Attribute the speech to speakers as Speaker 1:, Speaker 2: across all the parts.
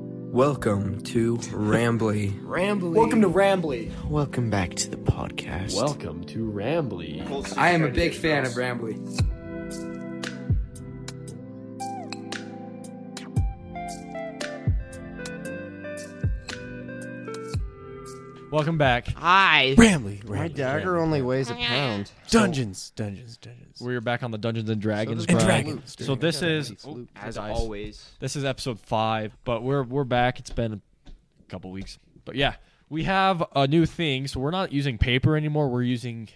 Speaker 1: Welcome to Rambly.
Speaker 2: Rambly.
Speaker 3: Welcome to Rambly.
Speaker 4: Welcome back to the podcast.
Speaker 2: Welcome to Rambly.
Speaker 1: I am a big fan of Rambly.
Speaker 5: Welcome back.
Speaker 6: Hi.
Speaker 7: Ramley,
Speaker 4: My
Speaker 7: Ramley.
Speaker 4: dagger only weighs a pound.
Speaker 7: Dungeons, dungeons, dungeons.
Speaker 5: We're back on the Dungeons and Dragons.
Speaker 7: And
Speaker 5: grind.
Speaker 7: dragons.
Speaker 5: So this is
Speaker 6: As
Speaker 5: Nice.
Speaker 6: always.
Speaker 5: this is episode five, but we're we're back. It's been a couple weeks, but yeah, we have a new thing. So we're not using paper anymore. We're using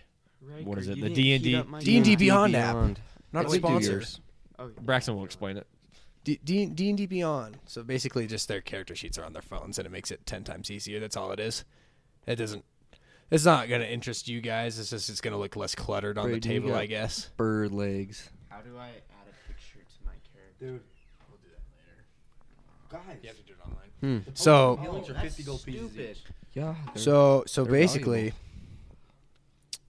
Speaker 5: what is it? The D and D.
Speaker 7: D&D Beyond app. Not
Speaker 4: It's like
Speaker 7: sponsors.
Speaker 5: Braxton will explain it.
Speaker 7: D and D Beyond. So basically, just their character sheets are on their phones, and it makes it ten times easier. That's all it is. It doesn't. It's not gonna interest you guys. It's just it's gonna look less cluttered on
Speaker 4: Brayden,
Speaker 7: the
Speaker 4: you
Speaker 7: table,
Speaker 4: got-
Speaker 7: I guess.
Speaker 4: Bird legs.
Speaker 6: How do I add a picture to my character?
Speaker 7: You have to do it online.
Speaker 4: Hmm.
Speaker 7: So
Speaker 6: are 50 gold pieces. Stupid.
Speaker 4: Yeah.
Speaker 7: so so
Speaker 4: they're
Speaker 7: basically.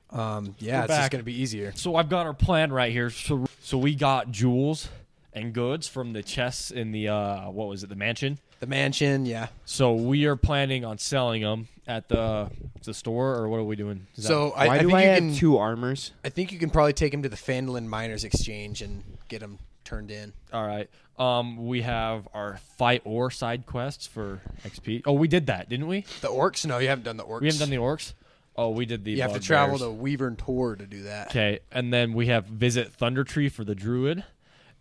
Speaker 7: Um. Yeah,
Speaker 5: We're
Speaker 7: it's just
Speaker 5: back.
Speaker 7: gonna be easier.
Speaker 5: So I've got our plan right here. So so we got jewels and goods from the chests in the uh what was it? The mansion.
Speaker 7: The mansion. Yeah.
Speaker 5: So we are planning on selling them at the the store, or what are we doing? Is that-
Speaker 7: So I,
Speaker 4: Why
Speaker 7: I
Speaker 4: do
Speaker 7: think
Speaker 4: I
Speaker 7: you
Speaker 4: have
Speaker 7: can,
Speaker 4: two armors?
Speaker 7: I think you can probably take him to the Fandolin Miners Exchange and get him turned in.
Speaker 5: All right. Um, we have our fight or side quests for XP. Oh, we did that, didn't we?
Speaker 7: The orcs? No, you haven't done the orcs.
Speaker 5: We haven't done the orcs. Oh, we did the.
Speaker 7: You have to travel to Weaver and Tor to do that.
Speaker 5: Okay, and then we have visit Thunder Tree for the druid,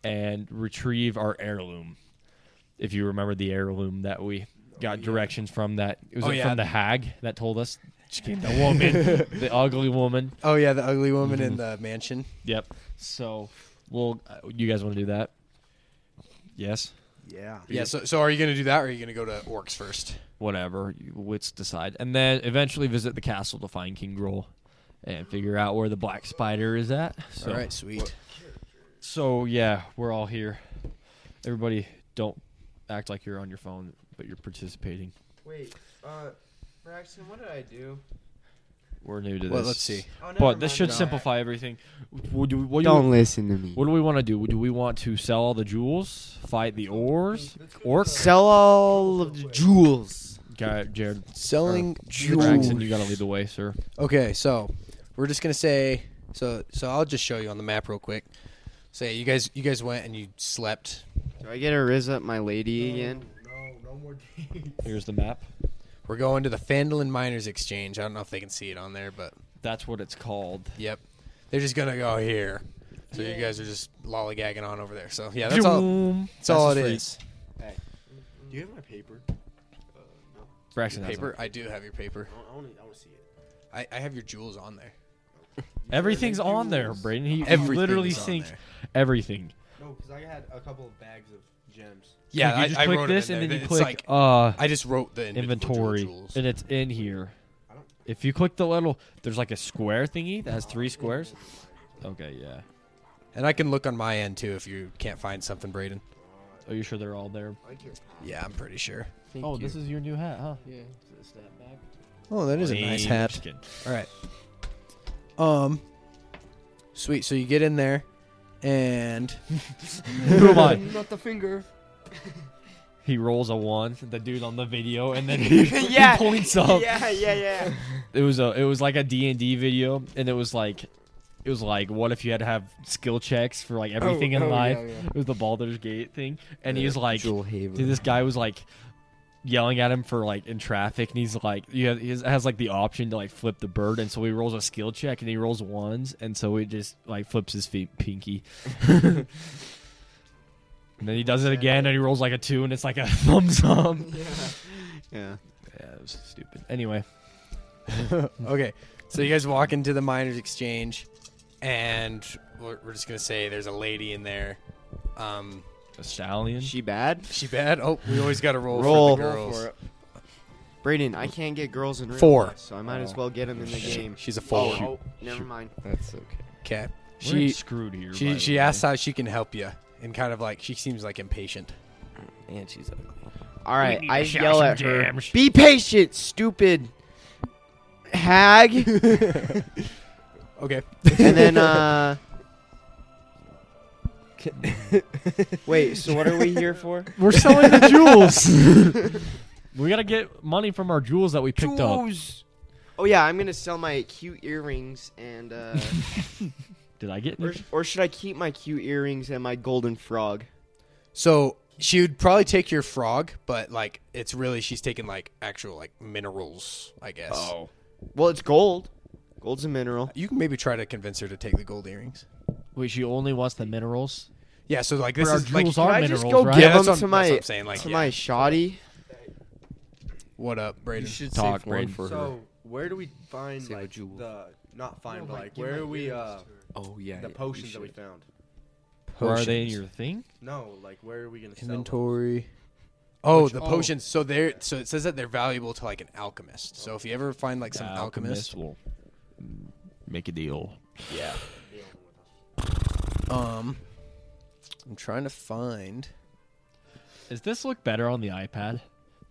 Speaker 5: and retrieve our heirloom. If you remember the heirloom that we got directions from, that it was
Speaker 7: Oh,
Speaker 5: it
Speaker 7: yeah.
Speaker 5: from the hag that told us. She came the woman, the ugly woman.
Speaker 7: Oh yeah, the ugly woman
Speaker 5: Mm-hmm.
Speaker 7: in the mansion.
Speaker 5: Yep. So, well, uh, you guys want to do that? Yes.
Speaker 4: Yeah.
Speaker 7: Yeah. So, so are you gonna do that, or are you gonna go to orcs first?
Speaker 5: whatever. you- Let's decide. And then eventually visit the castle to find King Groll and figure out where the black spider is at. So,
Speaker 7: All right, sweet.
Speaker 5: so yeah, we're all here. Everybody, don't act like you're on your phone, but you're participating.
Speaker 6: Wait, uh, Braxton, what did I do?
Speaker 5: We're new to this.
Speaker 7: Well, let's see.
Speaker 6: Oh, never
Speaker 5: But this
Speaker 6: mind,
Speaker 5: should
Speaker 6: no.
Speaker 5: simplify everything. What do we, what do we-
Speaker 4: Don't listen to me.
Speaker 5: what do we want to do? Do we want to sell all the jewels, fight the oars, orcs?
Speaker 4: Sell all of the jewels.
Speaker 5: Okay, Jared,
Speaker 7: Selling jewels.
Speaker 5: Braxton, you gotta lead the way, sir.
Speaker 7: Okay, so we're just gonna say. So, so I'll just show you on the map real quick. Say you guys, you guys went and you slept.
Speaker 4: Do I get to riz up my lady again?
Speaker 5: Here's the map.
Speaker 7: We're going to the Fandolin Miners Exchange. I don't know if they can see it on there, but
Speaker 5: That's what it's called.
Speaker 7: Yep. They're just gonna go here. So you guys are just lollygagging on over there. So yeah, that's all.
Speaker 5: Boom.
Speaker 7: That's all it
Speaker 5: Fastest phrase.
Speaker 7: is.
Speaker 3: Do you have my paper?
Speaker 5: Braxton has
Speaker 7: Paper. I do have your paper.
Speaker 3: I want to see it.
Speaker 7: I, I have your jewels on there.
Speaker 5: Everything's on there, Braden. He, he
Speaker 7: Everything
Speaker 5: literally
Speaker 7: is on
Speaker 5: thinks
Speaker 7: there.
Speaker 5: everything.
Speaker 3: No, because I had a couple of bags of gems.
Speaker 7: Yeah,
Speaker 5: Like,
Speaker 7: I,
Speaker 5: you just
Speaker 7: I
Speaker 5: click
Speaker 7: wrote
Speaker 5: this
Speaker 7: it in
Speaker 5: and
Speaker 7: there.
Speaker 5: then you
Speaker 7: It's
Speaker 5: click
Speaker 7: like
Speaker 5: uh,
Speaker 7: I just wrote the individual
Speaker 5: inventory,
Speaker 7: Jewels.
Speaker 5: and it's in here. If you click the little, there's like a square thingy that has three squares. Okay, yeah.
Speaker 7: And I can look on my end too if you can't find something, Braden.
Speaker 5: Are you sure they're all there?
Speaker 7: Yeah, I'm pretty sure.
Speaker 4: Thank
Speaker 5: oh,
Speaker 4: you.
Speaker 5: this is your new hat, huh?
Speaker 7: Oh, that is a nice hat. All right. Um. Sweet. So you get in there, and
Speaker 5: Who am I?
Speaker 4: Not the finger.
Speaker 5: He rolls a one, the dude on the video, and then he, he
Speaker 6: Yeah.
Speaker 5: points up.
Speaker 6: Yeah, yeah, yeah.
Speaker 5: It was a, it was like a D and D video, and it was like, it was like, what if you had to have skill checks for like everything in
Speaker 4: oh, yeah,
Speaker 5: life?
Speaker 4: yeah.
Speaker 5: It was the Baldur's Gate thing, and he was like,
Speaker 4: Jewel Haven.
Speaker 5: Dude, this guy was like yelling at him for like in traffic, and he's like, you have, he has- has like the option to like flip the bird, and so he rolls a skill check, and he rolls ones, and so he just like flips his feet pinky. and then he does it again, and he rolls like a two, and it's like a thumbs up.
Speaker 4: Yeah.
Speaker 5: Yeah, it was stupid. Anyway,
Speaker 7: okay, so you guys walk into the miners exchange, and we're, we're just gonna say there's a lady in there. Um,
Speaker 5: a stallion.
Speaker 4: She bad?
Speaker 7: she bad. Oh, we always got to roll,
Speaker 4: Roll.
Speaker 7: for the girls.
Speaker 4: Braden, I can't get girls in real
Speaker 7: Four.
Speaker 4: life, so I might as well get them in the
Speaker 7: She-
Speaker 4: game.
Speaker 7: she's a
Speaker 4: Oh,
Speaker 7: four.
Speaker 4: oh, never mind.
Speaker 3: That's okay.
Speaker 7: Okay.
Speaker 5: We're
Speaker 7: She
Speaker 5: screwed here. by
Speaker 7: she
Speaker 5: the
Speaker 7: she
Speaker 5: way.
Speaker 7: asks how she can help you, and kind of like she seems like impatient.
Speaker 3: And she's ugly.
Speaker 4: All right, I yell at her. Be patient, stupid hag.
Speaker 7: Okay.
Speaker 4: and then uh Wait, so what are we here for?
Speaker 5: We're selling the jewels. we gotta get money from our jewels that we picked up.
Speaker 4: Oh yeah, I'm gonna sell my cute earrings and uh,
Speaker 5: Did I get?
Speaker 4: or,
Speaker 5: Any?
Speaker 4: or should I keep my cute earrings and my golden frog?
Speaker 7: So she would probably take your frog, but like it's really she's taking like actual like minerals, I guess.
Speaker 4: Oh. Well, it's gold. Gold's a mineral.
Speaker 7: You can maybe try to convince her to take the gold earrings.
Speaker 5: Wait, she only wants the minerals.
Speaker 7: Yeah, so like this
Speaker 5: our
Speaker 7: is like
Speaker 5: jewels
Speaker 4: Can
Speaker 5: are
Speaker 4: I
Speaker 5: minerals,
Speaker 4: just go
Speaker 5: right?
Speaker 7: Yeah,
Speaker 4: give
Speaker 7: that's
Speaker 4: them
Speaker 7: what- that's
Speaker 4: to my
Speaker 7: what I'm saying, like,
Speaker 4: to
Speaker 7: yeah.
Speaker 4: my shoddy?
Speaker 7: what up, Braden?
Speaker 5: Talk, Braden.
Speaker 3: So where do we find
Speaker 1: Save a
Speaker 3: like
Speaker 1: jewel.
Speaker 3: the not
Speaker 4: Oh
Speaker 3: find but like where are we uh
Speaker 1: Oh yeah.
Speaker 3: the
Speaker 1: yeah, you
Speaker 3: potions that we
Speaker 1: should.
Speaker 3: found?
Speaker 5: Or are they in your thing?
Speaker 3: No, like where are we gonna sell them?
Speaker 7: inventory? Oh,
Speaker 3: Which-
Speaker 7: the
Speaker 3: oh.
Speaker 7: potions. So they're so it says that they're valuable to like an alchemist. So if you ever find like some
Speaker 5: The
Speaker 7: alchemist,
Speaker 5: will mm, make a deal.
Speaker 7: yeah. Um, I'm trying to find.
Speaker 5: Does this look better on the iPad?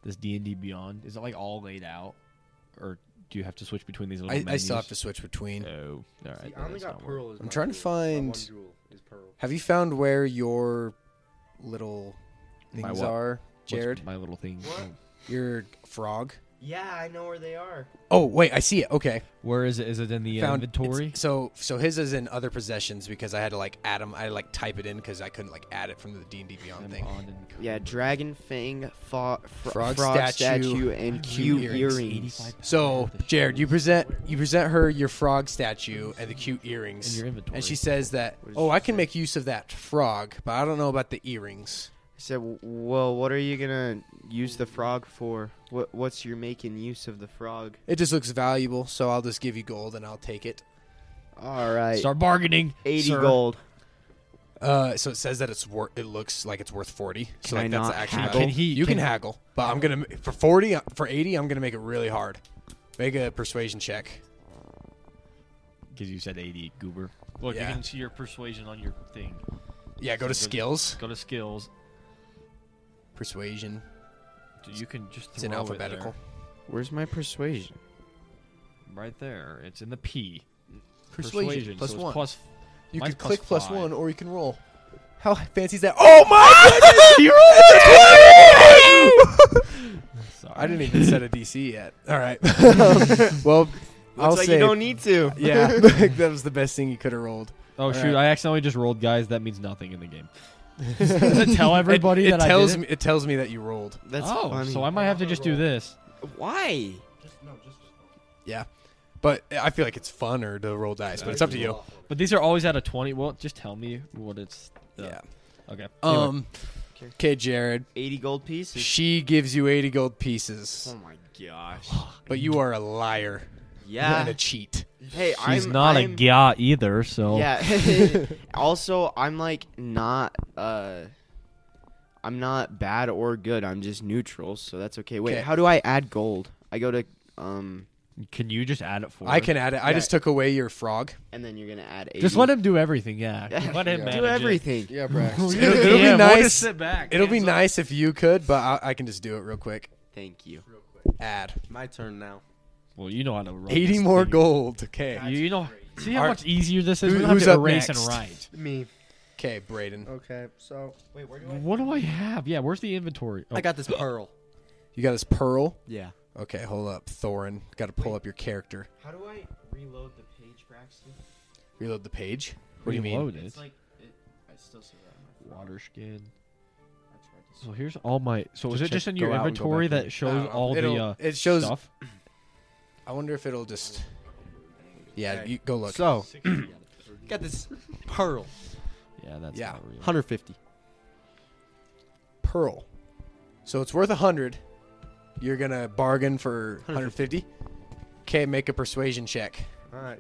Speaker 5: This D and D Beyond is it like all laid out, or do you have to switch between these little?
Speaker 7: I, I
Speaker 5: menus?
Speaker 7: still have to switch between.
Speaker 5: Oh, all right.
Speaker 3: See,
Speaker 5: then
Speaker 3: I only
Speaker 5: that's
Speaker 3: got
Speaker 5: not working.
Speaker 3: pearl. Is
Speaker 7: I'm
Speaker 3: my
Speaker 7: trying to
Speaker 3: jewel. My
Speaker 7: find-
Speaker 3: one jewel is pearl.
Speaker 7: Have you found where your little
Speaker 5: My
Speaker 7: things
Speaker 5: what?
Speaker 7: are,
Speaker 5: What's
Speaker 7: Jared?
Speaker 5: my little thing.
Speaker 6: What?
Speaker 7: Your frog.
Speaker 6: Yeah, I know where they are.
Speaker 7: Oh wait, I see it. Okay,
Speaker 5: Where is it? Is it in the
Speaker 7: found it's-
Speaker 5: inventory?
Speaker 7: So so his is in other possessions because I had to like add 'em- I had to, like type it in because I couldn't like add it from the D and D Beyond thing.
Speaker 5: On and-
Speaker 4: Yeah, dragon fang, fo- fro-
Speaker 7: Frog
Speaker 4: frog,
Speaker 7: statue,
Speaker 4: statue, and cute
Speaker 7: earrings.
Speaker 4: earrings.
Speaker 7: So Jared, you present you present her your frog statue and the cute
Speaker 5: In
Speaker 7: earrings,
Speaker 5: your inventory.
Speaker 7: and she says that
Speaker 4: What does
Speaker 7: oh
Speaker 4: she
Speaker 7: I can
Speaker 4: say?
Speaker 7: make use of that frog, but I don't know about the earrings.
Speaker 4: I said, "W- well, what are you gonna use the frog for? What What's your making use of the frog?
Speaker 7: It just looks valuable, so I'll just give you gold and I'll take it.
Speaker 4: All right,
Speaker 5: start bargaining.
Speaker 4: eighty
Speaker 5: sir.
Speaker 4: gold.
Speaker 7: Uh, so it says that it's worth. It looks like it's worth forty. So
Speaker 4: Can
Speaker 7: like
Speaker 4: I
Speaker 7: that's
Speaker 4: not
Speaker 7: the actual.
Speaker 4: haggle?
Speaker 5: Can he-
Speaker 7: You can,
Speaker 5: can-
Speaker 7: haggle, but I'm gonna for forty for eighty. I'm gonna make it really hard. Make a persuasion check.
Speaker 5: Because you said 80, goober. Look,
Speaker 7: Yeah.
Speaker 5: you can see your persuasion on your thing.
Speaker 7: Yeah, go to
Speaker 5: So good.
Speaker 7: skills.
Speaker 5: Go to skills.
Speaker 7: Persuasion.
Speaker 5: Dude, You can just throw
Speaker 7: It's in
Speaker 5: it
Speaker 7: alphabetical.
Speaker 4: Where's my persuasion?
Speaker 5: there. Right there. It's in the P.
Speaker 7: Persuasion, plus
Speaker 5: so it's
Speaker 7: one.
Speaker 5: Plus,
Speaker 7: You
Speaker 5: Mine's
Speaker 7: can click plus
Speaker 5: five.
Speaker 7: one, or you can roll. How fancy is that? Oh my goodness! It's a 20!
Speaker 5: Sorry.
Speaker 7: I didn't even set a DC yet. All right. well, I'll
Speaker 4: Looks like
Speaker 7: say
Speaker 4: you don't need to.
Speaker 7: yeah, that was the best thing you could have rolled.
Speaker 5: Oh,
Speaker 7: All
Speaker 5: shoot.
Speaker 7: right.
Speaker 5: I accidentally just rolled, guys. That means nothing in the game. Does it tell everybody
Speaker 7: it,
Speaker 5: that
Speaker 7: it tells
Speaker 5: I did
Speaker 7: me. It tells me that you rolled.
Speaker 5: it?
Speaker 4: That's
Speaker 5: oh,
Speaker 4: funny.
Speaker 5: so I might have to just do this.
Speaker 4: Why?
Speaker 7: Yeah, but I feel like it's funner to roll dice. But it's up to you.
Speaker 5: But these are always out of 20. Well, just tell me what it's. the-
Speaker 7: Yeah.
Speaker 5: Okay. Anyway.
Speaker 7: Um. Okay, Jared.
Speaker 4: Eighty gold pieces. Oh
Speaker 7: She gives you eighty gold pieces,
Speaker 4: my gosh.
Speaker 7: but you are a liar and
Speaker 4: Yeah.
Speaker 7: a cheat.
Speaker 4: Hey,
Speaker 5: She's
Speaker 4: I'm
Speaker 5: not
Speaker 4: I'm,
Speaker 5: a ga either, so.
Speaker 4: Yeah. also, I'm like not uh I'm not bad or good. I'm just neutral, so that's okay. Wait,
Speaker 7: Okay.
Speaker 4: how do I add gold? I go to um
Speaker 5: Can you just add it for
Speaker 7: I
Speaker 5: her?
Speaker 7: can add it. I just took away your frog.
Speaker 4: and then you're going to add 80.
Speaker 5: Just let him do everything, yeah.
Speaker 4: Yeah.
Speaker 5: Let him manage
Speaker 4: do everything.
Speaker 7: Yeah, Brax.
Speaker 5: It.
Speaker 7: it'll, it'll
Speaker 5: Yeah,
Speaker 7: be
Speaker 5: we'll
Speaker 7: nice.
Speaker 5: just sit back.
Speaker 7: it'll be
Speaker 5: Hands up.
Speaker 7: nice if you could, but I, I can just do it real quick.
Speaker 4: Thank you.
Speaker 7: Add
Speaker 3: My turn now.
Speaker 5: Well, you know how to run.
Speaker 7: eighty
Speaker 5: this
Speaker 7: more
Speaker 5: thing.
Speaker 7: gold. Okay.
Speaker 5: You, you know, see how
Speaker 7: Alright.
Speaker 5: much easier this is.
Speaker 7: Who-
Speaker 5: we don't have
Speaker 7: who's
Speaker 5: to
Speaker 7: up
Speaker 5: erase and
Speaker 7: next?
Speaker 5: write.
Speaker 3: Me.
Speaker 7: Okay, Braden.
Speaker 3: Okay, so wait, where do
Speaker 5: What do I have? Yeah, where's the inventory? Oh,
Speaker 3: I got this pearl.
Speaker 7: You got his pearl.
Speaker 3: Yeah.
Speaker 7: Okay, hold up, Thorin. Got to pull up your character.
Speaker 6: How do I reload the page, Braxton?
Speaker 7: Reload the page.
Speaker 5: Oh,
Speaker 7: What do you mean?
Speaker 5: reloaded.
Speaker 6: It's like it, I still see that. On my phone.
Speaker 5: Water skin.
Speaker 6: I tried to
Speaker 5: So here's all my. So
Speaker 7: Just
Speaker 5: is it
Speaker 7: check-
Speaker 5: just in
Speaker 7: go
Speaker 5: your
Speaker 7: out and go
Speaker 5: inventory
Speaker 7: back in.
Speaker 5: that shows
Speaker 7: No,
Speaker 5: all the
Speaker 7: it'll-
Speaker 5: uh,
Speaker 7: it shows-
Speaker 5: stuff?
Speaker 7: I wonder if it'll just. Yeah, you go look.
Speaker 3: So got this pearl.
Speaker 5: Yeah, that's
Speaker 7: Yeah.
Speaker 5: not real.
Speaker 3: 150.
Speaker 7: pearl. So it's worth a hundred. You're gonna bargain for 150. Okay, make a persuasion check.
Speaker 3: All right.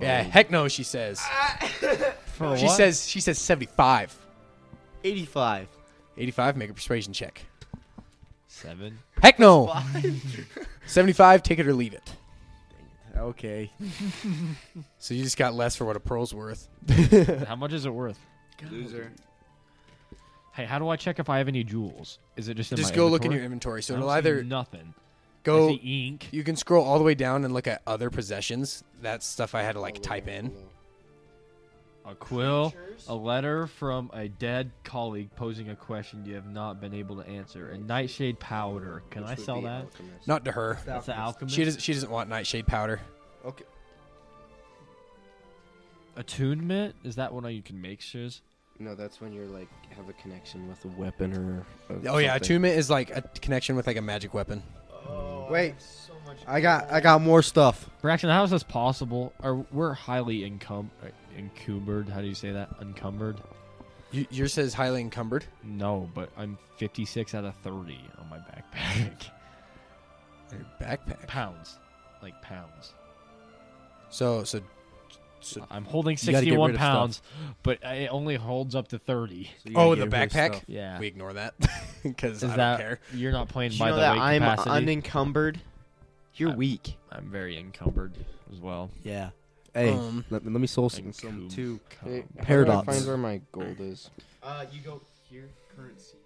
Speaker 7: Yeah, heck no, she says.
Speaker 5: For
Speaker 7: she
Speaker 5: what?
Speaker 7: says she says 75.
Speaker 4: 85.
Speaker 7: 85, make a persuasion check.
Speaker 5: seven.
Speaker 7: Heck no. 75, take it or leave it.
Speaker 3: Okay.
Speaker 7: So you just got less for what a pearl's worth.
Speaker 5: how much is it worth?
Speaker 4: Loser.
Speaker 5: Hey, how do I check if I have any jewels? Is it just in
Speaker 7: just
Speaker 5: my
Speaker 7: go
Speaker 5: inventory?
Speaker 7: look in your inventory. So
Speaker 5: I
Speaker 7: it'll
Speaker 5: don't see
Speaker 7: either
Speaker 5: nothing. I
Speaker 7: go.
Speaker 5: see ink.
Speaker 7: You can scroll all the way down and look at other possessions. That's stuff I had to like type in.
Speaker 5: A quill, a letter from a dead colleague posing a question you have not been able to answer, and nightshade powder. Can I sell that?
Speaker 7: Not to her.
Speaker 5: That's the alchemist.
Speaker 7: She doesn't. She doesn't want nightshade powder.
Speaker 5: Oh,
Speaker 7: Oh,
Speaker 3: Okay.
Speaker 5: Attunement? Is that one you can make shiz?
Speaker 6: No, that's when you're like have a connection with a weapon or.
Speaker 7: Oh yeah, attunement is like a connection with like a magic weapon.
Speaker 6: Oh,
Speaker 3: Wait. I got I got more stuff.
Speaker 5: Braxton, how is this possible? Are we're highly encum- uh, encumbered? How do you say that? Encumbered?
Speaker 7: You, yours says highly encumbered.
Speaker 5: No, but I'm 56 out of 30 on my backpack.
Speaker 7: Your backpack.
Speaker 5: pounds, like pounds.
Speaker 7: So so
Speaker 5: I'm holding
Speaker 7: You gotta get
Speaker 5: 61
Speaker 7: rid of stuff.
Speaker 5: pounds, but it only holds up to 30.
Speaker 7: Oh, the backpack.
Speaker 5: Yeah.
Speaker 7: We ignore that because
Speaker 5: Is
Speaker 7: I don't
Speaker 5: that
Speaker 7: care.
Speaker 5: you're not playing
Speaker 4: Did you
Speaker 5: by
Speaker 4: know
Speaker 5: the
Speaker 4: that
Speaker 5: weight
Speaker 4: I'm
Speaker 5: capacity? Uh,
Speaker 4: unencumbered? You're
Speaker 5: I'm-
Speaker 4: weak.
Speaker 5: I'm very encumbered as well.
Speaker 1: Yeah.
Speaker 6: Hey,
Speaker 7: Um,
Speaker 6: let, let me soul
Speaker 5: some- some
Speaker 6: two
Speaker 1: Paradox.
Speaker 6: Find where my gold is. Uh, you go here, currency.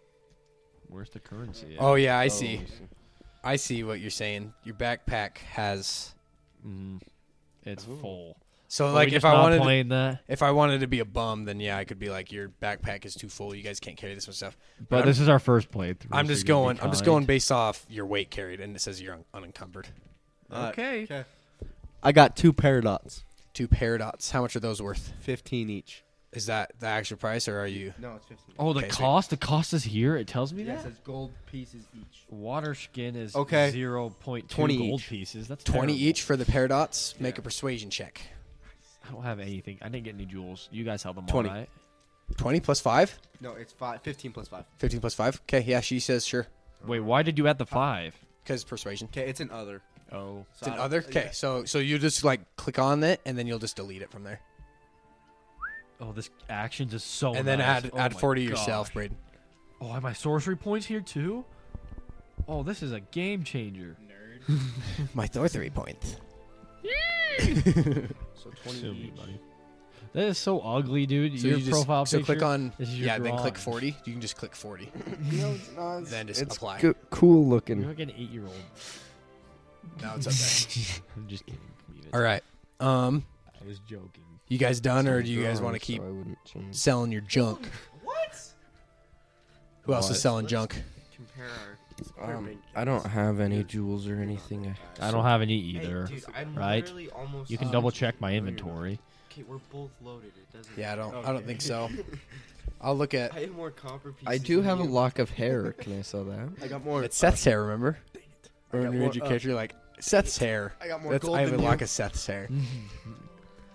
Speaker 5: Where's the currency? at?
Speaker 7: Oh yeah, I
Speaker 6: Oh,
Speaker 7: see. I see what you're saying. Your backpack has.
Speaker 5: Mhm. It's full.
Speaker 7: So
Speaker 5: Are
Speaker 7: like
Speaker 5: we
Speaker 7: if
Speaker 5: just
Speaker 7: I
Speaker 5: not
Speaker 7: wanted
Speaker 5: playing that,
Speaker 7: if I wanted to be a bum, then yeah, I could be like your backpack is too full. You guys can't carry this much stuff.
Speaker 5: but
Speaker 7: I'm-
Speaker 5: this is our first playthrough.
Speaker 7: I'm
Speaker 5: so
Speaker 7: just
Speaker 5: you're gonna
Speaker 7: going.
Speaker 5: be
Speaker 7: I'm just
Speaker 5: kind.
Speaker 7: going based off your weight carried, and it says you're un- unencumbered.
Speaker 3: Okay.
Speaker 1: I got two paradox.
Speaker 7: Two paradots. How much are those worth?
Speaker 1: Fifteen each.
Speaker 7: Is that the actual price, or are you?
Speaker 6: No, it's fifteen.
Speaker 5: Oh, the
Speaker 7: Okay, so-
Speaker 5: cost. The cost is here. It tells me
Speaker 6: Yeah, it
Speaker 5: that.
Speaker 6: says gold pieces each.
Speaker 5: Water skin is
Speaker 3: Okay.
Speaker 5: zero point two
Speaker 1: 20
Speaker 5: gold
Speaker 1: each.
Speaker 5: pieces. That's
Speaker 7: Twenty
Speaker 5: terrible.
Speaker 7: each for the paradots. Make a persuasion check.
Speaker 5: I don't have anything. I didn't get any jewels. You guys held them
Speaker 7: 20.
Speaker 5: all right.
Speaker 7: Twenty plus five.
Speaker 3: No, it's five, 15 plus five.
Speaker 7: 15 plus five. Okay, yeah, she says sure.
Speaker 5: Wait, why did you add the five?
Speaker 7: Because persuasion.
Speaker 3: Okay, it's an other.
Speaker 5: Oh,
Speaker 7: It's an other. Okay, so so you just like click on it and then you'll just delete it from there.
Speaker 5: oh, this action is so.
Speaker 7: and then
Speaker 5: nice.
Speaker 7: add
Speaker 5: Oh
Speaker 7: add
Speaker 5: my
Speaker 7: 40 yourself,
Speaker 5: gosh.
Speaker 7: Braden.
Speaker 5: Oh, have my sorcery points here too? Oh, this is a game changer.
Speaker 7: My sorcery point.
Speaker 6: So twenty each.
Speaker 5: That is so ugly, dude.
Speaker 7: So
Speaker 5: Your
Speaker 7: you just,
Speaker 5: profile
Speaker 7: So
Speaker 5: picture.
Speaker 7: click on
Speaker 5: this is your
Speaker 7: yeah, then click
Speaker 5: drawing.
Speaker 7: 40. You can just click 40.
Speaker 6: no, it's not. It's,
Speaker 7: then just apply.
Speaker 6: go- cool
Speaker 5: You're
Speaker 6: looking.
Speaker 5: like an eight-year-old.
Speaker 7: Now it's up
Speaker 5: I'm just kidding. Leave it.
Speaker 7: there. All right. Um,
Speaker 5: I was joking.
Speaker 7: you guys done or do you guys want to keep selling your junk?
Speaker 6: What?
Speaker 7: Who else is
Speaker 1: What?
Speaker 7: selling junk?
Speaker 6: Compare our.
Speaker 1: Um, I don't have any jewels or anything. I-
Speaker 5: I don't have any either.
Speaker 6: Hey, dude, I'm
Speaker 5: right?
Speaker 6: literally almost.
Speaker 5: you can
Speaker 6: done.
Speaker 5: double check my inventory.
Speaker 6: Okay, we're both loaded. It doesn't.
Speaker 7: Yeah, I don't I don't think so. I'll look at
Speaker 6: I have more copper pieces.
Speaker 1: I do
Speaker 6: than
Speaker 1: have a
Speaker 6: you.
Speaker 1: lock of hair. Can I sell that?
Speaker 3: I got more.
Speaker 7: it's Seth's hair, remember? Or when
Speaker 3: got
Speaker 7: you made
Speaker 3: more-
Speaker 7: your
Speaker 3: uh,
Speaker 7: character, you're like Seth's hair.
Speaker 3: I got more
Speaker 7: That's
Speaker 3: gold
Speaker 7: I have a
Speaker 3: than you.
Speaker 7: lock of Seth's hair.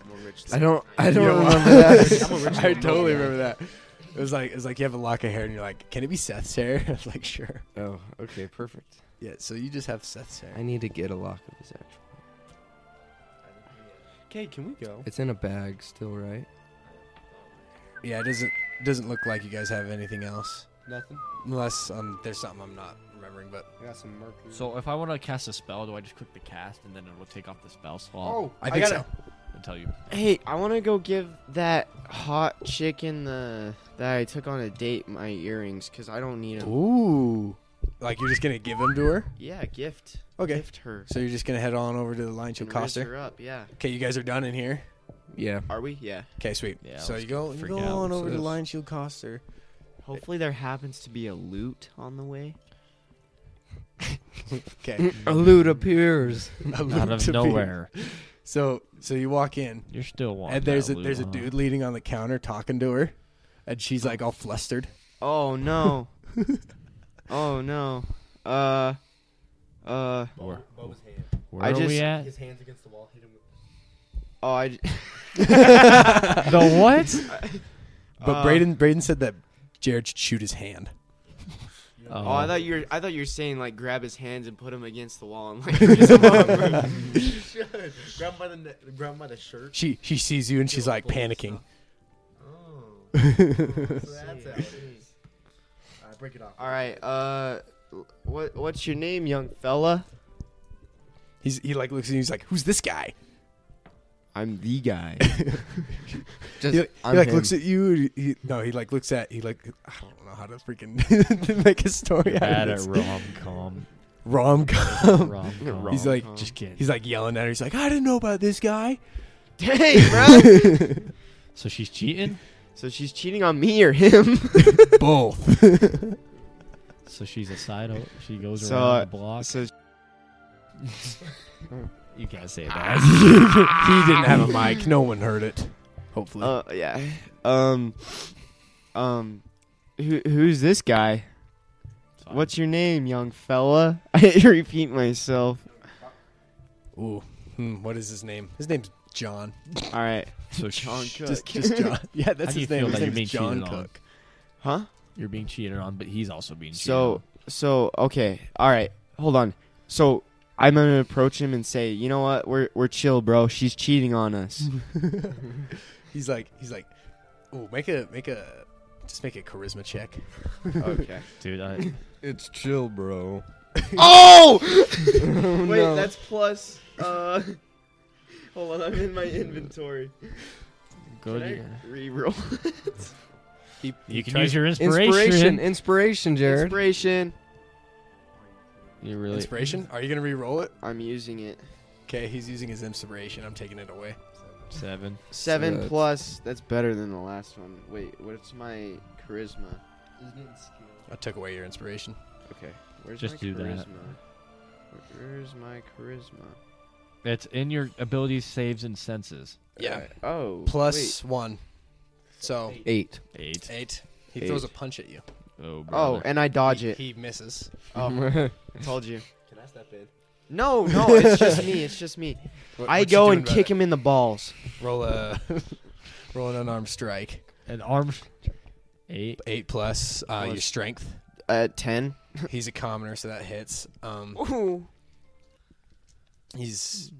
Speaker 6: More rich
Speaker 1: I
Speaker 6: than-
Speaker 1: don't. I don't
Speaker 7: Yeah, well-
Speaker 1: remember that.
Speaker 7: I totally remember that. It was like it was like you have a lock of hair and you're like, can it be Seth's hair? I was like, sure.
Speaker 1: oh, okay, perfect.
Speaker 7: Yeah. So you just have Seth's hair.
Speaker 1: I need to get a lock of his actual.
Speaker 6: Okay, can we go?
Speaker 1: It's in a bag still, right?
Speaker 7: Yeah. It doesn't doesn't look like you guys have anything else,
Speaker 3: Nothing.
Speaker 7: unless um there's something I'm not remembering. But
Speaker 3: I got some mercury.
Speaker 5: So if I want to cast a spell, do I just click the cast and then it will take off the spell slot
Speaker 3: oh,
Speaker 7: I think
Speaker 3: got
Speaker 7: so.
Speaker 3: it.
Speaker 5: and tell you?
Speaker 4: Hey, I want to go give that hot chicken the that I took on a date my earrings because I don't need them.
Speaker 7: Ooh. Like you're just gonna give them to her.
Speaker 4: Yeah, gift.
Speaker 7: Okay.
Speaker 4: Gift her.
Speaker 7: So you're just gonna head on over to the line. She'll
Speaker 4: and
Speaker 7: cost
Speaker 4: rinse
Speaker 7: her.
Speaker 4: her up. Yeah.
Speaker 7: Okay. You guys are done in here.
Speaker 1: Yeah.
Speaker 4: Are we? Yeah.
Speaker 7: Okay. Sweet.
Speaker 5: Yeah,
Speaker 7: so
Speaker 5: let's
Speaker 7: you go. You
Speaker 5: freak
Speaker 7: go
Speaker 5: out.
Speaker 7: on
Speaker 5: What's
Speaker 7: over to the
Speaker 5: this?
Speaker 7: line. She'll cost her.
Speaker 4: Hopefully there happens to be a loot on the way.
Speaker 7: Okay.
Speaker 1: A loot appears.
Speaker 5: Out of nowhere,
Speaker 7: So so you walk in.
Speaker 5: you're still one.
Speaker 7: and there's a there's a dude leaning on the counter talking to her, and she's like all flustered.
Speaker 4: Oh no. oh no. Uh. Uh.
Speaker 5: Where,
Speaker 6: Boba's hand.
Speaker 5: where
Speaker 4: I
Speaker 5: are
Speaker 4: just-
Speaker 5: we at?
Speaker 6: His hands against the wall. Hit him. With-
Speaker 4: Oh, I. j-
Speaker 5: the what?
Speaker 7: But
Speaker 4: Uh,
Speaker 7: Braden Braden said that Jared should shoot his hand.
Speaker 4: Oh,
Speaker 5: Uh.
Speaker 4: I thought you were. I thought you were saying like grab his hands and put him against the wall and like. raise him up, bro.
Speaker 6: should. Grab him by the ne- grab him by the shirt.
Speaker 7: She she sees you and she's like panicking.
Speaker 6: Oh. so that's how it is. All right, break it off.
Speaker 4: All right. Uh, what what's your name, young fella?
Speaker 7: He's he like looks at you. He's like, who's this guy?
Speaker 1: I'm the guy.
Speaker 7: He,
Speaker 1: Just
Speaker 7: he,
Speaker 1: I'm
Speaker 7: like
Speaker 1: him.
Speaker 7: looks at you. and He, no, he like looks at he like I don't know how to freaking make a story out
Speaker 5: Bad
Speaker 7: of this.
Speaker 5: at rom com.
Speaker 7: Rom com.
Speaker 5: Rom com.
Speaker 7: He's like
Speaker 5: just kidding.
Speaker 7: he's like yelling at her. He's like, I didn't know about this guy.
Speaker 4: Dang, bro.
Speaker 5: So she's cheating.
Speaker 4: So she's cheating on me or him.
Speaker 7: Both.
Speaker 5: so she's a side. o- She goes
Speaker 4: So,
Speaker 5: around
Speaker 4: uh,
Speaker 5: the block.
Speaker 4: so
Speaker 5: you can't say that.
Speaker 7: he didn't have a mic. No one heard it. Hopefully.
Speaker 4: uh, yeah. Um um who, who's this guy? What's your name, young fella? I had to repeat myself.
Speaker 7: Ooh. Hmm, what is his name? His name's John.
Speaker 4: All right.
Speaker 5: so
Speaker 1: Oh,
Speaker 4: John
Speaker 5: sh-
Speaker 4: Cook.
Speaker 7: Just, just John. Yeah, that's
Speaker 5: How do you
Speaker 7: his name.
Speaker 5: feel
Speaker 7: His
Speaker 5: that you're
Speaker 7: name's
Speaker 5: being
Speaker 7: John
Speaker 5: cheated on?
Speaker 7: Cook.
Speaker 4: Huh?
Speaker 5: You're being cheated on, but he's also being cheated.
Speaker 4: So so okay. All right. Hold on. So I'm gonna approach him and say, you know what? We're we're chill, bro. She's cheating on us.
Speaker 7: He's like, he's like, ooh, make a, make a, just make a charisma check.
Speaker 4: okay.
Speaker 5: on. dude, I,
Speaker 1: It's chill, bro.
Speaker 4: Oh!
Speaker 5: Oh,
Speaker 4: Wait,
Speaker 1: no.
Speaker 4: that's plus. Uh, hold on, I'm in my inventory.
Speaker 5: go to
Speaker 4: I
Speaker 5: your-
Speaker 4: Reroll.
Speaker 5: You can use your inspiration.
Speaker 1: Inspiration, inspiration, Jared.
Speaker 4: Inspiration.
Speaker 5: You really
Speaker 7: Inspiration? Are you gonna re-roll it?
Speaker 4: I'm using it.
Speaker 7: Okay, he's using his inspiration. I'm taking it away.
Speaker 5: seven.
Speaker 4: Seven
Speaker 1: that's-
Speaker 4: plus. That's better than the last one. Wait, what's my charisma?
Speaker 7: I took away your inspiration.
Speaker 4: Okay, where's
Speaker 5: Just
Speaker 4: my
Speaker 5: do
Speaker 4: charisma?
Speaker 5: that.
Speaker 4: Where's my charisma?
Speaker 5: It's in your abilities, saves, and senses.
Speaker 7: Yeah.
Speaker 4: Alright, Oh.
Speaker 7: Plus one. So
Speaker 1: Eight.
Speaker 5: Eight.
Speaker 7: eight. He throws a punch at you.
Speaker 5: Oh,
Speaker 4: wait. Oh,
Speaker 5: brother.
Speaker 4: and I dodge
Speaker 7: he,
Speaker 4: it.
Speaker 7: He misses.
Speaker 4: Oh, told you.
Speaker 6: Can I step in?
Speaker 4: No, no, it's just me. It's just me.
Speaker 7: What- what
Speaker 4: I
Speaker 7: you
Speaker 4: go
Speaker 7: doing
Speaker 4: and
Speaker 7: about
Speaker 4: kick
Speaker 7: it?
Speaker 4: him in the balls.
Speaker 7: Roll a, roll an unarmed strike.
Speaker 5: an arm. Eight.
Speaker 7: Eight plus, uh, your
Speaker 4: Plus.
Speaker 7: strength.
Speaker 4: Uh, ten.
Speaker 7: He's a commoner, so that hits. Um,
Speaker 4: Ooh.
Speaker 7: he's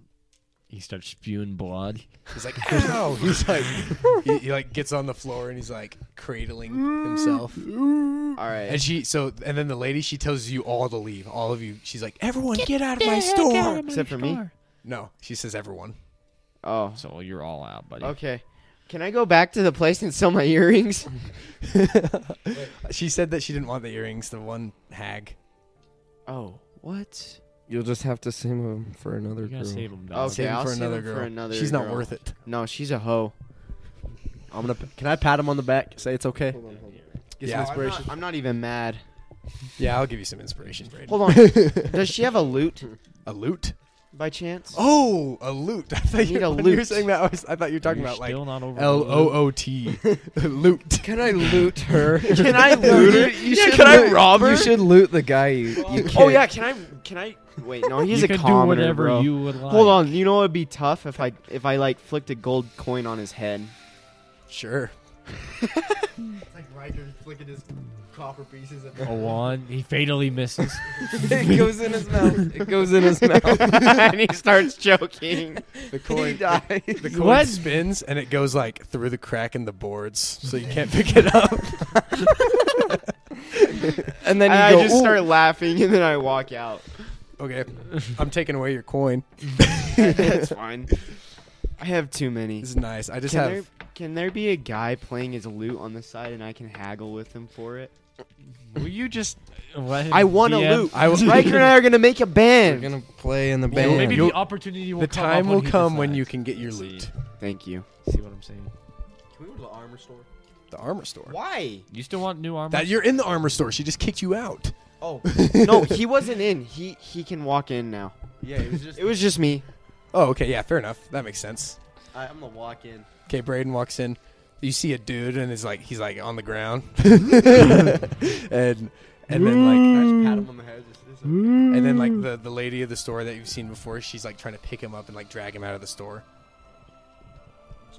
Speaker 5: He starts spewing blood.
Speaker 7: he's like ow. He's like he, he like gets on the floor and he's like cradling
Speaker 4: Mm.
Speaker 7: himself.
Speaker 4: All right.
Speaker 7: And she so and then the lady she tells you all to leave, all of you. She's like, everyone, get, out of my store.
Speaker 4: Except for me.
Speaker 7: No, she says everyone.
Speaker 4: Oh.
Speaker 5: So you're all out, buddy.
Speaker 4: Okay. Can I go back to the place and sell my earrings?
Speaker 7: She said that she didn't want the earrings. The one hag.
Speaker 4: Oh, what?
Speaker 1: You'll just have to save him for another
Speaker 5: You gotta
Speaker 1: girl.
Speaker 5: save him, dog.
Speaker 4: Okay,
Speaker 7: him
Speaker 4: I'll
Speaker 7: for
Speaker 4: save
Speaker 7: another
Speaker 4: him for
Speaker 7: girl.
Speaker 4: another.
Speaker 7: She's not
Speaker 4: girl.
Speaker 7: worth it.
Speaker 4: No, she's a hoe.
Speaker 3: I'm gonna. Can I pat him on the back? Say it's okay. Get
Speaker 7: Yeah.
Speaker 3: some inspiration.
Speaker 4: I'm not even mad.
Speaker 7: Yeah, I'll give you some inspiration, Brady.
Speaker 4: Hold on. Does she have a loot
Speaker 7: A loot.
Speaker 4: by chance?
Speaker 7: Oh, a loot. I thought you,
Speaker 4: need a
Speaker 7: when you were
Speaker 4: loot.
Speaker 7: saying that. I, was, I thought you were talking
Speaker 5: You're
Speaker 7: about like
Speaker 5: still not over.
Speaker 7: L
Speaker 5: the
Speaker 7: O
Speaker 5: loop.
Speaker 7: O T, loot.
Speaker 1: Can I loot her?
Speaker 4: Can I loot her? You
Speaker 1: should
Speaker 4: can I
Speaker 1: loot-
Speaker 4: rob her?
Speaker 1: You should loot the guy you, you
Speaker 4: oh
Speaker 1: kicked.
Speaker 4: yeah, can I? Can I? Wait, no, he's
Speaker 5: you
Speaker 4: a
Speaker 5: can
Speaker 4: commoner,
Speaker 5: do whatever
Speaker 4: bro.
Speaker 5: you would like.
Speaker 4: Hold on, you know it'd be tough if I if I like flicked a gold coin on his head.
Speaker 7: Sure.
Speaker 6: It's like Riker flicking his copper pieces at
Speaker 5: A one. He fatally misses.
Speaker 1: it goes in his mouth. It goes in his mouth.
Speaker 4: and he starts choking.
Speaker 7: The
Speaker 4: He dies.
Speaker 7: The coin
Speaker 5: What?
Speaker 7: spins and it goes like through the crack in the boards, so you can't pick it up.
Speaker 1: And then you
Speaker 4: And I
Speaker 1: go,
Speaker 4: just
Speaker 1: "Ooh."
Speaker 4: start laughing, and then I walk out.
Speaker 7: Okay, I'm taking away your coin.
Speaker 4: That's fine. I have too many.
Speaker 7: This is nice. I just
Speaker 4: Can
Speaker 7: have.
Speaker 4: there, can there be a guy playing his lute on the side and I can haggle with him for it?
Speaker 5: Will you just? Let him
Speaker 4: I want a
Speaker 5: DM?
Speaker 4: loot.
Speaker 7: I will-
Speaker 4: Riker and I are gonna make a
Speaker 1: We're
Speaker 4: band.
Speaker 1: gonna play in the
Speaker 5: Well,
Speaker 1: band.
Speaker 5: maybe
Speaker 7: You'll-
Speaker 5: the opportunity will
Speaker 7: the
Speaker 5: come
Speaker 7: time
Speaker 5: up
Speaker 7: will
Speaker 5: he
Speaker 7: come when you
Speaker 5: decides.
Speaker 7: can get your
Speaker 5: See.
Speaker 7: loot.
Speaker 4: Thank you.
Speaker 5: See what I'm saying?
Speaker 6: Can we go to the armor store?
Speaker 7: The armor store.
Speaker 4: Why?
Speaker 5: You still want new armor?
Speaker 7: That you're in the armor store. She just kicked you out.
Speaker 6: Oh,
Speaker 4: No, he wasn't in. He he can walk in now.
Speaker 6: yeah, it was just.
Speaker 4: It was just me.
Speaker 7: Oh, okay. Yeah, fair enough. That makes sense.
Speaker 6: I, I'm gonna walk in.
Speaker 7: Okay, Braden walks in. You see a dude, and is like he's like on the ground, and and then
Speaker 6: I
Speaker 7: like
Speaker 6: just
Speaker 4: Mm.
Speaker 6: pat him on the head. Just, it's okay.
Speaker 7: and then like the the lady of the store that you've seen before, she's like trying to pick him up and like drag him out of the store.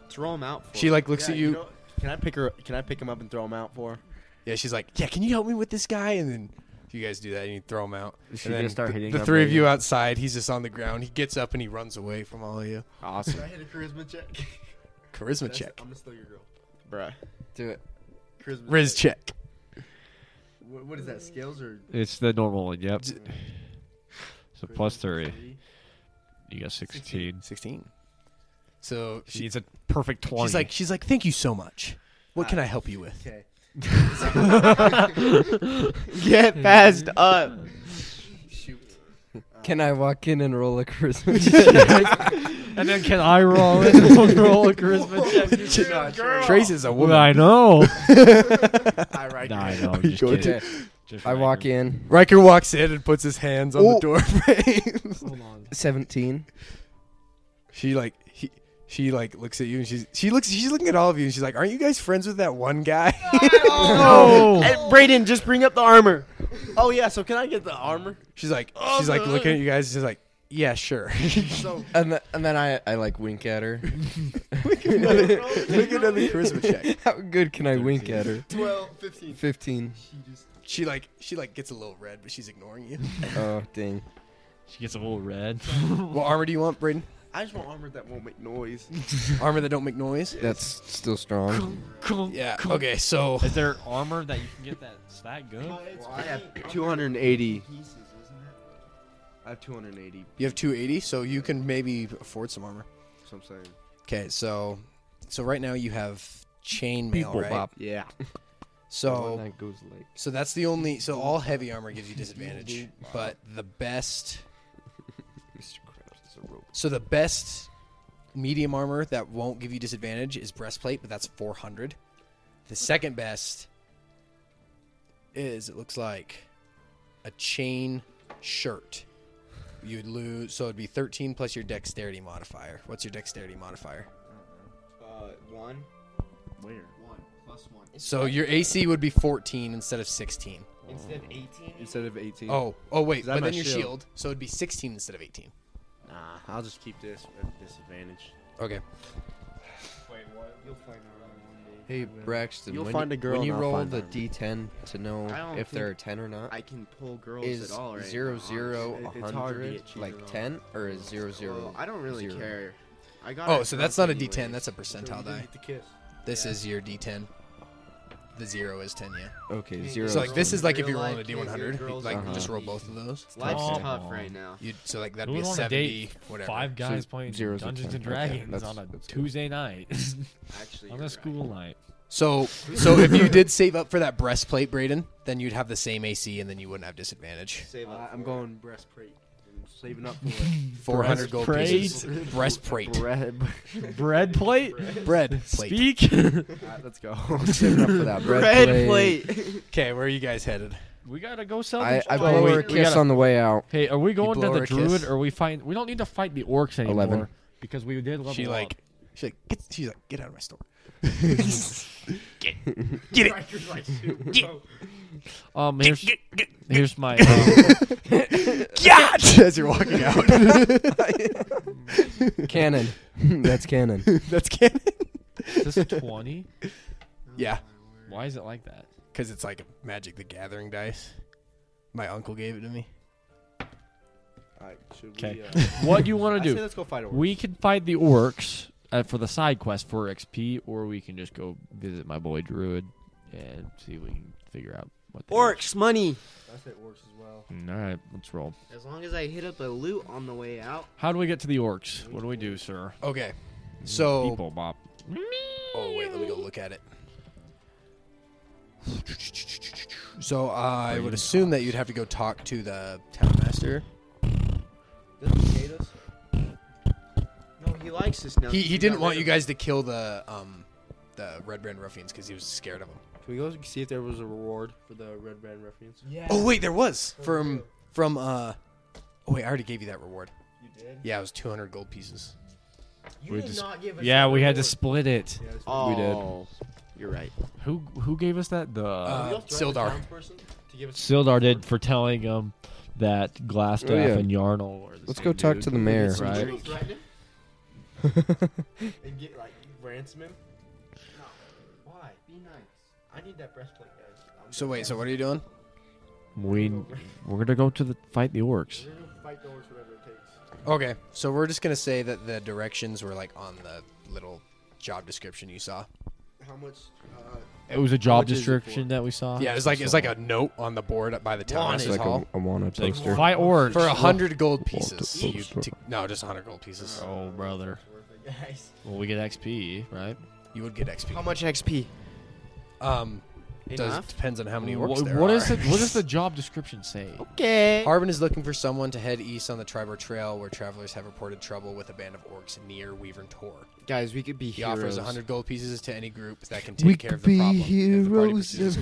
Speaker 4: Throw him out. For
Speaker 7: She like looks
Speaker 6: Yeah,
Speaker 7: at you.
Speaker 6: know-
Speaker 3: Can I pick her? Can I pick him up and throw him out for? her?
Speaker 7: yeah, she's like, yeah, can you help me with this guy? And then you guys do that, and you throw him out.
Speaker 3: Is she
Speaker 7: and then
Speaker 3: gonna start
Speaker 7: the,
Speaker 3: hitting
Speaker 7: the
Speaker 3: on
Speaker 7: three of
Speaker 3: Braden?
Speaker 7: you outside. He's just on the ground. He gets up and he runs away from all of you.
Speaker 4: awesome,
Speaker 6: Should I hit a charisma check?
Speaker 7: Charisma
Speaker 6: That's-
Speaker 7: check,
Speaker 6: I'm gonna steal your girl.
Speaker 4: bruh.
Speaker 1: Do it.
Speaker 6: Charisma.
Speaker 7: Riz check.
Speaker 6: What, what is that? Scales or?
Speaker 5: It's the normal one. Yep.
Speaker 7: Z-
Speaker 5: So plus three. You got sixteen.
Speaker 7: Sixteen. So
Speaker 5: She
Speaker 7: she,
Speaker 5: needs a perfect twenty.
Speaker 7: she's like, she's like, thank you so much. What can I help you with?
Speaker 6: Okay.
Speaker 4: Get passed up.
Speaker 6: Shoot.
Speaker 1: Can I walk in and roll a Christmas?
Speaker 5: And then can I roll it? We'll roll a charisma check.
Speaker 7: Trace is a woman.
Speaker 5: I know.
Speaker 6: I right
Speaker 5: Nah,
Speaker 6: now.
Speaker 5: I know. I'm just
Speaker 7: Go
Speaker 5: kidding.
Speaker 1: Okay. I walk in.
Speaker 7: Riker walks in and puts his hands on the
Speaker 1: Ooh.
Speaker 7: door frame.
Speaker 1: Seventeen.
Speaker 7: she like he, she like looks at you and she's she looks she's looking at all of you and she's like, "Aren't you guys friends with that one guy?"
Speaker 5: Oh.
Speaker 4: Brayden, just bring up the armor.
Speaker 3: Oh yeah, so can I get the armor?
Speaker 7: she's like she's like looking at you guys. She's like, "Yeah, sure."
Speaker 1: And, th- and then I, I like wink at her.
Speaker 7: Make another charisma check.
Speaker 1: How good can I wink at her?
Speaker 6: 12, 15.
Speaker 1: 15.
Speaker 7: She like she like gets a little red, but she's ignoring you.
Speaker 1: Oh, dang.
Speaker 5: She gets a little red.
Speaker 7: what armor do you want, Braden?
Speaker 3: I just want armor that won't make noise.
Speaker 7: Armor that don't make noise.
Speaker 1: That's still strong.
Speaker 7: Yeah. Okay. So
Speaker 5: Is there armor that you can get that's that good?
Speaker 3: I have 280. I have 280.
Speaker 7: you have 280, so you can maybe afford some armor.
Speaker 3: So I'm saying.
Speaker 7: Okay. So so right now you have chainmail, right?
Speaker 3: Yeah.
Speaker 7: So
Speaker 1: That goes like.
Speaker 7: So that's the only. So all heavy armor gives you disadvantage, but the best. So the best medium armor that won't give you disadvantage is breastplate, but that's 400. The second best is it looks like a chain shirt. You would lose, so it'd be 13 plus your dexterity modifier. What's your dexterity modifier?
Speaker 6: Uh, 1. Where? 1. Plus 1.
Speaker 7: So your AC would be 14 instead of 16.
Speaker 6: Instead of 18?
Speaker 3: Instead of 18.
Speaker 7: Oh, oh wait,
Speaker 3: that
Speaker 7: but
Speaker 3: my
Speaker 7: then your
Speaker 3: shield?
Speaker 7: shield, so it'd be 16 instead of 18.
Speaker 3: Nah, I'll just keep this at disadvantage.
Speaker 7: Okay.
Speaker 6: You'll find out one day.
Speaker 1: Hey, Braxton.
Speaker 3: You'll
Speaker 1: when
Speaker 3: find
Speaker 1: you,
Speaker 3: a girl
Speaker 1: When
Speaker 3: and
Speaker 1: you
Speaker 3: I'll
Speaker 1: roll
Speaker 3: find
Speaker 1: the
Speaker 3: out.
Speaker 1: d10 to
Speaker 4: I
Speaker 1: know
Speaker 4: don't
Speaker 1: if they're a
Speaker 4: think
Speaker 1: 10 or not,
Speaker 4: I can pull girls
Speaker 1: is
Speaker 4: at all right
Speaker 1: zero
Speaker 4: now,
Speaker 1: zero
Speaker 4: honestly.
Speaker 1: a
Speaker 4: It- it's hard to
Speaker 1: 100
Speaker 4: get cheated
Speaker 1: like
Speaker 4: on.
Speaker 1: 10 or is zero zero?
Speaker 4: Well, I don't really
Speaker 1: zero?
Speaker 4: care. I got.
Speaker 7: Oh,
Speaker 4: it
Speaker 7: so that's
Speaker 4: drunk
Speaker 7: not a
Speaker 4: anyways.
Speaker 7: D10. That's a percentile die. This is your D10. The zero is 10, yeah.
Speaker 1: Okay,
Speaker 4: Yeah,
Speaker 1: zero.
Speaker 7: So like this
Speaker 4: in
Speaker 7: is like if
Speaker 4: real
Speaker 7: you're rolling a
Speaker 4: life, kids, your
Speaker 7: D100,
Speaker 4: girls
Speaker 7: like
Speaker 1: are
Speaker 7: just roll
Speaker 4: creepy.
Speaker 7: both of those.
Speaker 4: Life's
Speaker 5: Oh.
Speaker 4: tough right now.
Speaker 7: You so like that'd be
Speaker 5: We
Speaker 7: a
Speaker 5: went on a date
Speaker 7: 70,
Speaker 5: with
Speaker 7: whatever.
Speaker 5: Five guys playing
Speaker 1: zeros and
Speaker 5: Dungeons and
Speaker 1: tens. Okay,
Speaker 5: Dragons
Speaker 1: that's-
Speaker 5: on a
Speaker 1: that's good.
Speaker 5: Tuesday night
Speaker 4: Actually,
Speaker 5: on
Speaker 4: you're
Speaker 5: a school night.
Speaker 7: So so if you did save up for that breastplate, Braden, then you'd have the same AC and then you wouldn't have disadvantage.
Speaker 4: right. Save up
Speaker 3: I'm
Speaker 4: for it.
Speaker 3: going breastplate. I'm saving up for it.
Speaker 7: 400 gold pieces. Breastplate.
Speaker 3: Bread.
Speaker 5: Bread plate.
Speaker 7: Bread. Plate.
Speaker 5: Speak.
Speaker 3: Alright, let's go.
Speaker 1: Saving up for that bread, plate.
Speaker 7: Okay, where are you guys headed?
Speaker 5: we gotta go sell.
Speaker 1: I,
Speaker 5: this
Speaker 1: I
Speaker 5: wine.
Speaker 1: blow
Speaker 5: Wait,
Speaker 1: her a
Speaker 5: we
Speaker 1: kiss
Speaker 5: gotta-
Speaker 1: on the way out.
Speaker 5: Hey, are we going to
Speaker 7: blow her
Speaker 5: the
Speaker 7: a
Speaker 5: druid
Speaker 7: kiss.
Speaker 5: or we find? We don't need to fight the orcs anymore.
Speaker 1: 11.
Speaker 5: Because we did level
Speaker 7: She
Speaker 5: up.
Speaker 7: like she like get, she's like get out of my store.
Speaker 5: Um, here's, here's my. Um,
Speaker 7: Yeah, as you're walking out.
Speaker 1: Cannon. That's cannon.
Speaker 7: That's canon.
Speaker 5: is this twenty?
Speaker 7: Yeah.
Speaker 5: Why is it like that?
Speaker 7: Because it's like a Magic the Gathering dice. My uncle gave it to me.
Speaker 3: Alright, should
Speaker 5: Okay.
Speaker 3: we? Uh,
Speaker 5: What do you want
Speaker 3: I
Speaker 5: to
Speaker 3: say
Speaker 5: do?
Speaker 3: let's go fight orcs.
Speaker 5: We can fight the orcs uh, for the side quest for XP, or we can just go visit my boy Druid and see if we can figure out what. the
Speaker 4: Orcs money.
Speaker 3: I say orcs as well.
Speaker 5: Mm, All right, let's roll.
Speaker 4: As long as I hit up a loot on the way out.
Speaker 5: How do we get to the orcs? What do we do, sir?
Speaker 7: Okay. So.
Speaker 5: People, Bob.
Speaker 7: Oh, wait, let me go look at it. So uh, I would assume that you'd have to go talk to the townmaster.
Speaker 4: Doesn't he hate us? No, he likes us now.
Speaker 7: He,
Speaker 4: that
Speaker 7: he
Speaker 4: we
Speaker 7: didn't
Speaker 4: got
Speaker 7: want
Speaker 4: rid
Speaker 7: you
Speaker 4: of-
Speaker 7: guys to kill the um the Red Brand Ruffians because he was scared of them.
Speaker 3: Can we go see if there was a reward for the red band reference?
Speaker 6: Yeah.
Speaker 7: Oh wait, there was from from uh. Oh wait, I already gave you that reward.
Speaker 6: You did?
Speaker 7: Yeah, it was 200 gold pieces.
Speaker 6: You
Speaker 5: We
Speaker 6: did
Speaker 5: just-
Speaker 6: not give us
Speaker 5: Yeah,
Speaker 6: that
Speaker 5: we had to
Speaker 6: reward.
Speaker 5: split it.
Speaker 4: Oh,
Speaker 1: We did.
Speaker 4: You're right.
Speaker 5: Who who gave us that? The
Speaker 7: Uh, Sildar.
Speaker 3: To give us
Speaker 5: Sildar did for telling him that Glassstaff
Speaker 1: Oh, yeah.
Speaker 5: and Yarnall. Were the
Speaker 1: Let's
Speaker 5: same
Speaker 1: go talk
Speaker 5: dude.
Speaker 1: to the mayor.
Speaker 5: Right.
Speaker 4: Some drink.
Speaker 6: Threaten him and get like ransom him. No. Why? Be nice. I need that breastplate, guys. I'm
Speaker 7: So
Speaker 6: gonna-
Speaker 7: wait, so what are you doing?
Speaker 5: We we're gonna go to the fight the orcs.
Speaker 6: We're gonna fight the horse, whatever it takes.
Speaker 7: Okay, so we're just gonna say that the directions were like on the little job description you saw.
Speaker 6: How much? Uh,
Speaker 5: It was a job
Speaker 3: much is it
Speaker 5: description
Speaker 3: for?
Speaker 5: that we saw.
Speaker 7: Yeah, it's like it's like a note on the board up by the
Speaker 1: It's
Speaker 7: townhouse
Speaker 1: like
Speaker 7: hall
Speaker 1: a, a wanna
Speaker 5: It's like,
Speaker 1: poster.
Speaker 5: fight orcs
Speaker 7: for a hundred gold pieces.
Speaker 1: Oh,
Speaker 7: You
Speaker 1: sure.
Speaker 7: t- no, just a hundred gold pieces.
Speaker 5: Oh brother.
Speaker 6: worth it, guys.
Speaker 5: Well, we get XP, right?
Speaker 7: You would get XP.
Speaker 4: How much XP?
Speaker 7: Um, Does,
Speaker 4: Enough?
Speaker 7: depends on how many orcs
Speaker 5: Wha-
Speaker 7: there
Speaker 5: what
Speaker 7: are.
Speaker 5: is the, what does the job description say?
Speaker 4: Oh. Okay.
Speaker 7: Harbin is looking for someone to head east on the Tribor Trail, where travelers have reported trouble with a band of orcs near Weavern Tor.
Speaker 4: Guys, we could be
Speaker 7: He
Speaker 4: heroes.
Speaker 7: offers 100 gold pieces to any group that can take care of the problem. if the party pursues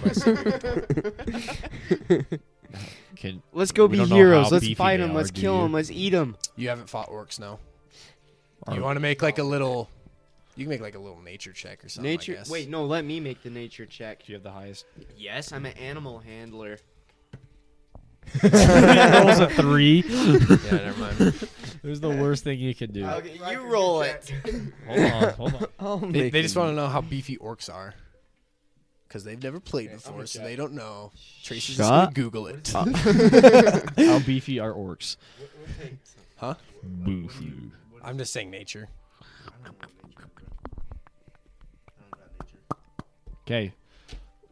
Speaker 7: this quest.
Speaker 5: Can
Speaker 4: Let's go
Speaker 5: We
Speaker 4: be
Speaker 5: don't know
Speaker 4: heroes.
Speaker 5: how
Speaker 4: Let's
Speaker 5: beefy
Speaker 4: fight
Speaker 5: they
Speaker 4: them.
Speaker 5: are,
Speaker 4: Let's
Speaker 5: do
Speaker 4: kill
Speaker 5: you?
Speaker 4: them. Let's eat them.
Speaker 7: you haven't fought orcs, no?
Speaker 5: Or-
Speaker 7: You want to make like a little. You can make like a little nature check or something. I
Speaker 4: Nature.
Speaker 7: guess.
Speaker 4: Wait, no. Let me make the nature check.
Speaker 5: do you have the highest?
Speaker 4: Yes, I'm an animal handler.
Speaker 5: rolls a three.
Speaker 7: yeah, never mind.
Speaker 5: It was the worst thing you could do.
Speaker 4: Okay, you roll it.
Speaker 5: Hold on, hold on.
Speaker 7: They, they just want to know how beefy orcs are, because they've never played before, so they don't know. Tracy's just gonna
Speaker 4: Shut
Speaker 7: Google it.
Speaker 5: How beefy are orcs?
Speaker 7: Huh?
Speaker 5: Boofy.
Speaker 7: I'm just saying nature.
Speaker 5: Okay.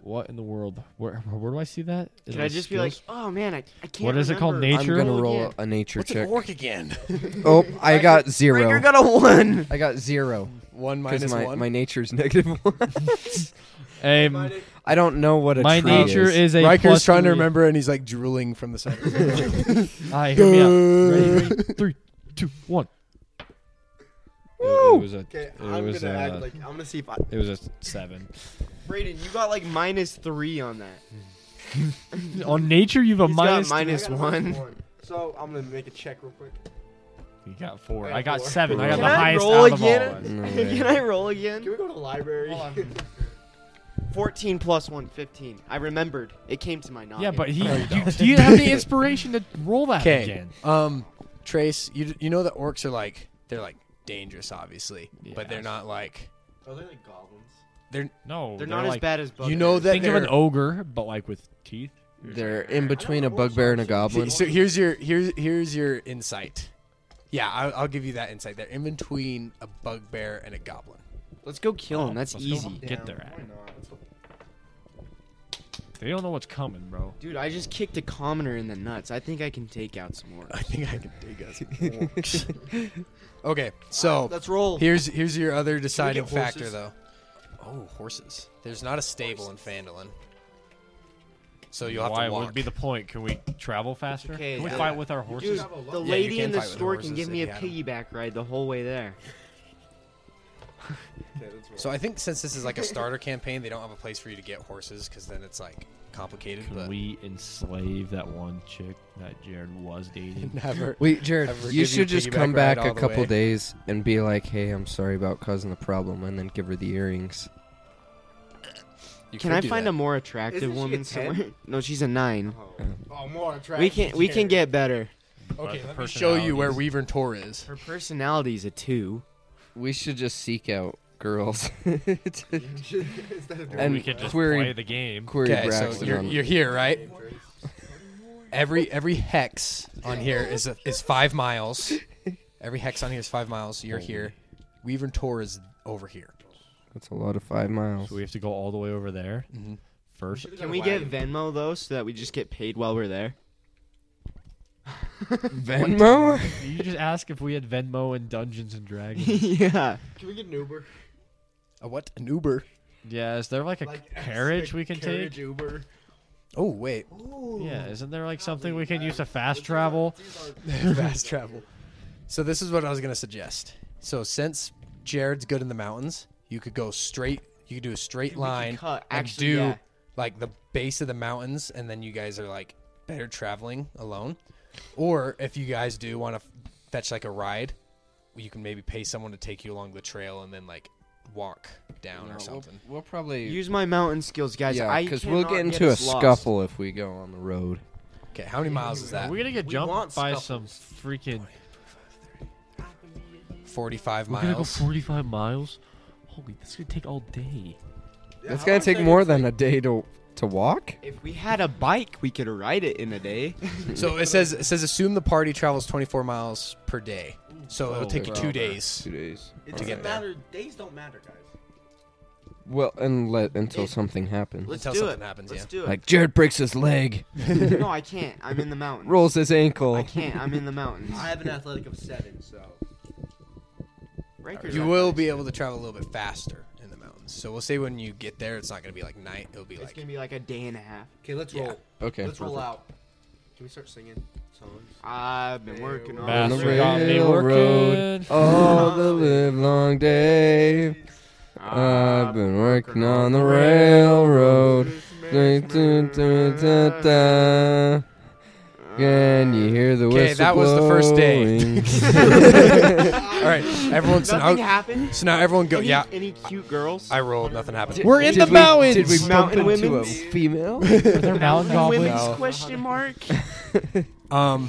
Speaker 5: What in the world? Where where do I see that? Is
Speaker 4: Can
Speaker 5: it
Speaker 4: I just be like,
Speaker 5: skills?
Speaker 4: oh man, I, I can't.
Speaker 5: What is it called?
Speaker 1: I'm
Speaker 5: Nature?
Speaker 1: gonna roll
Speaker 4: again.
Speaker 1: a nature
Speaker 7: What's
Speaker 1: check.
Speaker 7: an orc again?
Speaker 1: Oh, I got
Speaker 4: Riker
Speaker 1: zero.
Speaker 4: got a one.
Speaker 1: I got zero.
Speaker 7: One
Speaker 1: Because
Speaker 7: minus
Speaker 1: my,
Speaker 7: one.
Speaker 1: my nature's negative one.
Speaker 5: Hey,
Speaker 1: I don't know what a
Speaker 5: my
Speaker 1: tree
Speaker 5: nature
Speaker 1: is.
Speaker 5: is a
Speaker 7: Riker's
Speaker 5: plus
Speaker 7: trying to
Speaker 5: three.
Speaker 7: remember, and he's like drooling from the side. of his mouth.
Speaker 5: Alright, hear me out. Ready, ready? Three, two, one. It, it was a.
Speaker 4: Okay,
Speaker 5: it
Speaker 4: I'm
Speaker 5: was
Speaker 4: gonna
Speaker 5: a,
Speaker 4: act like I'm gonna see if I,
Speaker 5: It was a seven.
Speaker 4: Braden, you got like minus three on that.
Speaker 5: On nature, you've a
Speaker 4: He's
Speaker 5: minus.
Speaker 4: got minus
Speaker 6: got a
Speaker 4: one.
Speaker 6: minus So I'm gonna make a check real quick.
Speaker 5: you got four.
Speaker 6: I
Speaker 5: I
Speaker 6: got
Speaker 5: got
Speaker 6: four.
Speaker 5: seven. I got
Speaker 4: Can
Speaker 5: the
Speaker 4: I
Speaker 5: highest
Speaker 4: roll
Speaker 5: out of all.
Speaker 4: again?
Speaker 5: of us.
Speaker 1: No way.
Speaker 4: Can I roll
Speaker 6: Can
Speaker 4: again?
Speaker 6: we go to the library?
Speaker 4: Fourteen plus one, fifteen. I remembered. It came to my noggin.
Speaker 5: Yeah, but he. you, do you have the inspiration to roll that
Speaker 7: Okay.
Speaker 5: again?
Speaker 7: Um, Trace, you you know that orcs are like they're like dangerous, obviously, but they're
Speaker 5: Yes.
Speaker 7: not like
Speaker 6: Are they like goblins?
Speaker 7: they're.
Speaker 5: No,
Speaker 4: they're not as
Speaker 5: like-
Speaker 4: bad as bug.
Speaker 7: You know that
Speaker 5: Think of an
Speaker 7: they're-
Speaker 5: ogre, but like with teeth.
Speaker 1: They're in between a bugbear and a goblin.
Speaker 7: So here's your here's here's your insight. Yeah, I'll, I'll give you that insight. They're in between a bugbear and a goblin.
Speaker 4: Let's go kill him. That's
Speaker 5: Let's go
Speaker 4: easy.
Speaker 5: Get their ass. They don't know what's coming, bro.
Speaker 4: Dude, I just kicked a commoner in the nuts. I think I can take out some more.
Speaker 7: I think I can dig us. orcs. okay, so
Speaker 4: Let's roll.
Speaker 7: here's here's your other deciding factor,
Speaker 6: horses?
Speaker 7: though. Oh, horses. There's not a stable in Fandolin, so you'll have
Speaker 5: Why
Speaker 7: to
Speaker 5: would
Speaker 7: walk.
Speaker 5: be the point? Can we travel faster?
Speaker 4: Okay,
Speaker 5: Can we
Speaker 4: yeah.
Speaker 5: fight with our horses?
Speaker 4: Dude, the
Speaker 7: you
Speaker 4: lady
Speaker 7: can
Speaker 4: in the
Speaker 7: fight with
Speaker 4: store can
Speaker 7: horses
Speaker 4: give
Speaker 7: if
Speaker 4: me a
Speaker 7: you had 'em.
Speaker 4: piggyback ride the whole way there.
Speaker 7: So I think since this is like a starter campaign, they don't have a place for you to get horses because then it's like complicated.
Speaker 5: Can
Speaker 7: but
Speaker 5: we enslave that one chick that Jared was dating?
Speaker 7: never.
Speaker 1: Wait, Jared,
Speaker 7: Ever give you
Speaker 1: you should just
Speaker 7: piggyback
Speaker 1: come
Speaker 7: ride
Speaker 1: back
Speaker 7: all
Speaker 1: a
Speaker 7: the
Speaker 1: couple
Speaker 7: way?
Speaker 1: days and be like, "Hey, I'm sorry about causing the problem," and then give her the earrings.
Speaker 7: You
Speaker 4: Can
Speaker 7: could
Speaker 4: I
Speaker 7: do
Speaker 4: find
Speaker 7: that.
Speaker 4: a more attractive
Speaker 6: Isn't she a
Speaker 4: woman
Speaker 6: 10?
Speaker 4: somewhere? No, she's a nine.
Speaker 6: Oh, more attractive.
Speaker 4: We can we can get better.
Speaker 7: Okay,
Speaker 5: But
Speaker 7: let
Speaker 5: the
Speaker 7: me show you where
Speaker 5: personalities-
Speaker 7: Weaver Tor is.
Speaker 4: Her personality's a two.
Speaker 1: We should just seek out girls
Speaker 5: Or
Speaker 1: and
Speaker 5: we could just play
Speaker 1: query
Speaker 5: the game.
Speaker 1: query
Speaker 7: Okay,
Speaker 1: Braxton.
Speaker 7: so you're,
Speaker 1: on-
Speaker 7: you're here, right? Every every hex on here is is five miles. Every hex on here is five miles. You're here. Weaver Tor is over here.
Speaker 1: That's a lot of five miles.
Speaker 5: So we have to go all the way over there first.
Speaker 4: Can we get Venmo though, so that we just get paid while we're there?
Speaker 1: Venmo?
Speaker 5: you just ask if we had Venmo and Dungeons and Dragons.
Speaker 4: yeah.
Speaker 6: Can we get an Uber?
Speaker 7: A what? An Uber?
Speaker 5: yeah, is there like a carriage we can
Speaker 6: carriage
Speaker 5: take?
Speaker 6: Uber.
Speaker 7: Oh wait,
Speaker 5: Yeah, isn't there like something we can use to fast travel?
Speaker 7: fast travel. So this is what I was gonna suggest. So since Jared's good in the mountains, you could go straight. You could do a straight line
Speaker 4: cut.
Speaker 7: and
Speaker 4: Actually,
Speaker 7: do
Speaker 4: yeah.
Speaker 7: like the base of the mountains, and then you guys are like better traveling alone. Or if you guys do want to fetch like a ride, you can maybe pay someone to take you along the trail and then like walk down or something.
Speaker 1: We'll, probably
Speaker 4: Use my mountain skills, guys.
Speaker 1: yeah,
Speaker 4: I
Speaker 1: because we'll
Speaker 4: cannot
Speaker 1: get into a
Speaker 4: us lost.
Speaker 1: scuffle if we go on the road.
Speaker 7: Okay, how many miles is
Speaker 5: Are
Speaker 7: that?
Speaker 5: we gonna get jumped
Speaker 6: want
Speaker 5: by some freaking?
Speaker 7: Forty-five
Speaker 5: We're gonna go
Speaker 7: miles.
Speaker 5: 45 miles. Holy, this could take all day.
Speaker 1: That's gonna take more than a day to to walk.
Speaker 4: If we had a bike, we could ride it in a day.
Speaker 7: So it says it says assume the party travels twenty-four miles per day. So
Speaker 4: Oh,
Speaker 7: it'll take you two days.
Speaker 1: Two days.
Speaker 7: To
Speaker 6: It doesn't
Speaker 7: get there.
Speaker 6: matter. Days don't matter, guys.
Speaker 1: Well, and let until something happens.
Speaker 4: Let's
Speaker 7: Until
Speaker 4: do it.
Speaker 7: something happens,
Speaker 4: Let's
Speaker 7: yeah.
Speaker 4: do it.
Speaker 1: Like Jared breaks his leg,
Speaker 4: no, I can't. I'm in the mountains.
Speaker 1: rolls his ankle.
Speaker 4: I can't. I'm in the mountains.
Speaker 6: I have an athletic of seven, so
Speaker 4: Riker's
Speaker 7: You
Speaker 4: not
Speaker 7: will
Speaker 4: nice.
Speaker 7: be able to travel a little bit faster in the mountains. So we'll say when you get there, it's not gonna be like night. It'll be
Speaker 4: It's
Speaker 7: like
Speaker 4: gonna be like a day and a half.
Speaker 6: Okay, let's roll.
Speaker 1: Okay.
Speaker 6: let's roll out. Can we start singing songs?
Speaker 4: I've been working on
Speaker 1: Bastard
Speaker 4: this
Speaker 1: got me working. All the live long day.
Speaker 7: Uh,
Speaker 4: Uh,
Speaker 1: I've been working on the railroad. Da-da-da-da-da. Can you hear the
Speaker 7: Okay,
Speaker 1: whistle
Speaker 7: that was the first day.
Speaker 1: blowing?
Speaker 7: all right, everyone. So
Speaker 4: Nothing
Speaker 7: now,
Speaker 4: happened.
Speaker 7: so now everyone go.
Speaker 4: Any,
Speaker 7: Yeah,
Speaker 4: any cute girls?
Speaker 7: I rolled. Nothing happened.
Speaker 5: We're in
Speaker 1: Did
Speaker 5: the
Speaker 1: we-
Speaker 5: mountains.
Speaker 1: Did we bump
Speaker 4: Mountain
Speaker 1: into a
Speaker 4: women?
Speaker 1: female?
Speaker 5: Are there mountain goblins?
Speaker 4: Women's question mark.
Speaker 7: Um,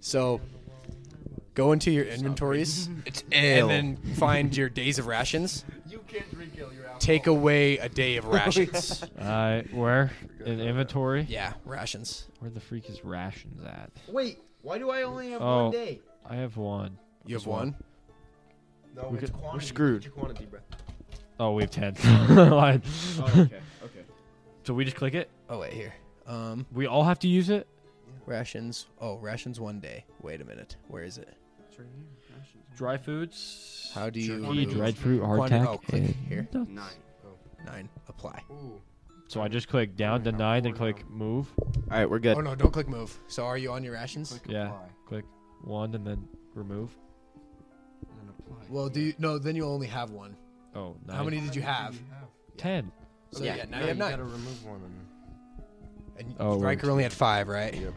Speaker 7: so go into your inventories and then find your days of rations.
Speaker 6: You can't drink ale. You're out.
Speaker 7: Take away a day of rations.
Speaker 5: Uh, where? In inventory?
Speaker 7: yeah, rations.
Speaker 5: Where the freak is rations at?
Speaker 6: Wait, why do I only have
Speaker 5: Oh.
Speaker 6: one day?
Speaker 5: I have one.
Speaker 7: You have one.
Speaker 6: No,
Speaker 4: We
Speaker 6: it's
Speaker 4: could- we're
Speaker 6: quantity.
Speaker 4: screwed.
Speaker 6: It's your quantity, bro.
Speaker 5: Oh, we have ten. Lied.
Speaker 6: okay, okay.
Speaker 5: so we just click it.
Speaker 7: Oh wait, here. Um,
Speaker 5: We all have to use it.
Speaker 7: rations. Oh, rations one day. Wait a minute. Where is it?
Speaker 5: Dry foods.
Speaker 7: How do you
Speaker 5: Turkey,
Speaker 7: move?
Speaker 5: dried fruit,
Speaker 7: Quantity-
Speaker 5: hardtack.
Speaker 7: Oh, click here.
Speaker 4: Nine.
Speaker 7: Nine. Apply.
Speaker 6: Ooh,
Speaker 5: So I just click down to nine, then click move.
Speaker 4: All right, we're good.
Speaker 7: Oh no, don't click move. So are you on your rations?
Speaker 5: Yeah. Click one and then remove.
Speaker 7: Well, do you, no. Then you'll only have one.
Speaker 5: Oh, nine.
Speaker 7: How many did you have?
Speaker 5: Ten.
Speaker 7: So yeah, now you have nine.
Speaker 1: remove one of them.
Speaker 7: And
Speaker 5: Oh,
Speaker 7: Riker only had five, right?
Speaker 5: Yep.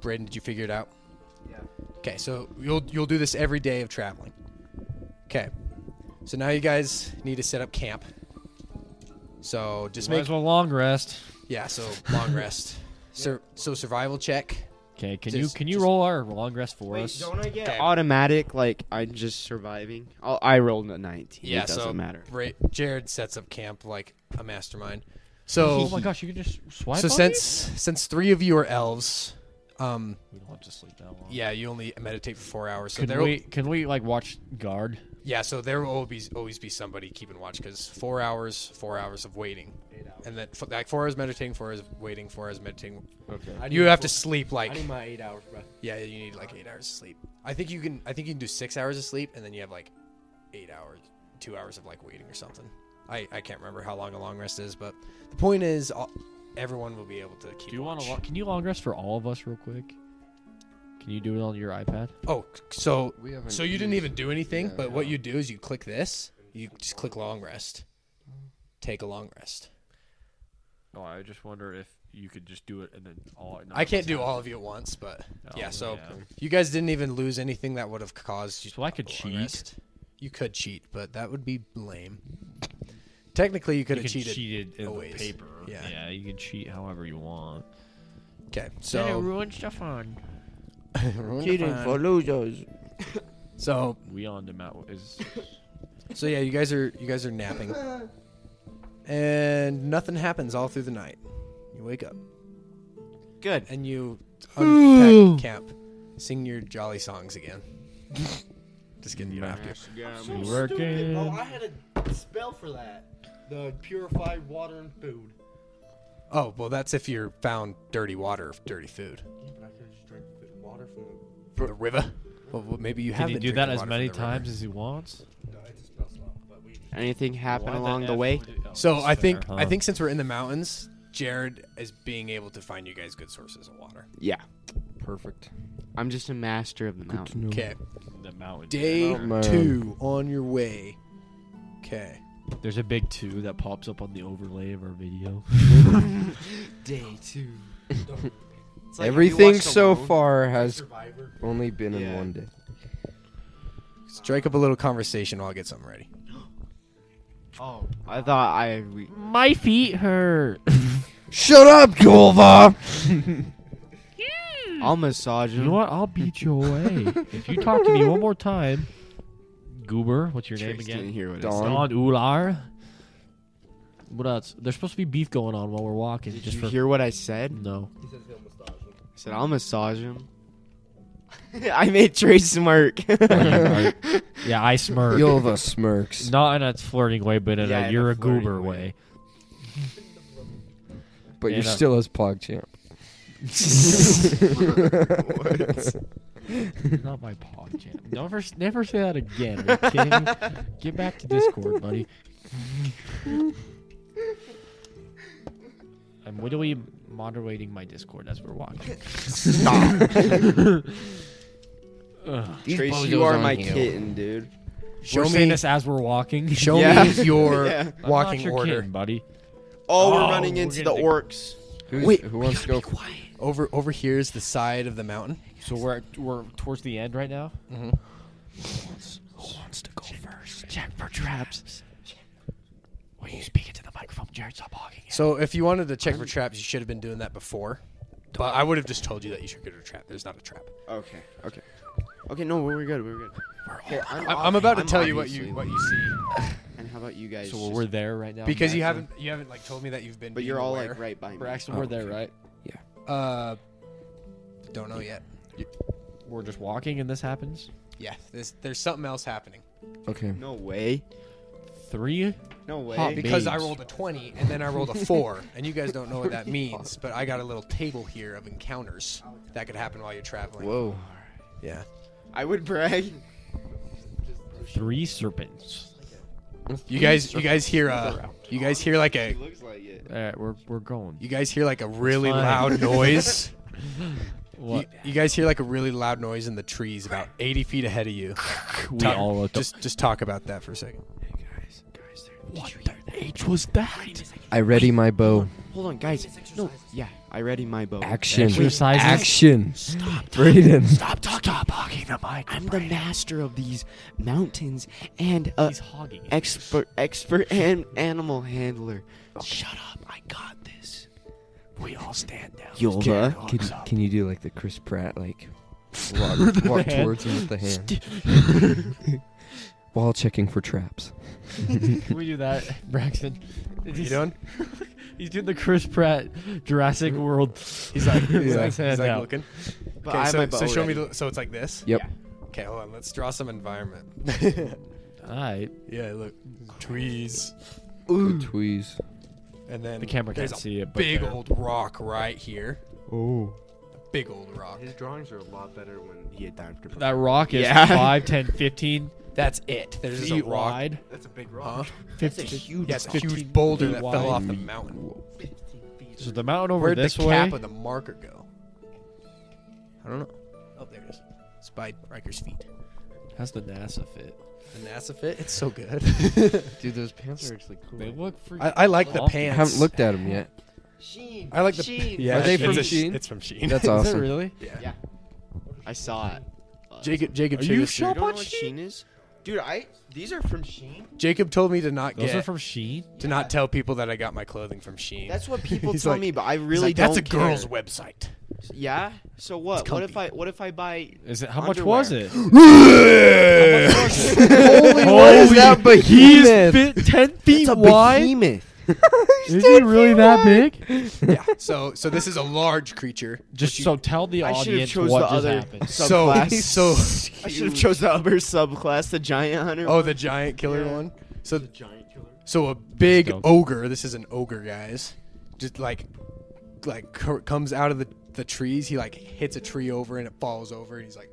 Speaker 7: Braden, did you figure it out? Yeah. Okay, so you'll you'll do this every day of traveling. Okay. So now you guys need to set up camp. So just
Speaker 5: Might
Speaker 7: make
Speaker 5: as well long rest.
Speaker 7: yeah. So long rest. Sur- so survival check.
Speaker 5: Okay. Can
Speaker 7: Just-
Speaker 5: you can you
Speaker 7: just-
Speaker 5: roll our long rest for us?
Speaker 4: I get
Speaker 7: Okay.
Speaker 4: automatic? Like I'm just surviving. I'll, I rolled a 19.
Speaker 7: Yeah.
Speaker 4: it doesn't
Speaker 7: so
Speaker 4: matter.
Speaker 7: Ra- Jared sets up camp like a mastermind.
Speaker 5: Oh
Speaker 7: So
Speaker 5: my gosh, you can just swipe.
Speaker 7: so
Speaker 5: on
Speaker 7: since since three of you are elves, um,
Speaker 5: these? we don't have to sleep that long.
Speaker 7: yeah, you only meditate for four hours. So
Speaker 5: Can
Speaker 7: there will-
Speaker 5: we can we like watch guard?
Speaker 7: Yeah, so there will always always be somebody keeping watch because four hours, four hours of waiting, and then f- like four hours meditating, four hours of waiting, four hours meditating.
Speaker 5: Okay.
Speaker 7: You have to sleep like
Speaker 6: I need my eight hours, bro.
Speaker 7: yeah, you need like eight hours of sleep. I think you can I think you can do six hours of sleep, and then you have like eight hours, two hours of like waiting or something. I I can't remember how long a long rest is, but the point is, all, everyone will be able to keep.
Speaker 5: Do you want
Speaker 7: watch.
Speaker 5: to? Lo- can you long rest for all of us real quick? Can you do it on your iPad?
Speaker 7: Oh, c- so
Speaker 1: We haven't
Speaker 7: so you didn't
Speaker 1: used-
Speaker 7: even do anything,
Speaker 1: Yeah.
Speaker 7: but what you do is you click this, you just click long rest, take a long rest.
Speaker 5: Oh, I just wonder if you could just do it and then all.
Speaker 7: I can't do all of you at once, but
Speaker 5: No,
Speaker 7: yeah. So
Speaker 5: Oh, yeah.
Speaker 7: you guys didn't even lose anything that would have caused you.
Speaker 5: So I could
Speaker 7: a long
Speaker 5: cheat?
Speaker 7: You could cheat, but that would be lame. Technically, you could
Speaker 5: You
Speaker 7: have
Speaker 5: can
Speaker 7: cheated.
Speaker 5: cheat it in
Speaker 7: always.
Speaker 5: the paper.
Speaker 7: Yeah.
Speaker 5: you can cheat however you want.
Speaker 7: Okay, so
Speaker 5: ruin Stefan.
Speaker 1: losers.
Speaker 7: so
Speaker 5: We on the mat is
Speaker 7: so yeah, you guys are you guys are napping, and nothing happens all through the night. You wake up.
Speaker 4: Good.
Speaker 7: and you unpack camp, sing your jolly songs again. Just kidding, you don't have to.
Speaker 6: So
Speaker 5: working.
Speaker 6: stupid, bro. Oh, I had a spell for that. The purified water and food.
Speaker 7: Oh, well, that's if you're found dirty water, or dirty food.
Speaker 6: Yeah, but I could just drink the water from the.
Speaker 7: From the river. Well, well, maybe you
Speaker 5: Can
Speaker 7: have
Speaker 5: he do that as many times as he wants?
Speaker 6: No, it's a spell slot, but we.
Speaker 4: Anything happen
Speaker 5: Why
Speaker 4: along the way?
Speaker 5: F would it- oh,
Speaker 7: So
Speaker 5: that's
Speaker 7: I think
Speaker 5: fair,
Speaker 7: I
Speaker 5: huh?
Speaker 7: think since we're in the mountains, Jared is being able to find you guys good sources of water.
Speaker 4: Yeah.
Speaker 1: Perfect.
Speaker 4: I'm just a master of the mountain.
Speaker 7: Okay,
Speaker 5: the mountain.
Speaker 7: day
Speaker 1: Oh, man.
Speaker 7: two on your way. Okay,
Speaker 5: There's a big two that pops up on the overlay of our video.
Speaker 4: Day two. It's like if you
Speaker 1: Everything
Speaker 4: watched
Speaker 1: so
Speaker 4: Alone.
Speaker 1: far has
Speaker 6: Survivor.
Speaker 1: only been in
Speaker 4: Yeah.
Speaker 1: one day.
Speaker 7: strike up a little conversation while I get something ready.
Speaker 6: Oh.
Speaker 4: I thought I. We,
Speaker 5: My feet hurt.
Speaker 1: Shut up, Golva!
Speaker 4: I'll massage
Speaker 5: You
Speaker 4: him.
Speaker 5: know what? I'll beat you away if you talk to me one more time. Goober. What's your name
Speaker 4: Trace
Speaker 5: again?
Speaker 4: didn't hear what I
Speaker 1: Dawn.
Speaker 5: Don
Speaker 4: said.
Speaker 5: Ular. What else? There's supposed to be beef going on while we're walking.
Speaker 4: Did
Speaker 5: just
Speaker 4: you
Speaker 5: for Mm.
Speaker 4: hear what I said?
Speaker 5: no.
Speaker 4: I said I'll massage him. I made Trace smirk. yeah,
Speaker 5: Yeah, I smirk.
Speaker 1: Yulva smirks.
Speaker 5: Not in a flirting way, but in
Speaker 4: Yeah, in
Speaker 5: a
Speaker 4: a
Speaker 5: you're a
Speaker 4: flirting
Speaker 5: goober way.
Speaker 4: way.
Speaker 1: But you're
Speaker 5: Yeah, no.
Speaker 1: still his pog champ.
Speaker 5: Not my paw jam. Never, never say that again. Are you kidding? me? Get back to Discord, buddy. I'm literally moderating my Discord as we're walking.
Speaker 4: Trace, you are my kitten, dude.
Speaker 7: Show
Speaker 5: we're saying
Speaker 7: me,
Speaker 5: this as we're walking.
Speaker 7: show
Speaker 4: Yeah.
Speaker 7: me your
Speaker 4: Yeah. I'm
Speaker 5: I'm not
Speaker 7: walking
Speaker 5: your
Speaker 7: order.
Speaker 5: kitten, buddy.
Speaker 4: Oh, we're
Speaker 5: Oh,
Speaker 4: running
Speaker 5: we're
Speaker 4: into the
Speaker 5: gonna be-
Speaker 4: orcs.
Speaker 1: Who's,
Speaker 7: Wait,
Speaker 1: who wants to go? f-
Speaker 7: Over over here is the side of the mountain.
Speaker 5: So we're we're towards the end right now.
Speaker 7: Mm-hmm. So if you wanted to check for traps, you should have been doing that before. But I would have just told you that you should get a trap. There's not a trap.
Speaker 4: Okay, okay, okay. No, we're good. We're good. Okay, I'm,
Speaker 7: I'm about to
Speaker 4: I'm
Speaker 7: tell you what you
Speaker 4: obviously
Speaker 7: what
Speaker 4: leaving.
Speaker 7: you see
Speaker 4: And how about you guys?
Speaker 5: So we're,
Speaker 4: just-
Speaker 5: we're there right now.
Speaker 7: because you
Speaker 4: back
Speaker 7: haven't you haven't like told me that you've been.
Speaker 4: But
Speaker 7: being
Speaker 4: you're all
Speaker 7: aware.
Speaker 4: like right by me.
Speaker 5: Braxton, we're there, right?
Speaker 7: Uh, don't know yet.
Speaker 5: We're just walking, and this happens.
Speaker 7: Yeah, there's there's something else happening
Speaker 1: Okay.
Speaker 4: No way.
Speaker 5: Three.
Speaker 4: No way.
Speaker 5: Hot
Speaker 7: because I
Speaker 5: Babes.
Speaker 7: rolled a twenty and then I rolled a four, and you guys don't know what that means. But I got a little table here of encounters that could happen while you're traveling.
Speaker 4: Whoa.
Speaker 7: Yeah.
Speaker 4: I would brag.
Speaker 5: Three serpents.
Speaker 7: You guys, you guys hear a, you guys hear like a,
Speaker 4: He looks like it.
Speaker 5: All right, Uh, we're we're going.
Speaker 7: you guys hear like a really
Speaker 5: fine.
Speaker 7: loud noise. you,
Speaker 5: What?
Speaker 7: you guys hear like a really loud noise in the trees about 80 feet ahead of you.
Speaker 5: we
Speaker 7: Talk-
Speaker 5: all looked
Speaker 7: just, just talk about that for a second.
Speaker 5: What the H was that?
Speaker 1: I ready my bow.
Speaker 4: Hold on, guys. No. Yeah, I ready my bow.
Speaker 1: Action.
Speaker 5: Exercises.
Speaker 1: Action. Stop. Brayden.
Speaker 5: Stop talking. Stop hogging the mic.
Speaker 4: I'm the master of these mountains and uh,
Speaker 5: He's hogging it.
Speaker 4: expert expert and animal handler. Shut up! I got this.
Speaker 5: We all stand down.
Speaker 4: Yola.
Speaker 1: Can, can you do like the Chris Pratt like walk, walk
Speaker 5: hand.
Speaker 1: towards him with the hand while checking for traps?
Speaker 5: Can we do that, Braxton? What
Speaker 7: You doing?
Speaker 5: He's doing the Chris Pratt Jurassic World.
Speaker 7: He's like,
Speaker 5: Yeah.
Speaker 7: he's like,
Speaker 5: His
Speaker 7: he's
Speaker 5: hand
Speaker 7: like
Speaker 5: out.
Speaker 7: looking.
Speaker 4: But I
Speaker 7: Okay,
Speaker 4: have my
Speaker 7: so, so
Speaker 4: bow
Speaker 7: show me.
Speaker 4: ready.
Speaker 7: The, so it's like this.
Speaker 1: Yep.
Speaker 7: Okay, hold on. Let's draw some environment.
Speaker 5: All right.
Speaker 7: yeah, look, trees,
Speaker 1: Good tweeze.
Speaker 7: and then
Speaker 5: The camera
Speaker 7: there's
Speaker 5: can't
Speaker 7: a
Speaker 5: see it, but
Speaker 7: Big
Speaker 5: there.
Speaker 7: old rock right here. Oh. Big old rock.
Speaker 6: His drawings are a lot better when he had time to.
Speaker 5: That rock is
Speaker 4: Yeah.
Speaker 5: five, ten, fifteen 5, 10, 15
Speaker 7: That's it. There's just a
Speaker 5: feet
Speaker 7: rock.
Speaker 5: wide.
Speaker 6: That's a big
Speaker 7: Huh?
Speaker 6: rock.
Speaker 5: That's
Speaker 7: Yeah, it's a huge boulder that fell off the mountain.
Speaker 5: So the mountain over
Speaker 7: Where'd
Speaker 5: this
Speaker 7: the
Speaker 5: way.
Speaker 7: cap of the marker go? I don't know. Oh, there it is. It's by Riker's feet.
Speaker 5: That's the NASA fit.
Speaker 7: The NASA fit. It's so good.
Speaker 1: Dude, those pants are actually cool.
Speaker 5: They look freaking.
Speaker 7: I, I like the
Speaker 5: awful.
Speaker 1: I
Speaker 7: pants.
Speaker 1: haven't looked at them yet.
Speaker 7: I like the. Yeah,
Speaker 1: Are they
Speaker 7: it's
Speaker 1: from
Speaker 7: a-
Speaker 1: Sheen?
Speaker 7: It's from Sheen.
Speaker 1: That's
Speaker 5: Is it
Speaker 1: awesome.
Speaker 5: really?
Speaker 4: Yeah, I saw it.
Speaker 7: Jacob. Jacob.
Speaker 5: Are you
Speaker 7: Jacob-
Speaker 5: sure?
Speaker 4: You don't know what Sheen is? Dude, I these are from Sheen.
Speaker 7: Jacob told me to not
Speaker 5: Those
Speaker 7: get
Speaker 5: are from Sheen.
Speaker 7: to not tell people that I got my clothing from Sheen.
Speaker 4: That's what people
Speaker 7: He's
Speaker 4: tell
Speaker 7: like-
Speaker 4: me, but I
Speaker 7: He's
Speaker 4: really
Speaker 7: like, that's a
Speaker 4: don't care.
Speaker 7: girl's website.
Speaker 4: Yeah. So what?
Speaker 7: It's
Speaker 4: What if
Speaker 7: comfy.
Speaker 4: I what if I buy?
Speaker 5: Is it? How much was
Speaker 4: Underwear.
Speaker 5: it?
Speaker 1: what is that
Speaker 5: He's
Speaker 1: behemoth?
Speaker 5: fit ten feet wide.
Speaker 1: behemoth.
Speaker 5: Is he really that big?
Speaker 7: yeah. So so this is a large creature.
Speaker 5: Just so tell the
Speaker 4: I should have
Speaker 5: audience
Speaker 4: chose
Speaker 5: what
Speaker 4: the
Speaker 5: just
Speaker 4: other
Speaker 5: happened.
Speaker 7: So
Speaker 4: subclass.
Speaker 7: so
Speaker 4: I should have chose the other subclass, the giant hunter.
Speaker 7: oh the giant killer
Speaker 4: Yeah.
Speaker 7: one. So So a big
Speaker 5: Don't-
Speaker 7: ogre. This is an ogre, guys. Just like like cur- comes out of the the trees. He like hits a tree over and it falls over and he's like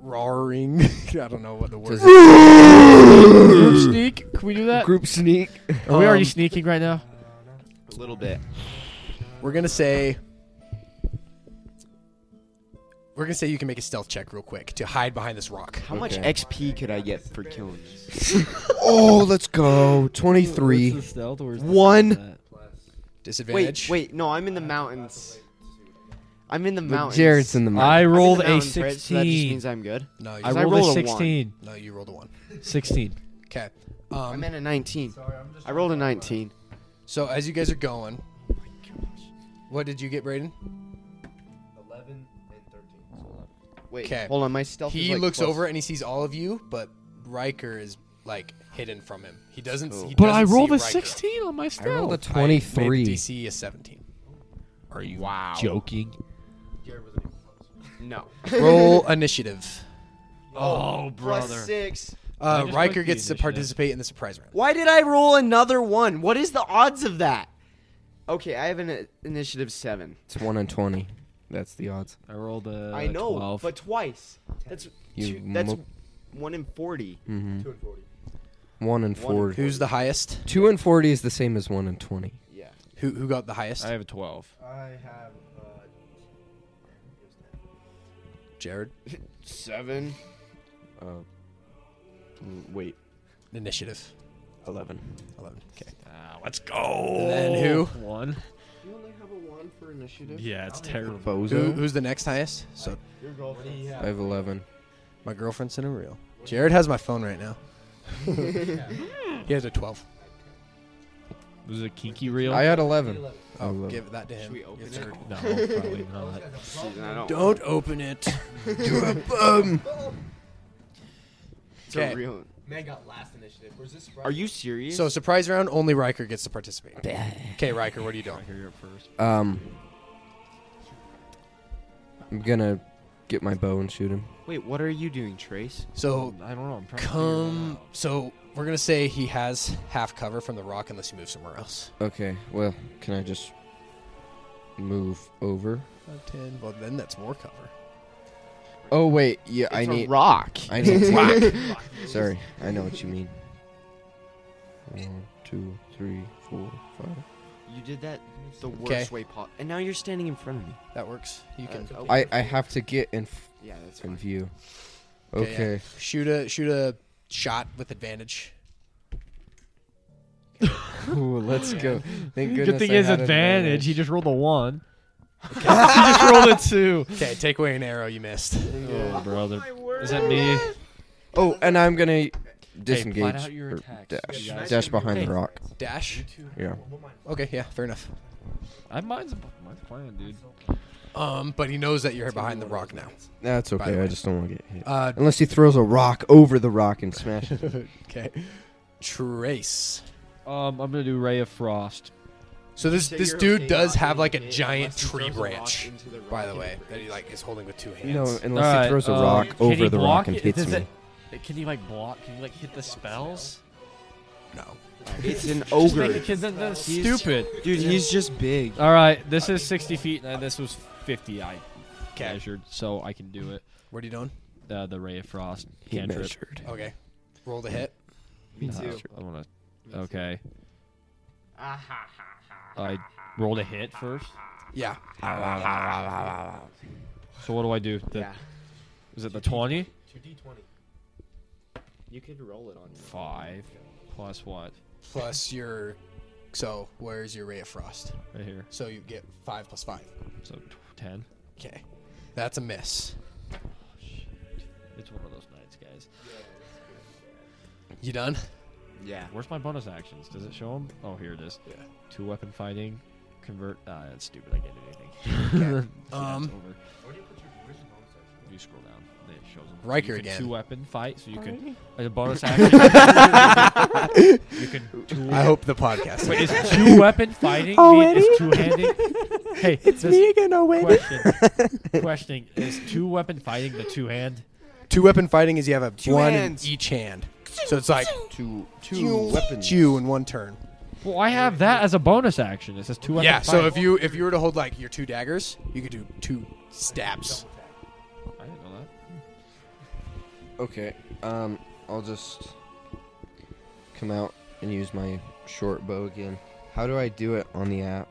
Speaker 7: roaring. I don't know what the word.
Speaker 1: Does
Speaker 7: is.
Speaker 5: Group sneak? Can we do that?
Speaker 1: Group sneak.
Speaker 5: Are we already
Speaker 7: Um,
Speaker 5: sneaking right now?
Speaker 4: a little bit.
Speaker 7: We're gonna say. We're gonna say you can make a stealth check real quick to hide behind this rock.
Speaker 4: How much
Speaker 1: Okay.
Speaker 4: XP could I get for killing this?
Speaker 1: Oh, let's go. 23.
Speaker 4: One. Wait,
Speaker 7: Disadvantage.
Speaker 4: wait, no, I'm in the mountains. I'm in the mountains.
Speaker 1: Jared's in the mountain.
Speaker 5: I
Speaker 4: I'm in the
Speaker 5: rolled a
Speaker 4: mountains, right? So Mm. that just
Speaker 5: 16.
Speaker 4: means I'm good.
Speaker 7: No, you,
Speaker 5: I
Speaker 4: I
Speaker 5: rolled
Speaker 4: rolled
Speaker 5: a
Speaker 4: a
Speaker 5: 16.
Speaker 7: no, you rolled a one.
Speaker 5: 16.
Speaker 7: Okay.
Speaker 4: I'm
Speaker 7: Um,
Speaker 4: at a 19. I rolled a 19.
Speaker 7: so as you guys are going, what did you get, Braden?
Speaker 4: Wait,
Speaker 7: 'Kay.
Speaker 4: hold on. My stealth.
Speaker 7: He
Speaker 4: is like
Speaker 7: looks
Speaker 4: plus-
Speaker 7: over and he sees all of you, but Riker is like hidden from him. He doesn't.
Speaker 1: cool.
Speaker 7: He
Speaker 5: But
Speaker 7: doesn't
Speaker 5: I
Speaker 7: see
Speaker 5: rolled a
Speaker 7: Riker.
Speaker 5: 16 on my
Speaker 1: I rolled
Speaker 5: stealth.
Speaker 1: a
Speaker 7: I made
Speaker 1: 23.
Speaker 7: DC is 17.
Speaker 5: Are you wow. joking?
Speaker 4: No.
Speaker 7: Roll initiative.
Speaker 5: Oh,
Speaker 4: Plus six.
Speaker 7: Uh,
Speaker 5: just
Speaker 7: Riker gets
Speaker 5: clicked the
Speaker 7: to
Speaker 5: initiative.
Speaker 7: participate in the surprise round.
Speaker 4: Why did I roll another one? What is the odds of that? Okay, I have an uh, initiative seven.
Speaker 1: It's 1 in 20. That's the odds.
Speaker 5: I rolled a
Speaker 4: I know,
Speaker 5: 12.
Speaker 4: but twice. That's
Speaker 1: Uh, You
Speaker 4: two, that's
Speaker 1: mo- Hmm.
Speaker 4: one in forty.
Speaker 1: 1 in
Speaker 4: One in
Speaker 1: 40.
Speaker 7: Who's the highest?
Speaker 1: 2 in 40 is the same as 1 in 20.
Speaker 4: Yeah.
Speaker 7: Who who got the highest?
Speaker 5: I have a 12.
Speaker 6: I have. Uh,
Speaker 7: Jared.
Speaker 4: Seven.
Speaker 3: Wait.
Speaker 7: Initiative.
Speaker 3: 11.
Speaker 7: 11. Okay.
Speaker 5: Ah, let's go.
Speaker 7: And then who?
Speaker 5: One.
Speaker 4: You only have a one for initiative.
Speaker 5: Yeah, it's terrible.
Speaker 7: Who,
Speaker 1: Bozo.
Speaker 7: who's the next highest? So
Speaker 1: I have 11.
Speaker 7: my girlfriend's in a reel. Jared has my phone right now. he has a 12.
Speaker 5: Was it a kinky reel?
Speaker 1: I had 11.
Speaker 7: Oh,
Speaker 1: love
Speaker 7: give that to him.
Speaker 4: we open
Speaker 7: It's
Speaker 4: it?
Speaker 7: hers.
Speaker 5: no, probably not.
Speaker 4: I don't.
Speaker 7: Don't open it.
Speaker 4: It's a
Speaker 7: Okay.
Speaker 4: real-
Speaker 6: man got last initiative. Was this
Speaker 4: Are you serious?
Speaker 7: So surprise round, only Riker gets to participate. Okay, Riker, what are you doing?
Speaker 1: Um, I'm gonna get my bow and shoot him.
Speaker 4: wait, what are you doing, Trace?
Speaker 7: So
Speaker 5: I don't know. I'm trying to
Speaker 7: come. So we're gonna say he has half cover from the rock unless you move somewhere else.
Speaker 1: Okay, well, can I just move over?
Speaker 7: Five, ten. Well, then that's more cover.
Speaker 1: Oh wait, yeah, I
Speaker 4: It's a
Speaker 1: need.
Speaker 4: rock.
Speaker 1: I need. rock. Sorry, I know what you mean. One, two, three, four, five.
Speaker 4: You did that the worst
Speaker 7: Okay.
Speaker 4: way possible, and now you're standing in front of me.
Speaker 7: That works. You can.
Speaker 4: Uh, oh,
Speaker 1: I I have to get in f-
Speaker 4: yeah, that's
Speaker 1: in
Speaker 4: fine.
Speaker 1: view.
Speaker 7: Okay,
Speaker 1: Okay,
Speaker 7: yeah. Shoot a shoot a shot with advantage.
Speaker 1: cool. Let's go. Thank
Speaker 5: Good
Speaker 1: goodness
Speaker 5: thing
Speaker 1: I
Speaker 5: is
Speaker 1: had
Speaker 5: advantage. He just rolled a one. he just rolled a two.
Speaker 7: Okay, take away an arrow you missed.
Speaker 5: Oh, brother. Is that me?
Speaker 1: Oh, and I'm gonna
Speaker 5: plan
Speaker 1: disengage.
Speaker 5: out your
Speaker 1: or
Speaker 5: attacks,
Speaker 1: dash,
Speaker 5: you guys.
Speaker 1: dash behind
Speaker 7: Hey.
Speaker 1: the rock.
Speaker 7: Dash.
Speaker 1: Yeah.
Speaker 7: Okay, yeah, fair enough.
Speaker 5: I mine's mine's plan, dude.
Speaker 7: Um, but he knows that you're behind the rock now.
Speaker 1: That's
Speaker 7: the
Speaker 1: okay.
Speaker 7: way.
Speaker 1: I just don't want to get hit.
Speaker 7: Uh,
Speaker 1: Unless he throws a rock over the rock and smashes. it.
Speaker 7: okay. Trace.
Speaker 5: Um, I'm gonna do Ray of Frost.
Speaker 7: So this
Speaker 6: Say
Speaker 7: this
Speaker 6: you're
Speaker 7: dude
Speaker 6: okay
Speaker 7: does
Speaker 6: not
Speaker 7: have
Speaker 6: being
Speaker 7: like a
Speaker 6: hit
Speaker 7: giant
Speaker 6: unless he
Speaker 7: tree
Speaker 6: throws a rock
Speaker 7: branch,
Speaker 6: into the
Speaker 7: by the
Speaker 6: rock
Speaker 7: way,
Speaker 6: and
Speaker 7: that he like is holding with two hands.
Speaker 1: no, unless he throws
Speaker 5: uh, um,
Speaker 1: a rock over the rock and hits me.
Speaker 5: Can he like block? Can he like hit the spells?
Speaker 7: No.
Speaker 4: It's an
Speaker 5: Just make
Speaker 4: ogre,
Speaker 5: it- 'cause then that's stupid.
Speaker 4: dude. He's just big.
Speaker 5: All right, this is 60 feet, and this was 50. I
Speaker 7: Okay.
Speaker 5: measured, so I can do it.
Speaker 7: What are you doing?
Speaker 5: Uh, the Ray of Frost
Speaker 1: He
Speaker 5: cantrip.
Speaker 1: measured.
Speaker 7: Okay. Roll the hit.
Speaker 4: Me
Speaker 5: Uh,
Speaker 4: too. Ah,
Speaker 5: I want to. Okay. I rolled a hit first.
Speaker 7: Yeah.
Speaker 5: So what do I do? The,
Speaker 4: Yeah.
Speaker 5: Is it the 20?
Speaker 6: Two D twenty.
Speaker 4: You could roll it on. your-
Speaker 5: Five plus what?
Speaker 7: Plus your. So where's your ray of frost?
Speaker 5: Right here.
Speaker 7: So you get five plus five.
Speaker 5: So t- 10.
Speaker 7: Okay. That's a miss.
Speaker 5: It's one of those nights, guys.
Speaker 7: You done?
Speaker 4: Yeah.
Speaker 5: Where's my bonus actions? Does it show them? Oh, here it is.
Speaker 7: Yeah.
Speaker 5: Two weapon fighting, convert. Ah, that's stupid. I can't do anything. So
Speaker 7: Um,
Speaker 5: that's over. You scroll down. It shows them.
Speaker 7: Riker
Speaker 5: you can
Speaker 7: again.
Speaker 5: Two weapon fight, so you could. As a bonus action. you can two.
Speaker 7: I hope the podcast.
Speaker 5: Wait, is two weapon fighting? Oh, is two handed? Hey, it's me again, oh, wait. Question. Questioning is two weapon fighting the two hand?
Speaker 7: Two weapon fighting is you have a
Speaker 4: Two
Speaker 7: one
Speaker 4: hands.
Speaker 7: in each hand. So it's like
Speaker 4: Two.
Speaker 7: two weapons. You in one turn.
Speaker 5: Well, I have that as a bonus action. It says two weapon
Speaker 7: Yeah.
Speaker 5: fight.
Speaker 7: So if you if you were to hold like your two daggers, you could do two stabs.
Speaker 5: I didn't know that.
Speaker 1: Okay. Um, I'll just come out and use my short bow again. How do I do it on the app?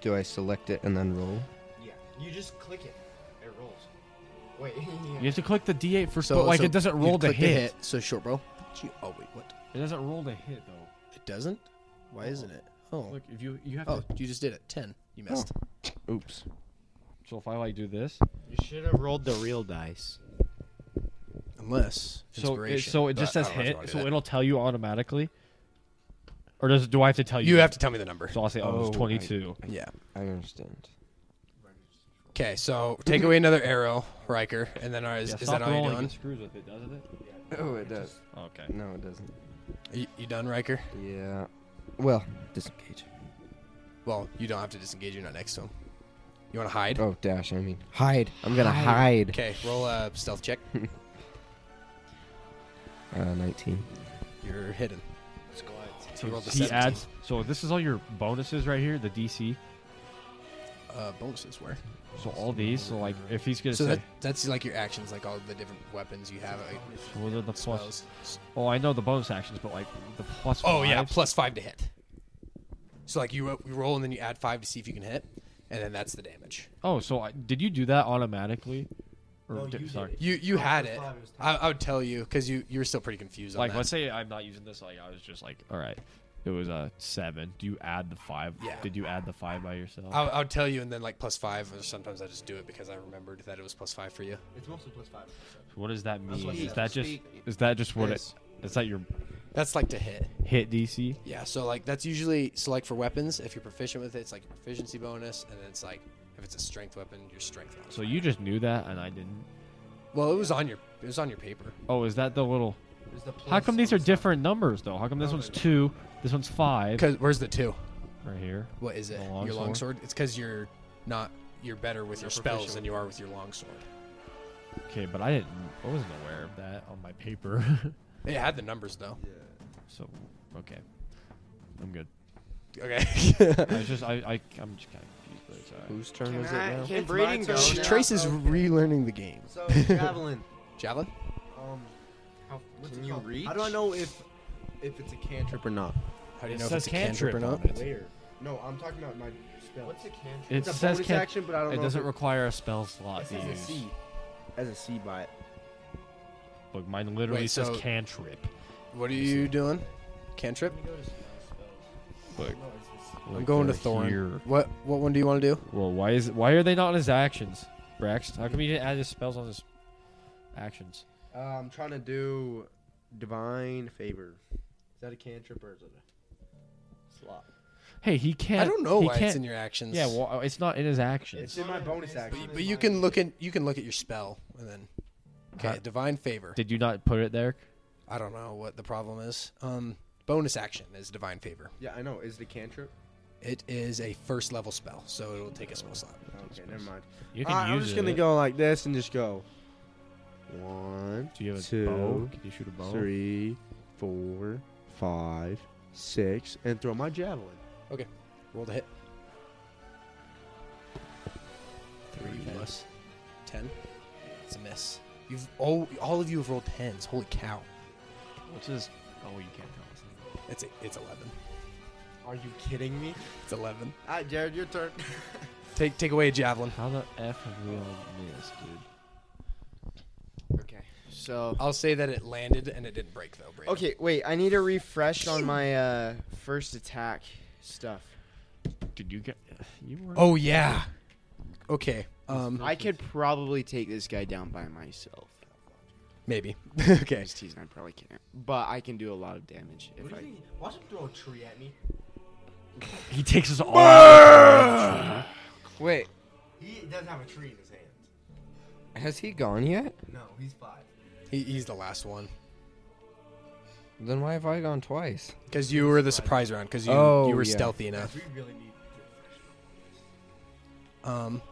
Speaker 1: Do I select it and then roll?
Speaker 6: Yeah. You just click it. It rolls. Wait.
Speaker 5: You have to click the D8 for
Speaker 7: So
Speaker 5: but like
Speaker 7: so
Speaker 5: it doesn't
Speaker 7: you
Speaker 5: roll the
Speaker 7: click
Speaker 5: hit.
Speaker 7: So short bow. You- Oh wait, what?
Speaker 5: It doesn't roll the hit though.
Speaker 7: It doesn't. Why isn't it? Oh.
Speaker 5: Look, if you you have
Speaker 7: Oh,
Speaker 5: to.
Speaker 7: you just did it. Ten. You
Speaker 5: Oh.
Speaker 7: missed.
Speaker 1: Oops.
Speaker 5: So if I like do this,
Speaker 4: You should have rolled the real dice.
Speaker 7: Unless
Speaker 5: so it,
Speaker 7: inspiration,
Speaker 5: so it
Speaker 7: but
Speaker 5: just
Speaker 7: I
Speaker 5: says
Speaker 7: don't know if you
Speaker 5: hit,
Speaker 7: wanna do
Speaker 5: so
Speaker 7: that.
Speaker 5: it'll tell you automatically. Or does do I have to tell you?
Speaker 7: You have to tell me the number.
Speaker 5: So I'll say, oh, it's
Speaker 1: Oh, I-
Speaker 5: 22.
Speaker 7: Yeah.
Speaker 1: I understand.
Speaker 7: Okay, so take away another arrow, Riker, and then are, is,
Speaker 5: yeah,
Speaker 7: is
Speaker 5: stop
Speaker 7: that all you're
Speaker 5: rolling,
Speaker 7: doing?
Speaker 5: It screws with it, doesn't it?
Speaker 1: Oh, it does.
Speaker 5: Okay.
Speaker 1: No, it doesn't.
Speaker 7: You, you done, Riker?
Speaker 1: Yeah. Well, disengage.
Speaker 7: Well, you don't have to disengage. You're not next to him. You want to hide?
Speaker 1: Oh, dash. I mean, hide. I'm gonna hide.
Speaker 7: Okay, roll a stealth check.
Speaker 1: Uh, 19.
Speaker 7: You're hidden.
Speaker 5: So
Speaker 7: You rolled a
Speaker 5: he
Speaker 7: 17.
Speaker 5: adds. So this is all your bonuses right here. The DC.
Speaker 7: Uh, bonuses where?
Speaker 5: So all these. So like, if he's gonna
Speaker 7: So
Speaker 5: say,
Speaker 7: that, that's like your actions, like all the different weapons you have, like
Speaker 5: so what are the plus?
Speaker 7: spells.
Speaker 5: Oh, I know the bonus actions, but like the plus.
Speaker 7: Oh yeah,
Speaker 5: fives?
Speaker 7: plus five to hit. So like you, ro- you roll and then you add five to see if you can hit, and then that's the damage.
Speaker 5: Oh, so I, did you do that automatically? Or
Speaker 6: No,
Speaker 5: did-
Speaker 6: you did
Speaker 5: sorry.
Speaker 6: it.
Speaker 7: You you
Speaker 6: Oh,
Speaker 7: had
Speaker 6: plus
Speaker 7: it.
Speaker 6: five, it was
Speaker 7: I, I would tell you because you you were still pretty confused.
Speaker 5: Like,
Speaker 7: on that.
Speaker 5: let's say I'm not using this. Like, I was just like, all right, it was a seven. Do you add the five?
Speaker 7: Yeah.
Speaker 5: Did you add the five by yourself?
Speaker 7: I, I would tell you and then like plus five, or sometimes I just do it because I remembered that it was plus five for you.
Speaker 6: It's mostly plus five.
Speaker 5: what does that mean?
Speaker 6: what I
Speaker 5: Is
Speaker 6: said.
Speaker 5: that just?
Speaker 6: Speak.
Speaker 5: Is that just what
Speaker 7: Yes.
Speaker 5: it? Is that your
Speaker 7: That's like to hit.
Speaker 5: hit DC?
Speaker 7: Yeah, so like that's usually so like for weapons, if you're proficient with it, it's like a proficiency bonus, and then it's like if it's a strength weapon, your strength bonus.
Speaker 5: So you just knew that, and I didn't.
Speaker 7: well, it was on your it was on your paper.
Speaker 5: Oh, is that the little?
Speaker 6: There's the
Speaker 5: How
Speaker 6: plus
Speaker 5: come these
Speaker 6: on
Speaker 5: are
Speaker 6: the side.
Speaker 5: different numbers though? How come this one's two, this one's five,
Speaker 7: Cause where's the two?
Speaker 5: right here?
Speaker 7: What is it?
Speaker 5: The long
Speaker 7: your
Speaker 5: sword?
Speaker 7: long sword. It's because you're not you're better with your spells than you are with your long sword.
Speaker 5: Okay, but I didn't. I wasn't aware of that on my paper.
Speaker 7: It had the numbers though.
Speaker 5: so, okay, I'm good.
Speaker 7: Okay.
Speaker 5: I was just, I, I, I'm just kind of confused, but it's alright.
Speaker 1: Whose turn is
Speaker 4: I-
Speaker 1: it now?
Speaker 4: can breeding
Speaker 7: Oh,
Speaker 4: go now?
Speaker 7: Trace is relearning the game.
Speaker 6: So javelin.
Speaker 7: Javelin.
Speaker 6: Um, how, what's
Speaker 1: Can
Speaker 6: it
Speaker 1: you
Speaker 6: called?
Speaker 1: reach?
Speaker 6: How do I know if?
Speaker 1: If it's a cantrip or not.
Speaker 7: How do you know if it's a cantrip or not?
Speaker 1: Where? No, I'm talking about my spell.
Speaker 6: What's a cantrip?
Speaker 5: It
Speaker 1: a
Speaker 5: says
Speaker 1: bonus
Speaker 5: can-
Speaker 1: action, but I don't
Speaker 5: it
Speaker 1: know if
Speaker 5: doesn't
Speaker 1: it-
Speaker 5: require a spell slot
Speaker 1: It
Speaker 5: to
Speaker 1: says a
Speaker 5: use.
Speaker 1: C. As a C by it.
Speaker 5: But mine literally
Speaker 7: Wait,
Speaker 5: says
Speaker 7: so-
Speaker 5: cantrip.
Speaker 7: What are you doing? Cantrip.
Speaker 5: Look,
Speaker 7: I'm going to Thorn. What what one do you want to do?
Speaker 5: Well, why is why are they not on his actions, Brax? How come you didn't add his spells on his actions?
Speaker 1: Uh, I'm trying to do divine favor.
Speaker 6: Is that a cantrip or is it a slot?
Speaker 5: Hey, he can't.
Speaker 7: I don't know
Speaker 5: he
Speaker 7: why it's
Speaker 5: can't-
Speaker 7: in your actions.
Speaker 5: Yeah, well, it's not in his
Speaker 1: It's
Speaker 5: actions.
Speaker 1: in my bonus action.
Speaker 7: But you can look at you can look at your spell and then okay,
Speaker 5: Huh?
Speaker 7: divine favor.
Speaker 5: Did you not put it there?
Speaker 7: I don't know what the problem is. Um, bonus action is divine favor.
Speaker 1: Yeah, I know. Is the cantrip?
Speaker 7: It is a first level spell, so it will take a spell slot.
Speaker 1: Okay, never mind.
Speaker 5: You
Speaker 1: Alright, I'm just gonna go like this and just go. One,
Speaker 5: Do you have a
Speaker 1: Two,
Speaker 5: bow? Can you shoot a bow?
Speaker 1: three, four, five, six, and throw my javelin.
Speaker 7: Roll to hit. Three plus ten. It's a miss. You've all all of you have rolled tens. Holy cow!
Speaker 5: Which is oh, you can't tell us.
Speaker 7: It's a, it's eleven.
Speaker 1: Are you kidding me?
Speaker 7: It's eleven.
Speaker 1: All right, Jared, your turn.
Speaker 7: Take take away a javelin.
Speaker 5: How the f have we all missed, dude?
Speaker 4: Okay. So
Speaker 7: I'll say that it landed and it didn't break though. Brandon.
Speaker 4: okay, wait. I need a refresh on my uh, first attack stuff.
Speaker 5: Did you get? You were.
Speaker 7: Oh yeah. Okay. Um.
Speaker 4: I could probably take this guy down by myself.
Speaker 7: Maybe. okay.
Speaker 4: Just teasing. I probably can't, but I can do a lot of damage if I.
Speaker 6: Watch him throw a tree at me.
Speaker 5: He takes us all. Out.
Speaker 1: Wait,
Speaker 6: He doesn't have a tree in his hand.
Speaker 1: has he gone yet?
Speaker 6: No, he's five.
Speaker 7: He, he's the last one
Speaker 1: Then why have I gone twice?
Speaker 7: because you were the surprise round because you
Speaker 1: Oh,
Speaker 7: you were
Speaker 1: yeah.
Speaker 7: stealthy enough.
Speaker 6: We really need.
Speaker 7: Um.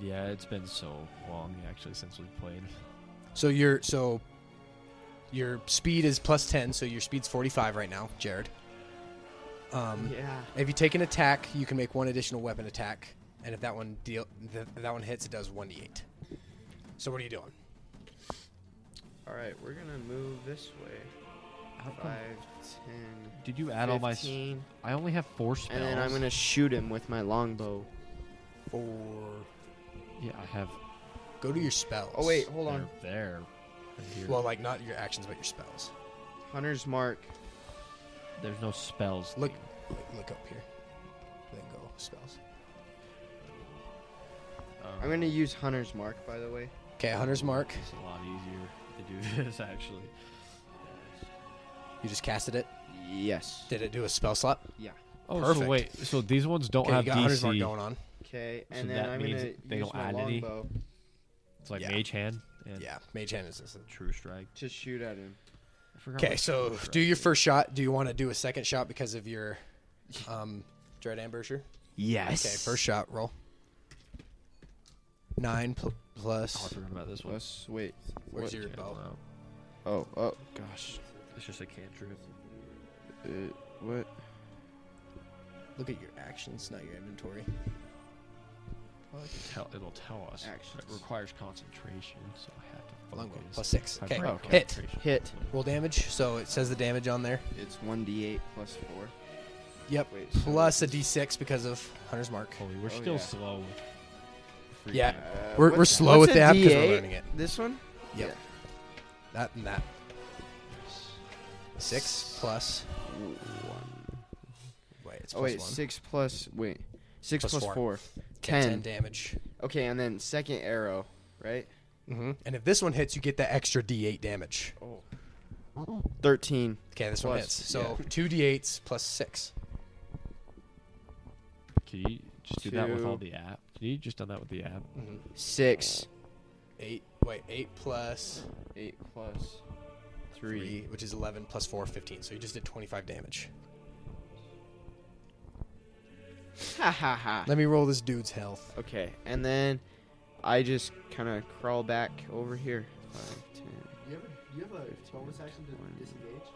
Speaker 5: Yeah, it's been so long actually since we played.
Speaker 7: So your so your speed is plus ten, so your speed's forty five right now, Jared. Um,
Speaker 4: Yeah.
Speaker 7: if you take an attack, you can make one additional weapon attack, and if that one deal th- that one hits, it does one d eight. So what are you doing?
Speaker 4: All right, we're gonna move this way. Five, ten,
Speaker 5: Did you add all my? s-
Speaker 4: 15,
Speaker 5: I only have four spells.
Speaker 4: and then I'm gonna shoot him with my longbow.
Speaker 7: Or
Speaker 5: Yeah, I have.
Speaker 7: go to your spells.
Speaker 4: Oh wait, hold
Speaker 5: They're
Speaker 4: on.
Speaker 5: there. They're here.
Speaker 7: Well, like not your actions, but your spells.
Speaker 4: Hunter's mark.
Speaker 5: there's no spells.
Speaker 7: Look,
Speaker 5: thing.
Speaker 7: look, look up here. Then go spells.
Speaker 4: I'm gonna use hunter's mark, by the way.
Speaker 7: Okay, hunter's mark.
Speaker 5: It's a lot easier to do this actually.
Speaker 7: You just casted it.
Speaker 4: Yes.
Speaker 7: Did it do a spell slot?
Speaker 5: Oh, so
Speaker 7: Perfect.
Speaker 5: wait. So these ones don't
Speaker 7: Okay, you
Speaker 5: have
Speaker 7: got hunter's mark
Speaker 5: DC.
Speaker 7: going on.
Speaker 4: Okay,
Speaker 5: So
Speaker 4: and
Speaker 5: that
Speaker 4: then I'm
Speaker 5: means
Speaker 4: gonna
Speaker 5: they
Speaker 4: use
Speaker 5: don't
Speaker 4: my
Speaker 5: add any?
Speaker 4: longbow.
Speaker 5: It's like
Speaker 7: Yeah.
Speaker 5: mage hand. And
Speaker 7: Yeah, mage hand is this.
Speaker 5: True strike.
Speaker 4: Just shoot at him.
Speaker 5: I forgot
Speaker 7: Okay,
Speaker 5: what
Speaker 7: so
Speaker 5: true strike
Speaker 7: do your
Speaker 5: is.
Speaker 7: first shot. Do you want to do a second shot because of your um, dread ambusher?
Speaker 4: Yes.
Speaker 7: Okay, first shot roll. Nine pl-
Speaker 5: Oh, I
Speaker 7: plus.
Speaker 5: forgot about this one.
Speaker 1: Plus, wait.
Speaker 7: Where's
Speaker 1: what?
Speaker 7: your
Speaker 5: Okay,
Speaker 7: bow?
Speaker 5: wow.
Speaker 1: Oh, oh, gosh.
Speaker 5: It's just a cantrip.
Speaker 1: Uh, what?
Speaker 7: Look at your actions, not your inventory.
Speaker 5: Well, it can tell, it'll tell us. But it
Speaker 4: Actions.
Speaker 5: requires concentration, so I have to focus.
Speaker 7: Lungo plus six.
Speaker 5: I
Speaker 7: Okay,
Speaker 5: break
Speaker 7: hit.
Speaker 5: concentration.
Speaker 4: Hit.
Speaker 7: Roll damage. So it says the damage on there.
Speaker 1: It's 1d8 plus 4.
Speaker 7: Yep.
Speaker 1: Wait, so
Speaker 7: Plus a d6 because of Hunter's Mark.
Speaker 5: Holy, we're
Speaker 1: Oh,
Speaker 5: still
Speaker 1: yeah.
Speaker 5: slow. with free
Speaker 7: Yeah.
Speaker 5: game.
Speaker 1: Uh,
Speaker 7: We're,
Speaker 1: what's
Speaker 7: we're
Speaker 1: that?
Speaker 7: slow
Speaker 4: what's
Speaker 7: with
Speaker 4: a
Speaker 7: that because
Speaker 4: D8?
Speaker 7: we're learning it.
Speaker 4: This one?
Speaker 7: Yep. That and that. Six plus. Wait, it's
Speaker 1: Oh,
Speaker 7: plus
Speaker 1: wait,
Speaker 7: one.
Speaker 1: 6 plus. Wait. 6
Speaker 7: Plus
Speaker 1: plus,
Speaker 7: four.
Speaker 1: 4.
Speaker 7: Okay, ten.
Speaker 1: 10.
Speaker 7: damage.
Speaker 1: Okay, and then second arrow, right?
Speaker 7: Mm-hmm. And if this one hits, you get that extra d8 damage.
Speaker 4: 13.
Speaker 7: Okay, this one
Speaker 1: Plus,
Speaker 7: hits. So two d8s plus six.
Speaker 5: Can you just do that with all
Speaker 1: Two.
Speaker 5: the app? Can you just done that with the app?
Speaker 1: 6.
Speaker 7: Oh. Eight. Wait, eight plus
Speaker 1: 8 plus
Speaker 7: three,
Speaker 1: 3.
Speaker 7: which is 11 plus four, 15. So you just did 25 damage.
Speaker 4: Ha ha ha.
Speaker 7: Let me roll this dude's health.
Speaker 4: Okay, and then I just kind of crawl back over here. 5, 10,
Speaker 6: You have a, you have a bonus action
Speaker 4: Twenty.
Speaker 6: to disengage?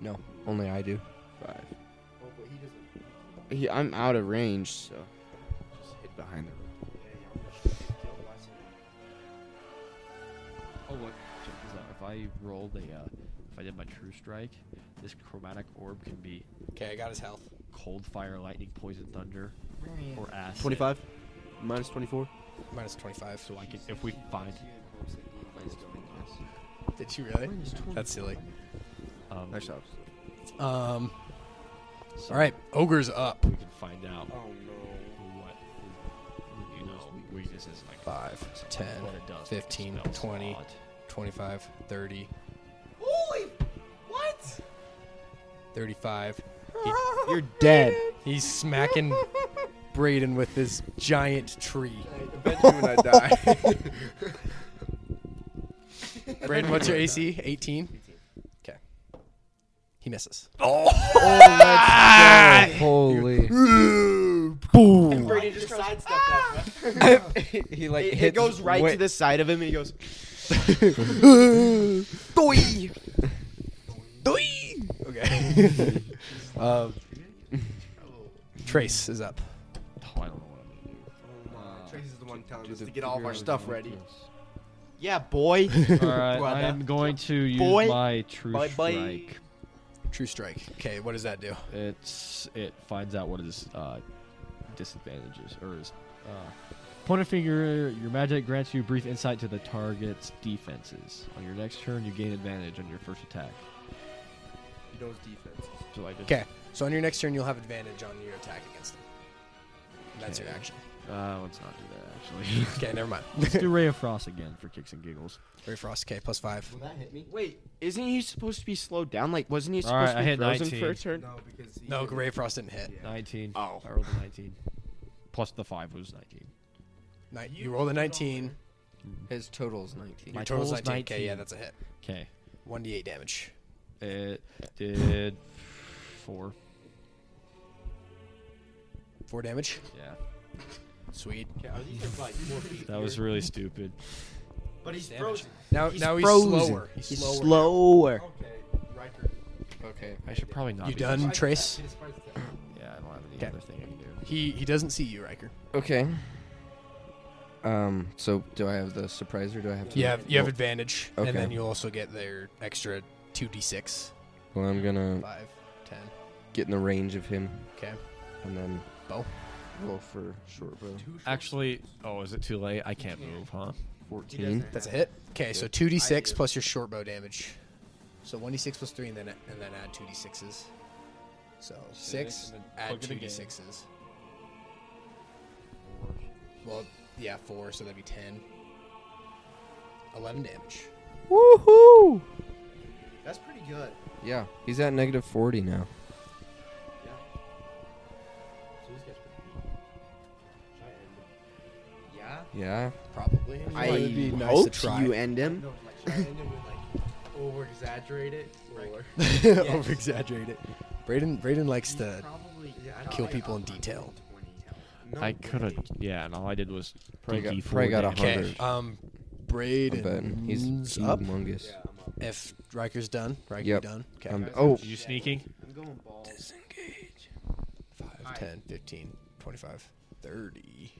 Speaker 4: 20,
Speaker 1: No, only I do.
Speaker 4: 5.
Speaker 6: Oh, but he doesn't.
Speaker 4: He, I'm out of range, so just hid behind the rope.
Speaker 6: Yeah, yeah. I'm just gonna kill by some-
Speaker 5: Oh, what? Check this out. If I rolled a, uh, if I did my true strike, this chromatic orb can be
Speaker 7: Okay, I got his health.
Speaker 5: cold fire, lightning, poison, thunder, or acid.
Speaker 3: 25? Minus 24?
Speaker 7: Minus 25.
Speaker 5: So I can, if we find,
Speaker 7: Did you really? That's silly.
Speaker 5: um,
Speaker 1: helps.
Speaker 7: Um.
Speaker 5: some-
Speaker 7: All right, ogre's up.
Speaker 5: we can find out what is, you know, weakness is like.
Speaker 7: 5, 10,
Speaker 5: what it does, what
Speaker 7: 15,
Speaker 5: spells
Speaker 7: 20,
Speaker 5: odd.
Speaker 7: 25, 30. Holy! What? 35.
Speaker 4: You're dead.
Speaker 7: He's smacking Braden with this giant tree.
Speaker 1: I die.
Speaker 7: Braden, what's your AC? 18? Okay. He misses.
Speaker 1: Oh, Holy.
Speaker 4: Brady just he Ah! like it, goes right to the side of him and he goes.
Speaker 7: Okay. um, Trace is up.
Speaker 5: Oh, I don't know what I'm gonna do.
Speaker 7: Uh,
Speaker 6: Trace is the one telling
Speaker 1: do
Speaker 6: us
Speaker 1: the
Speaker 6: to get all of our
Speaker 1: figure out
Speaker 6: stuff
Speaker 1: the
Speaker 6: ready.
Speaker 4: Yeah, boy.
Speaker 5: All right,
Speaker 4: Brother.
Speaker 5: I'm going to use
Speaker 4: Boy.
Speaker 5: my true
Speaker 4: Bye-bye.
Speaker 5: strike.
Speaker 7: True strike. Okay, what does that do?
Speaker 5: It's it finds out what his uh, disadvantages or his uh, point of finger. Your magic grants you brief insight to the target's defenses. On your next turn, you gain advantage on your first attack.
Speaker 6: He knows defenses.
Speaker 5: So I just
Speaker 7: Okay, so on your next turn, you'll have advantage on your attack against them. That's your
Speaker 5: Okay.
Speaker 7: action.
Speaker 5: Uh, let's not do that actually.
Speaker 7: Okay, never mind.
Speaker 5: let's do ray of frost again for kicks and giggles.
Speaker 7: Ray Frost, okay, plus five.
Speaker 6: Will that hit me?
Speaker 4: Wait, isn't he supposed to be slowed down? Like, wasn't he
Speaker 5: All
Speaker 4: supposed
Speaker 5: right, I
Speaker 4: to be
Speaker 5: hit
Speaker 4: frozen
Speaker 5: 19.
Speaker 4: for a turn?
Speaker 6: No, because he
Speaker 7: No,
Speaker 6: hit me.
Speaker 7: Ray Frost didn't hit.
Speaker 6: Yeah.
Speaker 5: Nineteen.
Speaker 4: Oh.
Speaker 5: I rolled a nineteen. Plus the five was nineteen.
Speaker 7: Ni- you, rolled a 19.
Speaker 1: His total is 19.
Speaker 7: Your
Speaker 5: My
Speaker 7: total's
Speaker 5: total's
Speaker 7: 19. Okay, yeah,
Speaker 5: 19.
Speaker 7: that's a hit.
Speaker 5: Okay,
Speaker 7: 1d8 damage.
Speaker 5: it did four.
Speaker 7: Four damage.
Speaker 5: Yeah,
Speaker 7: Sweet.
Speaker 6: Okay, are these like four feet?
Speaker 5: that was really stupid.
Speaker 6: But he's
Speaker 7: Damage.
Speaker 6: frozen.
Speaker 7: Now,
Speaker 4: He's
Speaker 7: now he's
Speaker 4: frozen.
Speaker 7: slower. He's,
Speaker 4: He's
Speaker 7: slower.
Speaker 4: slower.
Speaker 6: Okay, Riker.
Speaker 1: Okay.
Speaker 5: I should probably not.
Speaker 7: You
Speaker 5: be-
Speaker 7: done, Trace?
Speaker 5: Yeah, I don't have any
Speaker 7: Okay.
Speaker 5: other thing I can do.
Speaker 7: He he doesn't see you, Riker.
Speaker 1: Okay. Um, so do I have the surprise or do I have to?
Speaker 7: You have you have advantage,
Speaker 1: Okay.
Speaker 7: and then you'll also get their extra two d6,
Speaker 1: Well, I'm gonna
Speaker 7: five, ten.
Speaker 1: get in the range of him
Speaker 7: Okay,
Speaker 1: and then
Speaker 7: bow.
Speaker 1: roll for short bow.
Speaker 5: Actually, oh, is it too late? I can't move, huh?
Speaker 1: 14.
Speaker 7: That's a hit. Okay, so two d6 plus your short bow damage. So one d6 plus three, and then and then add two d6s. So six,
Speaker 5: and then
Speaker 7: add
Speaker 5: plug it
Speaker 7: two
Speaker 5: again.
Speaker 7: d6s. Well, yeah, four, so that'd be ten. Eleven damage.
Speaker 4: Woohoo!
Speaker 6: That's pretty good.
Speaker 1: Yeah, he's at negative 40 now.
Speaker 6: Yeah. So this guy's pretty good. Should I end it? Yeah.
Speaker 1: Yeah.
Speaker 7: Probably.
Speaker 4: I
Speaker 7: It'd be nice to
Speaker 4: hope
Speaker 7: try.
Speaker 4: you end him.
Speaker 6: No, like try and then like over exaggerate it or
Speaker 7: Over exaggerate it. Braden Braden likes to
Speaker 6: probably yeah, I don't
Speaker 7: kill
Speaker 6: like
Speaker 7: people in
Speaker 6: up my
Speaker 7: detail.
Speaker 6: 20. No
Speaker 5: I
Speaker 6: way.
Speaker 5: could have. Yeah, and all I did was
Speaker 1: Probably
Speaker 5: pinky
Speaker 1: got- probably
Speaker 5: four
Speaker 1: got a
Speaker 5: damage.
Speaker 1: hundred.
Speaker 7: Okay. Um
Speaker 1: I'm betting
Speaker 7: Braden
Speaker 1: he's
Speaker 7: is up.
Speaker 1: humongous.
Speaker 6: Yeah, I'm up.
Speaker 7: If Riker's done, Riker
Speaker 1: Yep.
Speaker 7: done. Okay.
Speaker 1: Um, oh,
Speaker 5: You sneaking?
Speaker 6: I'm going balls.
Speaker 7: Disengage. 5, 10, 15, 25, 30.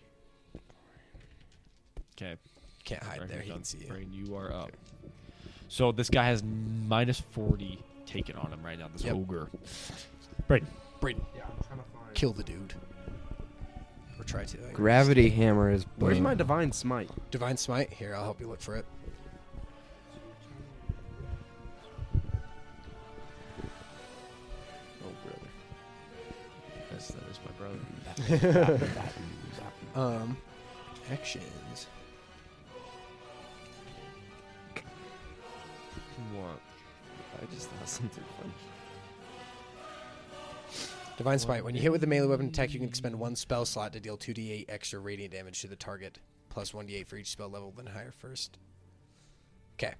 Speaker 5: Okay.
Speaker 7: Can't hide there. He can see you.
Speaker 5: Brain, you are up. So this guy has minus forty taken on him right now. This
Speaker 7: Yep.
Speaker 5: ogre. Brain.
Speaker 7: Braden,
Speaker 6: Yeah, I'm trying to find.
Speaker 7: kill the dude. Or try to. I guess.
Speaker 1: gravity hammer is.
Speaker 3: Where's
Speaker 1: bang.
Speaker 3: my divine smite?
Speaker 7: Divine Smite. Here, I'll help you look for it.
Speaker 3: Oh brother.
Speaker 5: Yes, that is my brother.
Speaker 7: Um, actions.
Speaker 4: What? I just thought something funny.
Speaker 7: Divine Smite. When you hit with a melee weapon attack, you can expend one spell slot to deal 2d8 extra radiant damage to the target, plus 1d8 for each spell level, then higher first. Okay.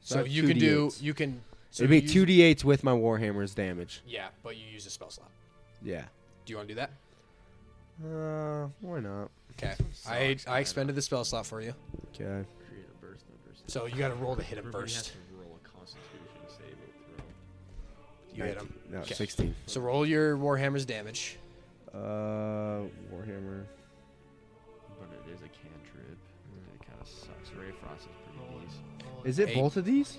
Speaker 7: So,
Speaker 1: that's
Speaker 7: you can do.
Speaker 1: 2d8s.
Speaker 7: You can. So
Speaker 3: It'd be
Speaker 7: you use-
Speaker 3: two d8s with my warhammer's damage.
Speaker 7: Yeah, but you use a spell slot.
Speaker 3: Yeah.
Speaker 7: Do you want to do that?
Speaker 3: Uh, why not?
Speaker 7: Okay. I, I expended the spell slot for you.
Speaker 3: Okay.
Speaker 7: So you got to roll to hit him
Speaker 2: Everybody
Speaker 7: first.
Speaker 2: roll a constitution saving throw.
Speaker 7: You hit him.
Speaker 3: No,
Speaker 7: Okay.
Speaker 3: sixteen.
Speaker 7: So roll your warhammer's damage.
Speaker 3: Uh, warhammer.
Speaker 2: But it is a cantrip. and It kind of sucks. Ray of Frost is
Speaker 3: Oh.
Speaker 2: pretty decent.
Speaker 3: Is it
Speaker 7: Eight.
Speaker 3: both of these?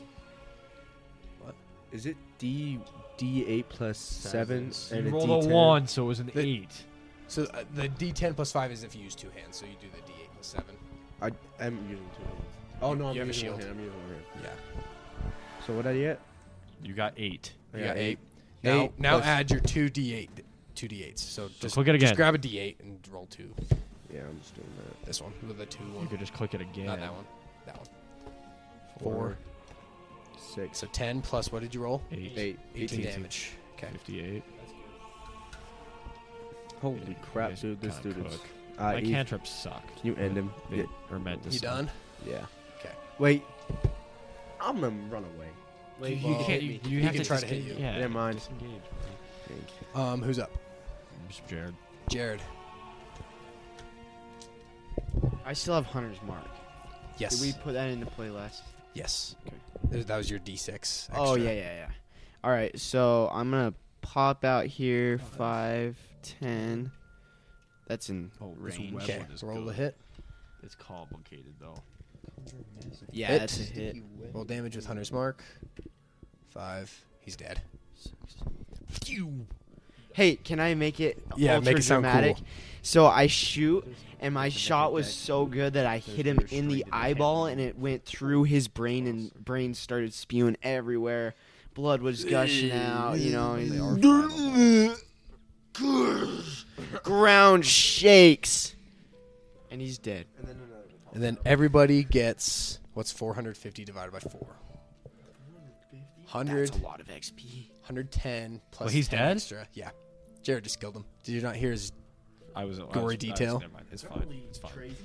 Speaker 7: What?
Speaker 3: Is it D D eight plus seven
Speaker 5: You
Speaker 3: and a
Speaker 5: rolled a
Speaker 3: D10?
Speaker 5: one, so it was an
Speaker 7: The-
Speaker 5: eight.
Speaker 7: So uh, the d10 plus five is if you use two hands. So you do the d8 plus seven.
Speaker 3: I am using two. hands. Oh no, I'm
Speaker 7: You have a
Speaker 3: using one
Speaker 7: shield.
Speaker 3: hand. I'm using one hand.
Speaker 7: Yeah.
Speaker 3: So what did I get?
Speaker 5: You got eight.
Speaker 3: I
Speaker 7: You
Speaker 3: got
Speaker 7: got eight.
Speaker 3: Eight
Speaker 7: Now, now
Speaker 3: plus-
Speaker 7: add your two d8, two d8s. So just,
Speaker 5: click it
Speaker 7: just
Speaker 5: again.
Speaker 7: grab a d8 and roll two.
Speaker 3: Yeah, I'm just doing that.
Speaker 7: This one with the two
Speaker 5: You
Speaker 7: one,
Speaker 5: could just click it again.
Speaker 7: not that one, that one.
Speaker 3: Four,
Speaker 7: Four.
Speaker 3: six,
Speaker 7: So ten plus what did you roll?
Speaker 5: Eight.
Speaker 3: eight.
Speaker 7: 18,
Speaker 5: Eighteen.
Speaker 7: damage. Okay.
Speaker 5: Fifty-eight.
Speaker 3: Holy crap, dude! This
Speaker 5: kinda
Speaker 3: dude is.
Speaker 5: cook.
Speaker 3: Uh,
Speaker 5: My
Speaker 7: E.
Speaker 3: Ethan,
Speaker 5: cantrips suck.
Speaker 3: Can you end him?
Speaker 5: They are meant to
Speaker 7: You
Speaker 5: suck.
Speaker 7: done?
Speaker 3: Yeah.
Speaker 7: Okay.
Speaker 3: Wait. I'm gonna run away.
Speaker 5: You, you
Speaker 7: Well,
Speaker 5: can't. You, you
Speaker 7: he
Speaker 5: have
Speaker 7: can
Speaker 5: to
Speaker 7: try to
Speaker 5: disengage.
Speaker 7: hit you.
Speaker 5: Yeah,
Speaker 3: Never mind.
Speaker 5: Disengage.
Speaker 7: Um, who's up?
Speaker 5: Just Jared.
Speaker 7: Jared.
Speaker 4: I still have Hunter's Mark.
Speaker 7: Yes.
Speaker 4: Did we put that into play last?
Speaker 7: Yes.
Speaker 4: Okay.
Speaker 7: Th- That was your d6. Extra.
Speaker 4: Oh yeah, yeah, yeah. All right, so I'm gonna pop out here five, ten. That's in
Speaker 5: Oh, this
Speaker 4: range.
Speaker 5: web
Speaker 7: Okay.
Speaker 5: one is
Speaker 7: Roll
Speaker 5: good.
Speaker 7: a hit.
Speaker 5: It's complicated though.
Speaker 4: Yeah,
Speaker 7: Hit.
Speaker 4: that's a hit.
Speaker 7: Roll damage with Hunter's Mark. Five. He's dead.
Speaker 4: Hey, can I make it?
Speaker 7: Yeah,
Speaker 4: ultra
Speaker 7: make it sound
Speaker 4: dramatic?
Speaker 7: cool.
Speaker 4: So I shoot, and my shot was so good that I hit him in the eyeball, and it went through his brain, and brain started spewing everywhere. Blood was gushing out. You know, he's- ground shakes, and he's dead.
Speaker 7: And then everybody gets what's 450 divided by four. 100,
Speaker 4: That's a lot of XP.
Speaker 7: 110 plus.
Speaker 5: Well, he's
Speaker 7: 10
Speaker 5: dead?
Speaker 7: Extra. Yeah. Jared just killed him. Did you not hear his?
Speaker 5: I was I was-
Speaker 7: Gory
Speaker 5: I was-
Speaker 7: detail.
Speaker 5: never mind. It's fine. It's fine.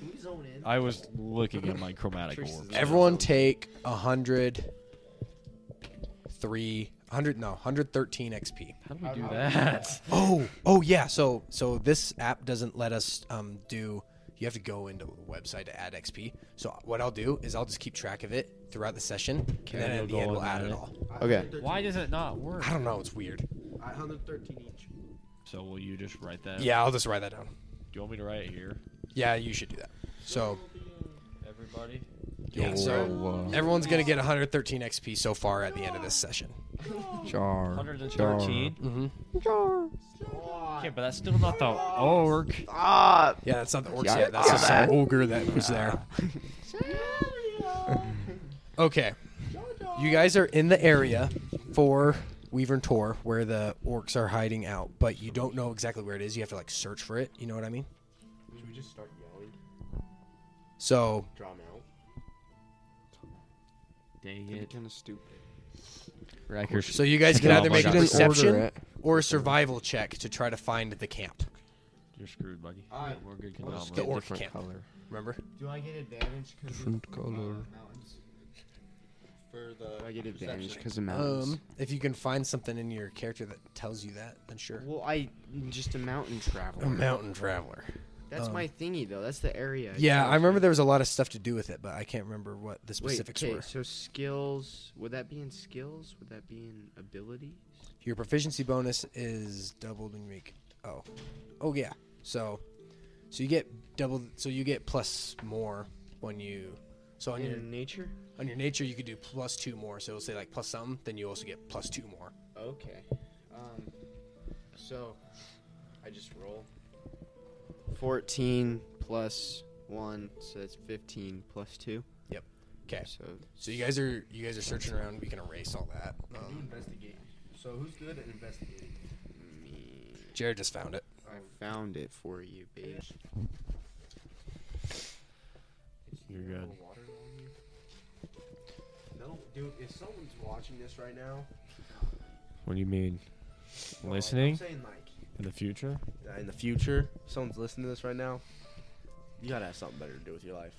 Speaker 5: I was looking at my chromatic orb.
Speaker 7: Everyone take 103, 100, no, 113 XP.
Speaker 5: How do we do that?
Speaker 7: Oh, oh yeah. So, so this app doesn't let us um, do. You have to go into the website to add XP. So what I'll do is I'll just keep track of it throughout the session, and then at the
Speaker 5: you'll go
Speaker 7: end we'll
Speaker 5: and
Speaker 7: add
Speaker 5: add
Speaker 7: it
Speaker 5: it.
Speaker 7: all.
Speaker 4: Okay.
Speaker 5: Why
Speaker 6: uh,
Speaker 5: does it not work?
Speaker 7: I don't know. It's weird.
Speaker 6: I 113 each.
Speaker 5: So will you just write that?
Speaker 7: Yeah, I'll just write that down.
Speaker 5: Do you want me to write it here?
Speaker 7: Yeah, you should do that. So
Speaker 5: Everybody.
Speaker 7: yeah, so everyone's gonna get 113 XP so far at the end of this session.
Speaker 1: Jar.
Speaker 5: 113.
Speaker 1: Jar.
Speaker 7: Mm-hmm.
Speaker 5: Yeah, but that's still not the
Speaker 6: oh,
Speaker 5: orc.
Speaker 7: Yeah, that's not the orcs
Speaker 1: Yeah,
Speaker 7: yet. That's just an ogre that was there. okay, you guys are in the area for Weaver and Tor, where the orcs are hiding out, but you don't know exactly where it is. You have to like search for it. You know what I mean?
Speaker 6: Should we just start yelling?
Speaker 7: So
Speaker 6: Draw 'em out.
Speaker 4: Kind of stupid.
Speaker 7: So you guys can
Speaker 5: Oh
Speaker 7: either
Speaker 5: my
Speaker 7: make a
Speaker 5: God.
Speaker 1: Order
Speaker 7: perception
Speaker 1: it.
Speaker 7: or a survival check to try to find the camp.
Speaker 5: You're screwed, buddy.
Speaker 6: Alright.
Speaker 5: We're good.
Speaker 6: I'll just
Speaker 5: Kanama.
Speaker 7: The orc
Speaker 1: Different
Speaker 7: camp.
Speaker 1: color.
Speaker 7: Remember?
Speaker 6: Do I get advantage because
Speaker 1: Different color.
Speaker 6: mountains? For the
Speaker 4: I get advantage
Speaker 6: perception?
Speaker 4: because of mountains.
Speaker 7: Um, if you can find something in your character that tells you that, then sure.
Speaker 4: well, I I'm just a mountain traveler.
Speaker 7: A mountain traveler.
Speaker 4: That's my thingy though. That's the area.
Speaker 7: Yeah, I
Speaker 4: cover.
Speaker 7: remember there was a lot of stuff to do with it, but I can't remember what the
Speaker 4: Wait,
Speaker 7: specifics
Speaker 4: okay,
Speaker 7: were.
Speaker 4: so skills. Would that be in skills? Would that be in abilities?
Speaker 7: Your proficiency bonus is doubled when you make. Oh, oh yeah. So, so you get double. So you get plus more when you. So on your
Speaker 4: In nature.
Speaker 7: on your nature, you could do plus two more. So it'll say like plus something, then you also get plus two more.
Speaker 4: Okay. Um. So, I just roll. Fourteen plus one, so that's fifteen plus two.
Speaker 7: Yep. Okay.
Speaker 4: So
Speaker 7: So you guys are you guys are searching around. We can erase all that.
Speaker 6: Do
Speaker 7: Um,
Speaker 6: investigate. So who's good at investigating?
Speaker 4: me,
Speaker 7: Jared just found it.
Speaker 4: I found it for you, bitch.
Speaker 5: You're good.
Speaker 6: No, dude. If someone's watching this right now,
Speaker 5: What do you mean?
Speaker 6: well, I'm
Speaker 5: Listening
Speaker 6: saying like
Speaker 5: in the future?
Speaker 6: in the future, if someone's listening to this right now. You gotta have something better to do with your life.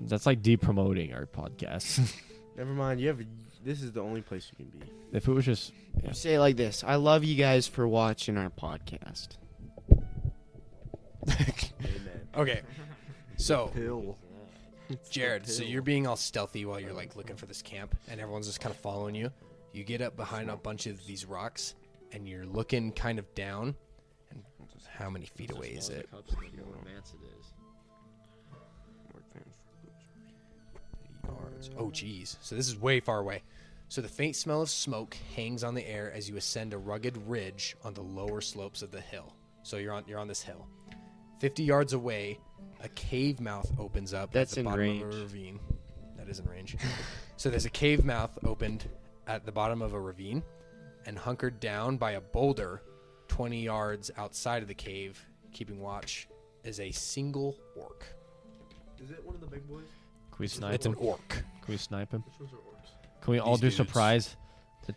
Speaker 5: That's like de-promoting our podcast.
Speaker 6: Never mind. You have. This is the only place you can be.
Speaker 5: if it was just Yeah.
Speaker 4: You say it like this: I love you guys for watching our podcast.
Speaker 6: Amen.
Speaker 7: Okay. So
Speaker 6: Pill.
Speaker 7: Jared, so you're being all stealthy while you're like looking for this camp, and everyone's just kind of following you. You get up behind a bunch of these rocks, and you're looking kind of down. And how many feet away is it? yards. Oh, geez. So this is way far away. So the faint smell of smoke hangs on the air as you ascend a rugged ridge on the lower slopes of the hill. So you're on you're on this hill. Fifty yards away, a cave mouth opens up
Speaker 4: That's
Speaker 7: at the
Speaker 4: in
Speaker 7: bottom
Speaker 4: range.
Speaker 7: of a ravine. That is in range. so there's a cave mouth opened at the bottom of a ravine, and hunkered down by a boulder, twenty yards outside of the cave, keeping watch, is a single orc.
Speaker 6: Is it one of the big boys?
Speaker 5: Can we snipe
Speaker 7: It's an
Speaker 5: him?
Speaker 7: orc.
Speaker 5: Can we snipe him?
Speaker 6: Which ones are orcs?
Speaker 5: Can we all
Speaker 7: These
Speaker 5: do
Speaker 7: dudes.
Speaker 5: surprise?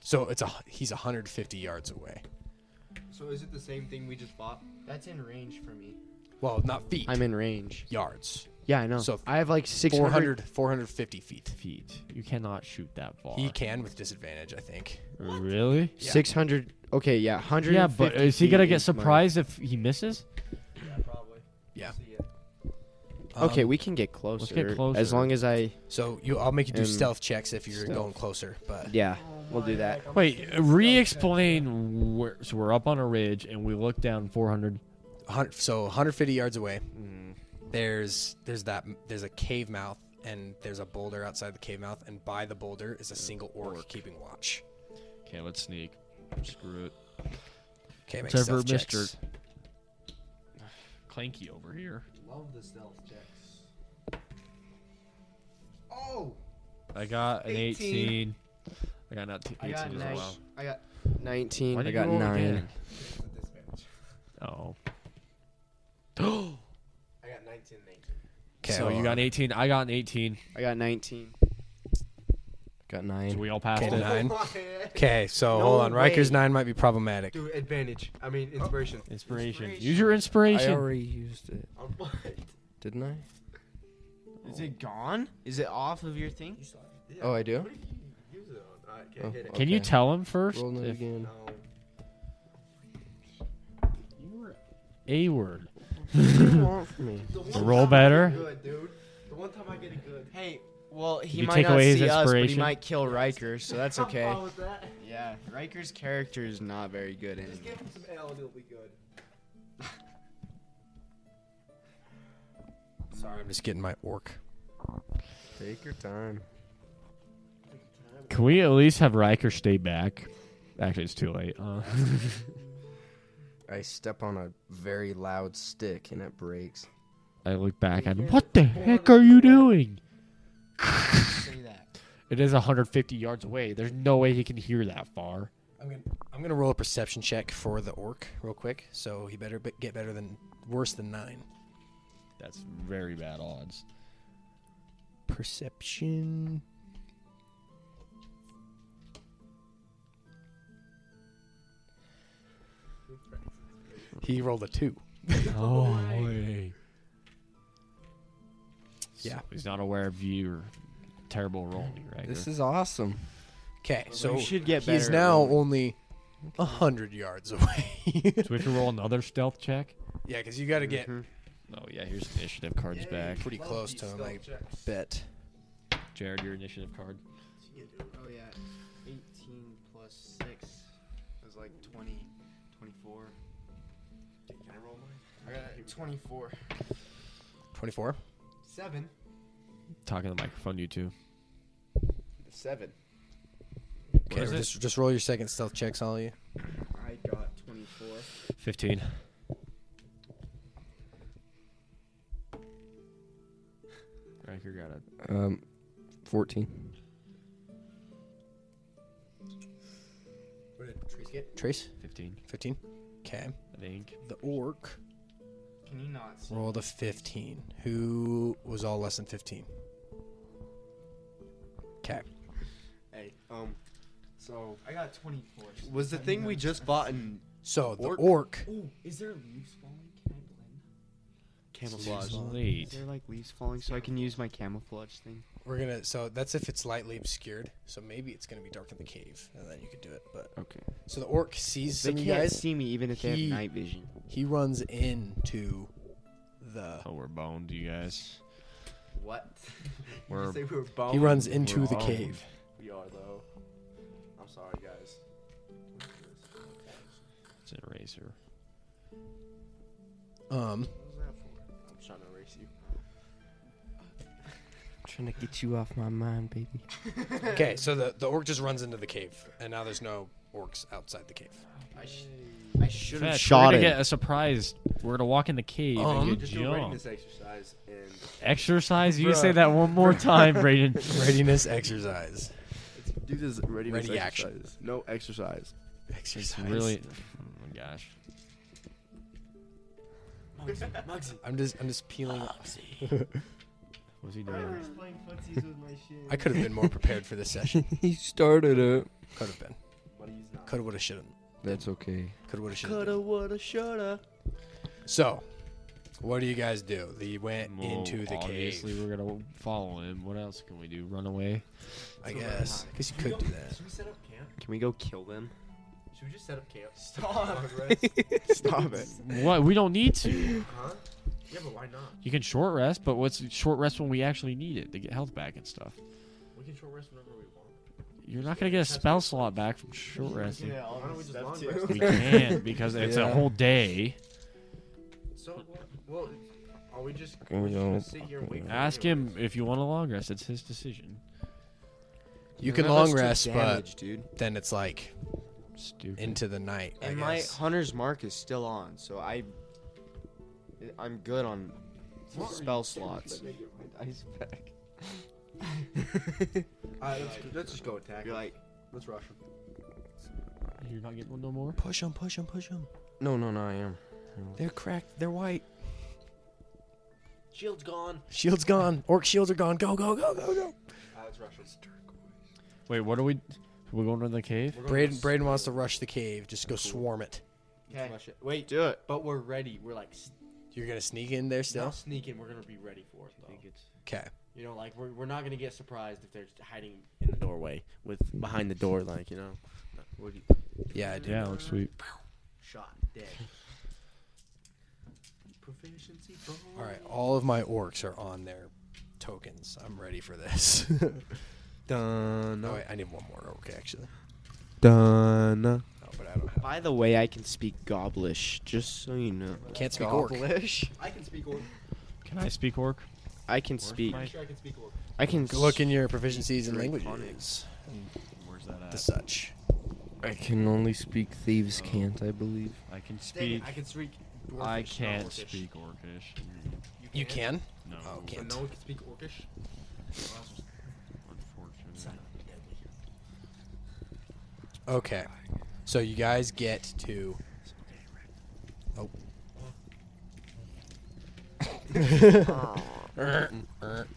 Speaker 7: So it's a he's 150 yards away.
Speaker 6: So is it the same thing we just bought?
Speaker 4: That's in range for me.
Speaker 7: Well, not feet.
Speaker 4: I'm in range.
Speaker 7: yards.
Speaker 4: Yeah, I know.
Speaker 7: So,
Speaker 4: I have like six
Speaker 7: 400 450 feet.
Speaker 5: Feet. You cannot shoot that far.
Speaker 7: He can with disadvantage, I think.
Speaker 5: Really?
Speaker 7: Yeah.
Speaker 4: Six hundred. Okay, yeah, hundred.
Speaker 5: Yeah, but is he gonna get surprised if he misses?
Speaker 6: Yeah, probably.
Speaker 7: Yeah.
Speaker 6: See ya.
Speaker 7: Um,
Speaker 4: okay, we can get closer.
Speaker 5: closer.
Speaker 4: As long as I,
Speaker 7: So you, I'll make you do
Speaker 4: Um,
Speaker 7: stealth checks if you're
Speaker 4: stealth.
Speaker 7: going closer. But
Speaker 4: yeah, we'll do that.
Speaker 5: Wait, uh, re-explain. Where, so we're up on a ridge and we look down 400.
Speaker 7: 100, so 150 yards away, Mm. there's there's that there's a cave mouth and there's a boulder outside the cave mouth, and by the boulder is a single orc, keeping watch.
Speaker 5: Okay, let's sneak. Screw it.
Speaker 7: Okay, make
Speaker 5: Trevor,
Speaker 7: stealth
Speaker 5: Mister
Speaker 7: checks.
Speaker 5: Clanky over here.
Speaker 6: Love the stealth checks. Oh,
Speaker 5: I got an 18.
Speaker 6: 18.
Speaker 5: I got not 18
Speaker 6: I got
Speaker 5: as
Speaker 6: nine.
Speaker 5: well.
Speaker 6: I got
Speaker 4: Nineteen.
Speaker 5: Why
Speaker 4: I
Speaker 5: did you
Speaker 4: got
Speaker 5: roll
Speaker 4: nine.
Speaker 5: again?
Speaker 6: it's a disadvantage.
Speaker 5: Oh.
Speaker 6: I got 19, 19.
Speaker 7: Okay,
Speaker 5: so you
Speaker 7: hold
Speaker 5: got
Speaker 7: on.
Speaker 5: an 18. I got an 18.
Speaker 4: I got nineteen.
Speaker 1: Got
Speaker 5: So
Speaker 1: nine.
Speaker 5: we all passed
Speaker 7: Okay,
Speaker 5: it.
Speaker 7: nine.
Speaker 6: Why?
Speaker 7: Okay, so
Speaker 6: No
Speaker 7: hold on. Riker's
Speaker 6: way.
Speaker 7: nine might be problematic.
Speaker 6: Dude, advantage. I mean, inspiration.
Speaker 5: Inspiration.
Speaker 6: Inspiration.
Speaker 5: Use your
Speaker 1: I
Speaker 5: inspiration.
Speaker 1: already used it,
Speaker 6: I'm blind.
Speaker 1: didn't I?
Speaker 4: Is it gone? Is it off of your thing?
Speaker 6: Yeah.
Speaker 1: Oh, I do?
Speaker 6: What if you use it on? Alright, okay,
Speaker 1: Oh,
Speaker 6: hit it.
Speaker 5: Can you
Speaker 1: Okay.
Speaker 5: tell him first?
Speaker 1: Rolling it
Speaker 5: If-
Speaker 1: again.
Speaker 6: No.
Speaker 5: A word.
Speaker 1: What do you want from me?
Speaker 6: The one
Speaker 5: To
Speaker 6: time
Speaker 5: roll
Speaker 6: I get
Speaker 5: better?
Speaker 6: Good, dude. The one time I get it good.
Speaker 4: Hey, well, he
Speaker 5: you
Speaker 4: might
Speaker 5: take
Speaker 4: not
Speaker 5: away his
Speaker 4: see us, but he
Speaker 5: inspiration?
Speaker 4: might kill Riker, so that's
Speaker 6: I'm
Speaker 4: okay.
Speaker 6: fine with that.
Speaker 4: yeah, Riker's character is not very good
Speaker 6: Just
Speaker 4: anymore.
Speaker 6: give him some L and he'll be good.
Speaker 7: Sorry, I'm just getting my orc.
Speaker 1: Take your time.
Speaker 5: Can we at least have Riker stay back? Actually, it's too late. Uh,
Speaker 1: I step on a very loud stick and it breaks.
Speaker 5: I look back at him. What the heck are you doing?
Speaker 4: Say that.
Speaker 5: It is 150 yards away. There's no way he can hear that far.
Speaker 7: I'm gonna I'm gonna roll a perception check for the orc real quick. So he better be- get better than worse than nine.
Speaker 5: That's very bad odds.
Speaker 7: Perception. He rolled a two.
Speaker 5: Oh, boy.
Speaker 7: Yeah.
Speaker 5: he's not aware of you or terrible rolling, right?
Speaker 1: This is awesome.
Speaker 7: Okay, so
Speaker 4: you should get better.
Speaker 7: he's
Speaker 4: at
Speaker 7: now
Speaker 4: rolling.
Speaker 7: only a hundred yards away.
Speaker 5: so we have to roll another stealth check.
Speaker 7: yeah, because you got to get
Speaker 5: Oh yeah, here's the initiative cards back.
Speaker 7: pretty close to him. I bet.
Speaker 5: Jared, your initiative card.
Speaker 6: Oh yeah, 18 plus 6 is like 20, 24. Can I roll mine? I got 24.
Speaker 7: Twenty-four.
Speaker 6: 7.
Speaker 5: Talking to the microphone, you two.
Speaker 6: 7.
Speaker 7: Okay,
Speaker 5: is it?
Speaker 7: just just roll your second stealth checks, all of you.
Speaker 6: I got 24.
Speaker 5: Fifteen. Riker got a
Speaker 1: Um, 14.
Speaker 7: What did Trace get? Trace,
Speaker 5: fifteen,
Speaker 7: fifteen. Okay,
Speaker 5: I think.
Speaker 7: the orc
Speaker 6: Can you not see?
Speaker 7: rolled a fifteen. Who was all less than fifteen? Okay.
Speaker 6: Hey,
Speaker 4: Um,
Speaker 6: so I got 24. so
Speaker 4: was the
Speaker 6: I
Speaker 4: thing we
Speaker 6: know.
Speaker 4: just bought in
Speaker 7: So the orc,
Speaker 4: Orc.
Speaker 6: Ooh, is there leaves falling? Can I blend?
Speaker 4: camouflage? Is
Speaker 5: Late.
Speaker 4: there like leaves falling so I can use my camouflage thing?
Speaker 7: we're gonna. So that's if it's lightly obscured. So maybe it's gonna be dark in the cave, and then you could do it. But
Speaker 4: Okay.
Speaker 7: so the orc sees some
Speaker 4: They
Speaker 7: of
Speaker 4: can't
Speaker 7: you guys.
Speaker 4: see me even if they
Speaker 7: he-
Speaker 4: have night vision.
Speaker 7: He runs into the.
Speaker 5: Oh, we're boned, you guys.
Speaker 6: What?
Speaker 5: We're
Speaker 6: Say we Oh, were boned.
Speaker 7: He runs into the
Speaker 5: boned.
Speaker 7: cave.
Speaker 6: We are though. I'm sorry, guys.
Speaker 5: It's an eraser.
Speaker 7: Um,
Speaker 6: I'm trying to erase you.
Speaker 4: trying to get you off my mind, baby.
Speaker 7: okay, so the, the orc just runs into the cave, and now there's no orcs outside the cave.
Speaker 6: I sh-
Speaker 4: I should have
Speaker 5: Fetch,
Speaker 4: shot
Speaker 5: we're
Speaker 4: it.
Speaker 5: gonna get a surprise. We're gonna walk in the cave
Speaker 7: Um,
Speaker 5: and get
Speaker 6: just do
Speaker 5: jumped.
Speaker 6: this exercise and
Speaker 5: Exercise. You say that one more time, Braden.
Speaker 7: Readiness exercise.
Speaker 6: do this ready
Speaker 7: Ready action.
Speaker 6: No exercise.
Speaker 5: It's
Speaker 7: Exercise.
Speaker 5: really. Oh my gosh.
Speaker 7: I'm just I'm just peeling. off.
Speaker 5: What's he doing?
Speaker 6: playing footsies with my shit.
Speaker 7: I could have been more prepared for this session.
Speaker 1: he started it.
Speaker 7: Could have been.
Speaker 6: But he's not.
Speaker 7: Could have. Would have. Should have.
Speaker 1: That's okay.
Speaker 7: Could would have. Should have.
Speaker 4: Coulda, woulda, shoulda.
Speaker 7: So, what do you guys do? They went
Speaker 5: Well,
Speaker 7: into the
Speaker 5: obviously
Speaker 7: cave.
Speaker 5: we're gonna follow him. What else can we do? Run away?
Speaker 7: I guess. I guess you could do that.
Speaker 6: Should we set up camp?
Speaker 4: Can we go kill them?
Speaker 6: Should we just set up camp? Stop. Rest.
Speaker 4: Stop it.
Speaker 5: What? We don't need to.
Speaker 6: huh? Yeah, but why not?
Speaker 5: You can short rest, but what's short rest when we actually need it to get health back and stuff?
Speaker 6: We can short rest whenever we want.
Speaker 5: You're not gonna get a spell slot back from short resting.
Speaker 6: Why don't we just long rest?
Speaker 5: We can because it's a
Speaker 1: Yeah.
Speaker 5: whole day.
Speaker 6: So, well, are we just,
Speaker 1: We
Speaker 6: we're just gonna
Speaker 1: don't
Speaker 6: sit here and wait? for
Speaker 5: Ask him
Speaker 6: anyways?
Speaker 5: if you want a long rest. It's his decision.
Speaker 7: You can
Speaker 4: None of us
Speaker 7: long
Speaker 4: took
Speaker 7: rest,
Speaker 4: damage,
Speaker 7: but
Speaker 4: dude.
Speaker 7: then it's like
Speaker 5: Stupid.
Speaker 7: into the night. I
Speaker 4: And my
Speaker 7: guess.
Speaker 4: hunter's mark is still on, so I, I'm good on spell slots.
Speaker 6: Alright, let's, let's just go attack.
Speaker 4: You're
Speaker 6: him.
Speaker 4: like,
Speaker 6: let's rush him.
Speaker 5: You're not getting one no more.
Speaker 7: Push them, push them, push them.
Speaker 1: No, no, no, I am.
Speaker 7: They're cracked. They're white.
Speaker 6: Shield's gone.
Speaker 7: Shields gone. Orc shields are gone. Go, go, go, go, go.
Speaker 6: Alright, let's rush him.
Speaker 5: Wait, what are we? We're going to the cave.
Speaker 6: We're gonna
Speaker 7: Braden,
Speaker 6: rush-
Speaker 7: Braden wants to rush the cave. Just go swarm it.
Speaker 6: Okay.
Speaker 4: rush it. Wait, do it.
Speaker 6: But we're ready. We're like, s-
Speaker 7: You're gonna sneak in there still.
Speaker 6: not sneaking. We're gonna be ready for it though.
Speaker 7: Okay.
Speaker 6: You know, like we're, we're not gonna get surprised if they're hiding in the doorway with behind the door, like you know. What do you,
Speaker 7: Yeah, I do.
Speaker 5: Yeah, looks sweet.
Speaker 6: shot dead. Proficiency
Speaker 7: All right. All of my orcs are on their tokens. I'm ready for this.
Speaker 6: Done.
Speaker 7: no, wait, I need one more orc actually.
Speaker 6: Done.
Speaker 7: No, but I don't have.
Speaker 4: By the way, I can speak Goblish, just so you know.
Speaker 7: Can't speak orc.
Speaker 4: Goblish?
Speaker 6: I can speak orc.
Speaker 5: Can I speak orc?
Speaker 4: I can speak.
Speaker 5: my-
Speaker 6: Sure, I can speak orc.
Speaker 4: I can
Speaker 7: Go Look
Speaker 4: s-
Speaker 7: in your proficiencies and
Speaker 4: Draconic.
Speaker 7: languages
Speaker 5: Where's that
Speaker 7: the
Speaker 5: at?
Speaker 7: such.
Speaker 1: I can only speak thieves' cant, I believe.
Speaker 5: I can
Speaker 6: Dang it,
Speaker 5: speak.
Speaker 6: I can speak. Dwarfish,
Speaker 5: I
Speaker 6: not
Speaker 5: can't
Speaker 6: orcish.
Speaker 5: speak orcish.
Speaker 7: You can.
Speaker 5: No.
Speaker 7: Oh,
Speaker 6: So
Speaker 7: can't.
Speaker 6: no one can speak orcish.
Speaker 5: Unfortunate.
Speaker 7: Okay. So you guys get to. Oh.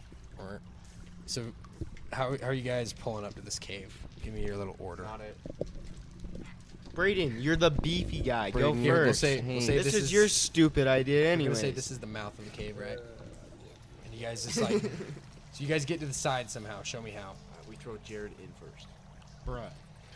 Speaker 7: so, how, how are you guys pulling up to this cave? Give me your little order.
Speaker 6: Not it.
Speaker 4: Braden, you're the beefy guy.
Speaker 1: Braden,
Speaker 4: Go
Speaker 1: you're
Speaker 7: Here, we'll
Speaker 4: first.
Speaker 7: say, we'll say
Speaker 4: Mm. this,
Speaker 7: this
Speaker 4: is, your stupid idea
Speaker 7: I'm
Speaker 4: anyway.
Speaker 7: gonna say this is the mouth of the cave, right? And you You guys just like, so you guys get to the side somehow. Show me how.
Speaker 6: Uh, we throw Jared in first.
Speaker 7: Bruh.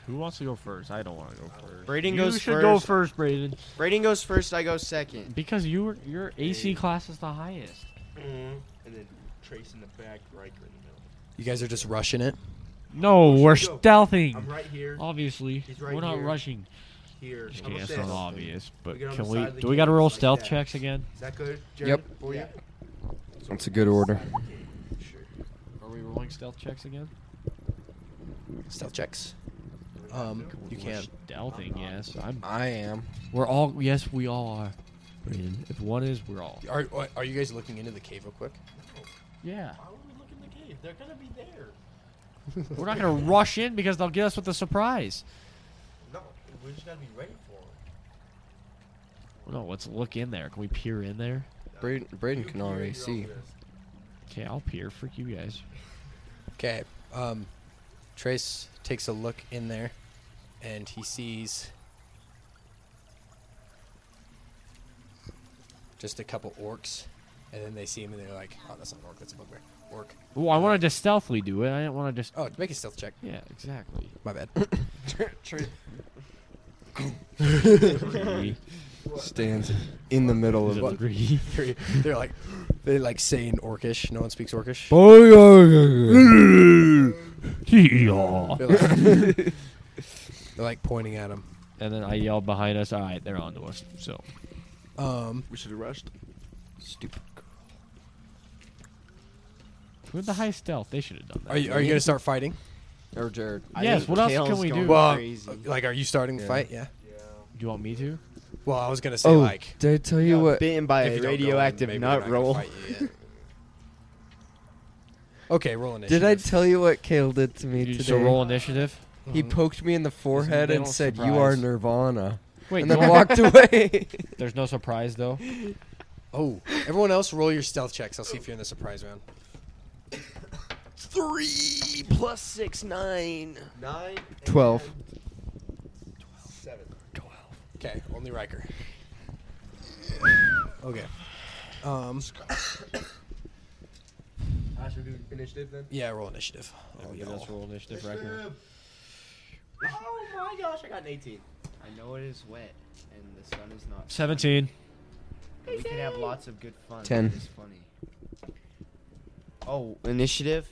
Speaker 2: Who wants to go first? I don't want to go first.
Speaker 4: Braden
Speaker 2: you
Speaker 4: goes
Speaker 2: should
Speaker 4: first.
Speaker 2: go first, Braden,
Speaker 4: Braden goes first. I go second.
Speaker 5: because your your AC class is the highest.
Speaker 6: And then Trace in the back, Riker in the middle.
Speaker 7: You guys are just rushing it.
Speaker 5: No,
Speaker 6: Oh,
Speaker 5: we're
Speaker 6: shoot, go.
Speaker 5: stealthing.
Speaker 6: I'm right here.
Speaker 5: Obviously,
Speaker 6: He's right
Speaker 5: we're not
Speaker 6: here.
Speaker 5: rushing.
Speaker 6: Here. I'm
Speaker 5: Okay,
Speaker 6: gonna
Speaker 5: that's
Speaker 6: say
Speaker 5: not
Speaker 6: something.
Speaker 5: obvious. But
Speaker 6: We get on
Speaker 5: can
Speaker 6: the
Speaker 5: we?
Speaker 6: side of the
Speaker 5: Do we got to roll
Speaker 6: cameras like
Speaker 5: stealth
Speaker 6: that.
Speaker 5: checks again?
Speaker 6: Is that good, Jared?
Speaker 1: Yep.
Speaker 6: For you?
Speaker 1: That's a good order.
Speaker 6: Sure.
Speaker 5: Are we rolling stealth checks again?
Speaker 7: Stealth checks. Um, you
Speaker 5: We're
Speaker 7: can.
Speaker 5: stealthing. Yes, I'm.
Speaker 1: I am.
Speaker 5: We're all. Yes, we all are. Braden, if one is, we're all.
Speaker 7: Are, are you guys looking into the cave real quick?
Speaker 5: Yeah,
Speaker 6: Why would we look in the cave? They're gonna be there.
Speaker 5: we're not gonna rush in because they'll get us with a surprise.
Speaker 6: No, we just gotta be ready for them.
Speaker 5: No, let's look in there. Can we peer in there?
Speaker 1: Braden, Braden can already see.
Speaker 5: Okay, I'll peer. Freak you guys.
Speaker 7: Okay. Um, Trace takes a look in there, and he sees just a couple orcs, and then they see him and they're like, "Oh, that's not an orc. That's a bugbear. Orc."
Speaker 5: Well, I wanted to stealthily do it. I didn't want to just.
Speaker 7: Oh, make a stealth check.
Speaker 5: Yeah, exactly.
Speaker 7: My bad.
Speaker 5: Three.
Speaker 1: Stands in the middle
Speaker 5: Is
Speaker 1: of
Speaker 5: it
Speaker 1: it.
Speaker 5: three?
Speaker 7: they're, they're like, they like say in orcish. No one speaks orcish.
Speaker 1: Oh,
Speaker 5: Yeah.
Speaker 7: They're like, they're like pointing at him.
Speaker 5: and then I yelled behind us. All right, they're on to us. So
Speaker 7: Um,
Speaker 2: We should have rushed.
Speaker 1: Stupid.
Speaker 5: who had the high stealth? They should have done that.
Speaker 7: are you are you gonna start fighting?
Speaker 1: Or Jared.
Speaker 5: yes. What else can
Speaker 4: Kale's
Speaker 5: we do?
Speaker 4: going-
Speaker 5: Do
Speaker 7: Well,
Speaker 4: Crazy.
Speaker 7: like, are you starting the
Speaker 1: Yeah.
Speaker 7: fight? Yeah.
Speaker 5: you want me to?
Speaker 7: Well, I was gonna say
Speaker 1: oh,
Speaker 7: like.
Speaker 1: did I tell you
Speaker 4: Got
Speaker 1: what?
Speaker 4: Bitten by
Speaker 7: If you
Speaker 4: a
Speaker 7: don't go in,
Speaker 4: radioactive
Speaker 7: maybe they're
Speaker 4: nut
Speaker 7: not gonna
Speaker 4: roll.
Speaker 7: fight you yet. okay, roll initiative.
Speaker 1: Did I tell you what Kale did to me
Speaker 5: You just
Speaker 1: today?
Speaker 5: roll initiative.
Speaker 1: He poked me in the forehead
Speaker 5: they
Speaker 1: and
Speaker 5: don't
Speaker 1: said, "You are
Speaker 5: surprise."
Speaker 1: Nirvana,"
Speaker 5: Wait,
Speaker 1: and
Speaker 5: no,
Speaker 1: then walked away.
Speaker 5: there's no surprise though.
Speaker 7: Oh, everyone else, roll your stealth checks. I'll see if you're in the surprise round.
Speaker 6: Three plus six, nine. Nine.
Speaker 1: Twelve.
Speaker 6: Seven.
Speaker 7: Okay, only Riker. Okay. Um.
Speaker 6: I should do initiative then.
Speaker 7: Yeah, roll initiative. Oh,
Speaker 5: Yeah,
Speaker 7: y'all.
Speaker 5: let's roll initiative record.
Speaker 6: Oh my gosh, I got an 18.
Speaker 4: I know it is wet and the sun is not.
Speaker 5: Seventeen.
Speaker 4: We could have lots of good fun.
Speaker 1: Ten.
Speaker 4: It's funny. Oh, initiative.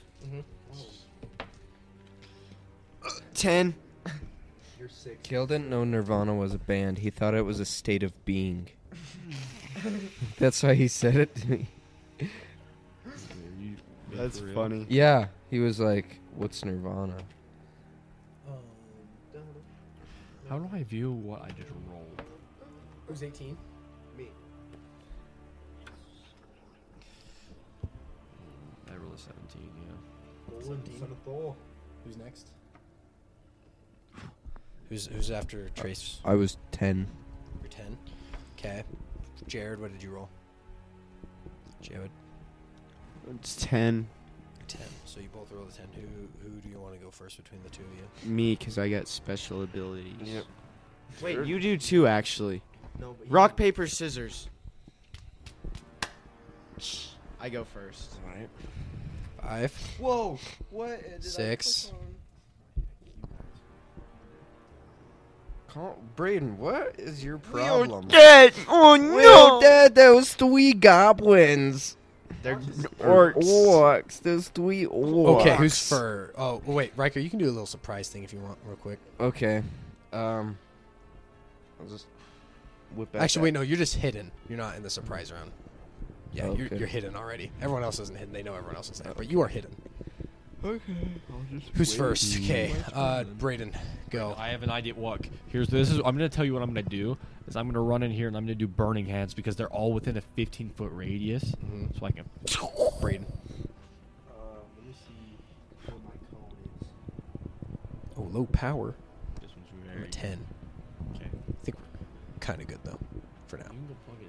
Speaker 4: Oh. Ten.
Speaker 6: You're six.
Speaker 1: Kale didn't know Nirvana was a band. He thought it was a state of being. That's why he said it to me.
Speaker 4: That's funny.
Speaker 1: Yeah, he was like, "What's Nirvana?"
Speaker 5: How do I view what I just rolled?
Speaker 7: Who's 18?
Speaker 6: Me.
Speaker 5: I rolled a seventeen. Yeah.
Speaker 6: Son of Thor.
Speaker 7: Who's next? Who's who's after Trace?
Speaker 1: I was ten.
Speaker 7: You're 10. Okay. Jared, what did you roll? Jared,
Speaker 4: It's ten.
Speaker 7: 10. So you both rolled a 10. Who who do you want to go first between the two of you?
Speaker 4: Me, cause I got special abilities.
Speaker 6: Yep.
Speaker 4: Wait, you do too, actually.
Speaker 6: No, but
Speaker 4: Rock, paper, scissors. I go first.
Speaker 7: Five.
Speaker 6: Whoa. What? Uh, Did I
Speaker 7: Six.
Speaker 6: click on?
Speaker 1: Cal- Braden, what is your
Speaker 6: are
Speaker 1: problem?
Speaker 4: Dead. Oh no.
Speaker 1: Well, Dad, those three goblins.
Speaker 4: They're
Speaker 1: Or
Speaker 4: orcs.
Speaker 1: orcs. Those three orcs.
Speaker 7: Okay, who's for? Oh, well, wait, Riker, you can do a little surprise thing if you want, real quick.
Speaker 1: Okay. Um. I'll just whip out.
Speaker 7: Actually, wait, no, you're just hidden. You're not in the surprise round. Yeah, you're,
Speaker 1: Okay.
Speaker 7: you're hidden already. Everyone else isn't hidden. They know everyone else is there, but you are hidden. Okay. Who's first? Okay, uh, Braden, go.
Speaker 5: Oh,
Speaker 6: Uh,
Speaker 5: I have an idea. Look, here's this is. I'm gonna tell you what I'm gonna do. Is I'm gonna run in here and I'm gonna do burning hands because they're all within a 15 foot radius, so I can.
Speaker 7: Braden.
Speaker 6: Uh, let me see what my cone is.
Speaker 7: Oh, low power.
Speaker 5: This one's
Speaker 7: I'm
Speaker 5: very.
Speaker 7: a ten.
Speaker 5: Okay.
Speaker 7: I think we're kind of good though, for now.
Speaker 5: You can go plug it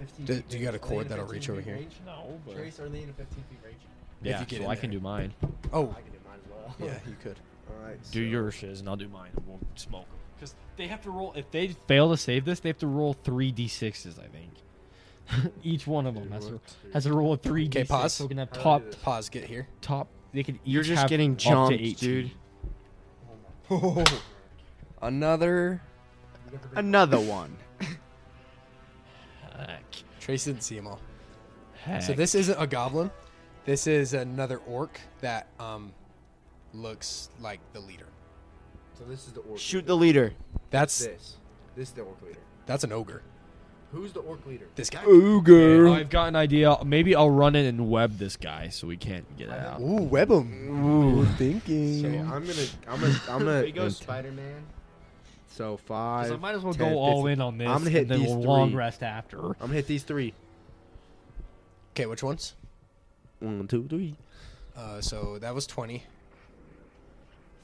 Speaker 5: in.
Speaker 6: 15
Speaker 7: Do-
Speaker 6: feet
Speaker 7: do you got
Speaker 6: range.
Speaker 7: a
Speaker 6: Are they
Speaker 7: cord
Speaker 6: in
Speaker 7: that'll
Speaker 6: 15
Speaker 7: reach over
Speaker 6: feet
Speaker 7: here?
Speaker 6: range?
Speaker 5: No, but
Speaker 6: Trace, are they in a 15 feet range?
Speaker 5: yeah,
Speaker 7: you get
Speaker 5: so
Speaker 7: in
Speaker 5: I can
Speaker 7: there.
Speaker 5: do mine.
Speaker 7: Oh,
Speaker 6: I can do mine as well.
Speaker 7: yeah, you could.
Speaker 6: Alright.
Speaker 5: Do yours, shiz, and I'll do mine. and We'll smoke them because they have to roll. If they fail to save this, they have to roll three d6s. I think. Each one of them has a, has a roll of three.
Speaker 7: Okay,
Speaker 5: d6,
Speaker 7: pause.
Speaker 5: So we can have top
Speaker 7: Pause. Get here.
Speaker 5: top. They can.
Speaker 4: You're
Speaker 5: each
Speaker 4: just
Speaker 5: have
Speaker 4: getting
Speaker 5: up to
Speaker 4: jumped,
Speaker 5: 18.
Speaker 4: dude.
Speaker 1: Another.
Speaker 4: Another one.
Speaker 7: Trace didn't see them all.
Speaker 5: Heck.
Speaker 7: So this isn't a goblin. This is another orc that um looks like the leader.
Speaker 6: So this is the orc.
Speaker 4: Shoot the leader.
Speaker 7: That's
Speaker 6: This. This is the orc leader.
Speaker 7: that's an ogre.
Speaker 6: Who's the orc leader?
Speaker 7: This guy.
Speaker 5: Yeah, I've got an idea. Maybe I'll run in and web this guy so we can't get out.
Speaker 7: Ooh, web him. Ooh, thinking.
Speaker 6: So I'm gonna, I'm gonna, I'm gonna.
Speaker 1: There you go,
Speaker 6: go Spider Man. So
Speaker 5: 'Cause
Speaker 6: five.
Speaker 5: I might as well
Speaker 6: 10,
Speaker 5: go all
Speaker 6: 15.
Speaker 5: in on this.
Speaker 6: I'm gonna hit
Speaker 5: and then
Speaker 6: these
Speaker 5: we'll long
Speaker 6: three.
Speaker 5: rest after.
Speaker 6: I'm gonna hit these three.
Speaker 7: Okay, which ones?
Speaker 6: One, two, three.
Speaker 7: Uh, so that was 20.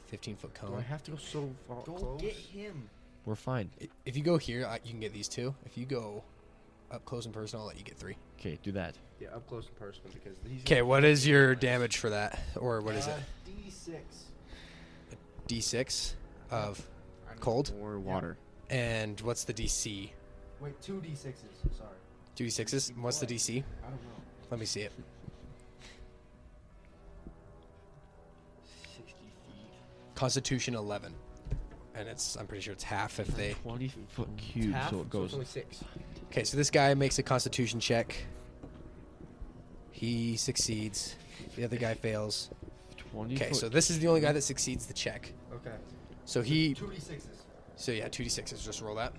Speaker 7: 15 foot
Speaker 6: Do I
Speaker 7: cone.
Speaker 6: have to go so far? close?
Speaker 4: him.
Speaker 5: We're fine.
Speaker 7: I- If you go here, I, you can get these two. If you go up close and personal, I'll let you get three.
Speaker 5: Okay, do that.
Speaker 6: Yeah, up close and personal because he's.
Speaker 7: Okay, what is your damage for that? Or what is it?
Speaker 6: D6.
Speaker 7: D6 of cold.
Speaker 4: Or water.
Speaker 7: And what's the DC?
Speaker 6: Wait, two D6s. Sorry.
Speaker 7: Two D6s? And What's the DC?
Speaker 6: I don't know.
Speaker 7: Let me see it.
Speaker 6: 60 feet.
Speaker 7: Constitution 11. And it's, I'm pretty sure it's half if they.
Speaker 5: Twenty foot cube, so it goes.
Speaker 6: six.
Speaker 7: Okay, so this guy makes a constitution check. He succeeds. The other guy fails.
Speaker 5: Twenty.
Speaker 7: Okay,
Speaker 5: foot
Speaker 7: so this is the only guy that succeeds the check.
Speaker 6: Okay.
Speaker 7: So he.
Speaker 6: Two D6s.
Speaker 7: So yeah, 2d6s. Just roll that.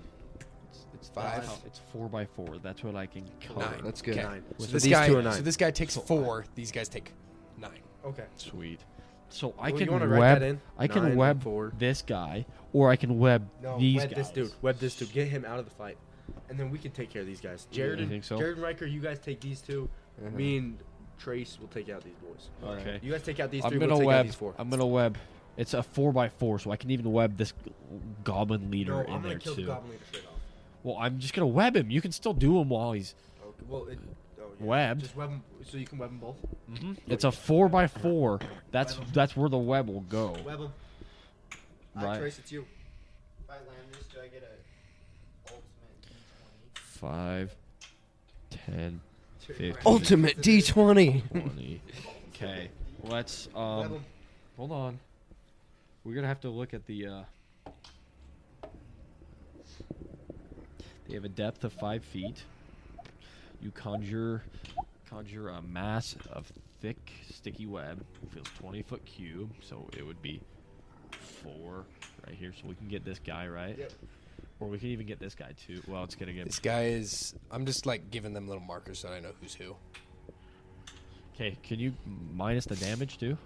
Speaker 5: It's
Speaker 7: Five.
Speaker 5: that's- It's four by four. That's what I can cover.
Speaker 7: Nine.
Speaker 1: That's good.
Speaker 7: Okay.
Speaker 1: Nine.
Speaker 7: So,
Speaker 6: So
Speaker 7: this
Speaker 6: these
Speaker 7: guy,
Speaker 6: two are nine.
Speaker 7: so this guy takes four. These guys take nine.
Speaker 6: Okay.
Speaker 5: Sweet. So I
Speaker 6: Well,
Speaker 5: can
Speaker 6: you wanna
Speaker 5: web.
Speaker 6: write that in?
Speaker 5: I can
Speaker 6: Nine,
Speaker 5: web
Speaker 6: four.
Speaker 5: this guy, or I can web
Speaker 6: No,
Speaker 5: these
Speaker 6: web
Speaker 5: guys.
Speaker 6: this dude. Web this dude. Get him out of the fight, and then we can take care of these guys. Jared,
Speaker 5: you
Speaker 6: and,
Speaker 5: think so?
Speaker 6: Jared and Riker, you guys take these 2 Me and Trace will take out these boys.
Speaker 5: Okay.
Speaker 6: You guys take out these
Speaker 5: I'm
Speaker 6: 3
Speaker 5: gonna
Speaker 6: we'll take out
Speaker 5: web.
Speaker 6: these four.
Speaker 5: I'm gonna web. It's a four by four, so I can even web this goblin leader
Speaker 6: no,
Speaker 5: in
Speaker 6: I'm
Speaker 5: there
Speaker 6: gonna kill
Speaker 5: too.
Speaker 6: the goblin leader straight off.
Speaker 5: Well, I'm just gonna web him. You can still do him while he's.
Speaker 6: Okay. Well, it, oh, yeah.
Speaker 5: Webbed.
Speaker 6: Just web them, so you can web them both.
Speaker 5: It's a four by four. That's that's where the web will go.
Speaker 6: Web them.
Speaker 5: Right.
Speaker 6: Trace, it's you.
Speaker 4: If I land this, do I get a ultimate
Speaker 5: Five, ten, fifteen,
Speaker 1: Ultimate D20.
Speaker 5: twenty. Okay. Let's
Speaker 6: Web
Speaker 5: um.
Speaker 6: 'em.
Speaker 5: Hold on. We're gonna have to look at the. uh They have a depth of five feet. You conjure, conjure a mass of thick, sticky web. It feels twenty foot cube, so it would be four right here. So we can get this guy right,
Speaker 6: Yep.
Speaker 5: or we can even get this guy too. Well, it's gonna
Speaker 7: This
Speaker 5: get
Speaker 7: guy is. I'm just like giving them little markers so I know who's who.
Speaker 5: okay. Can you minus the damage too?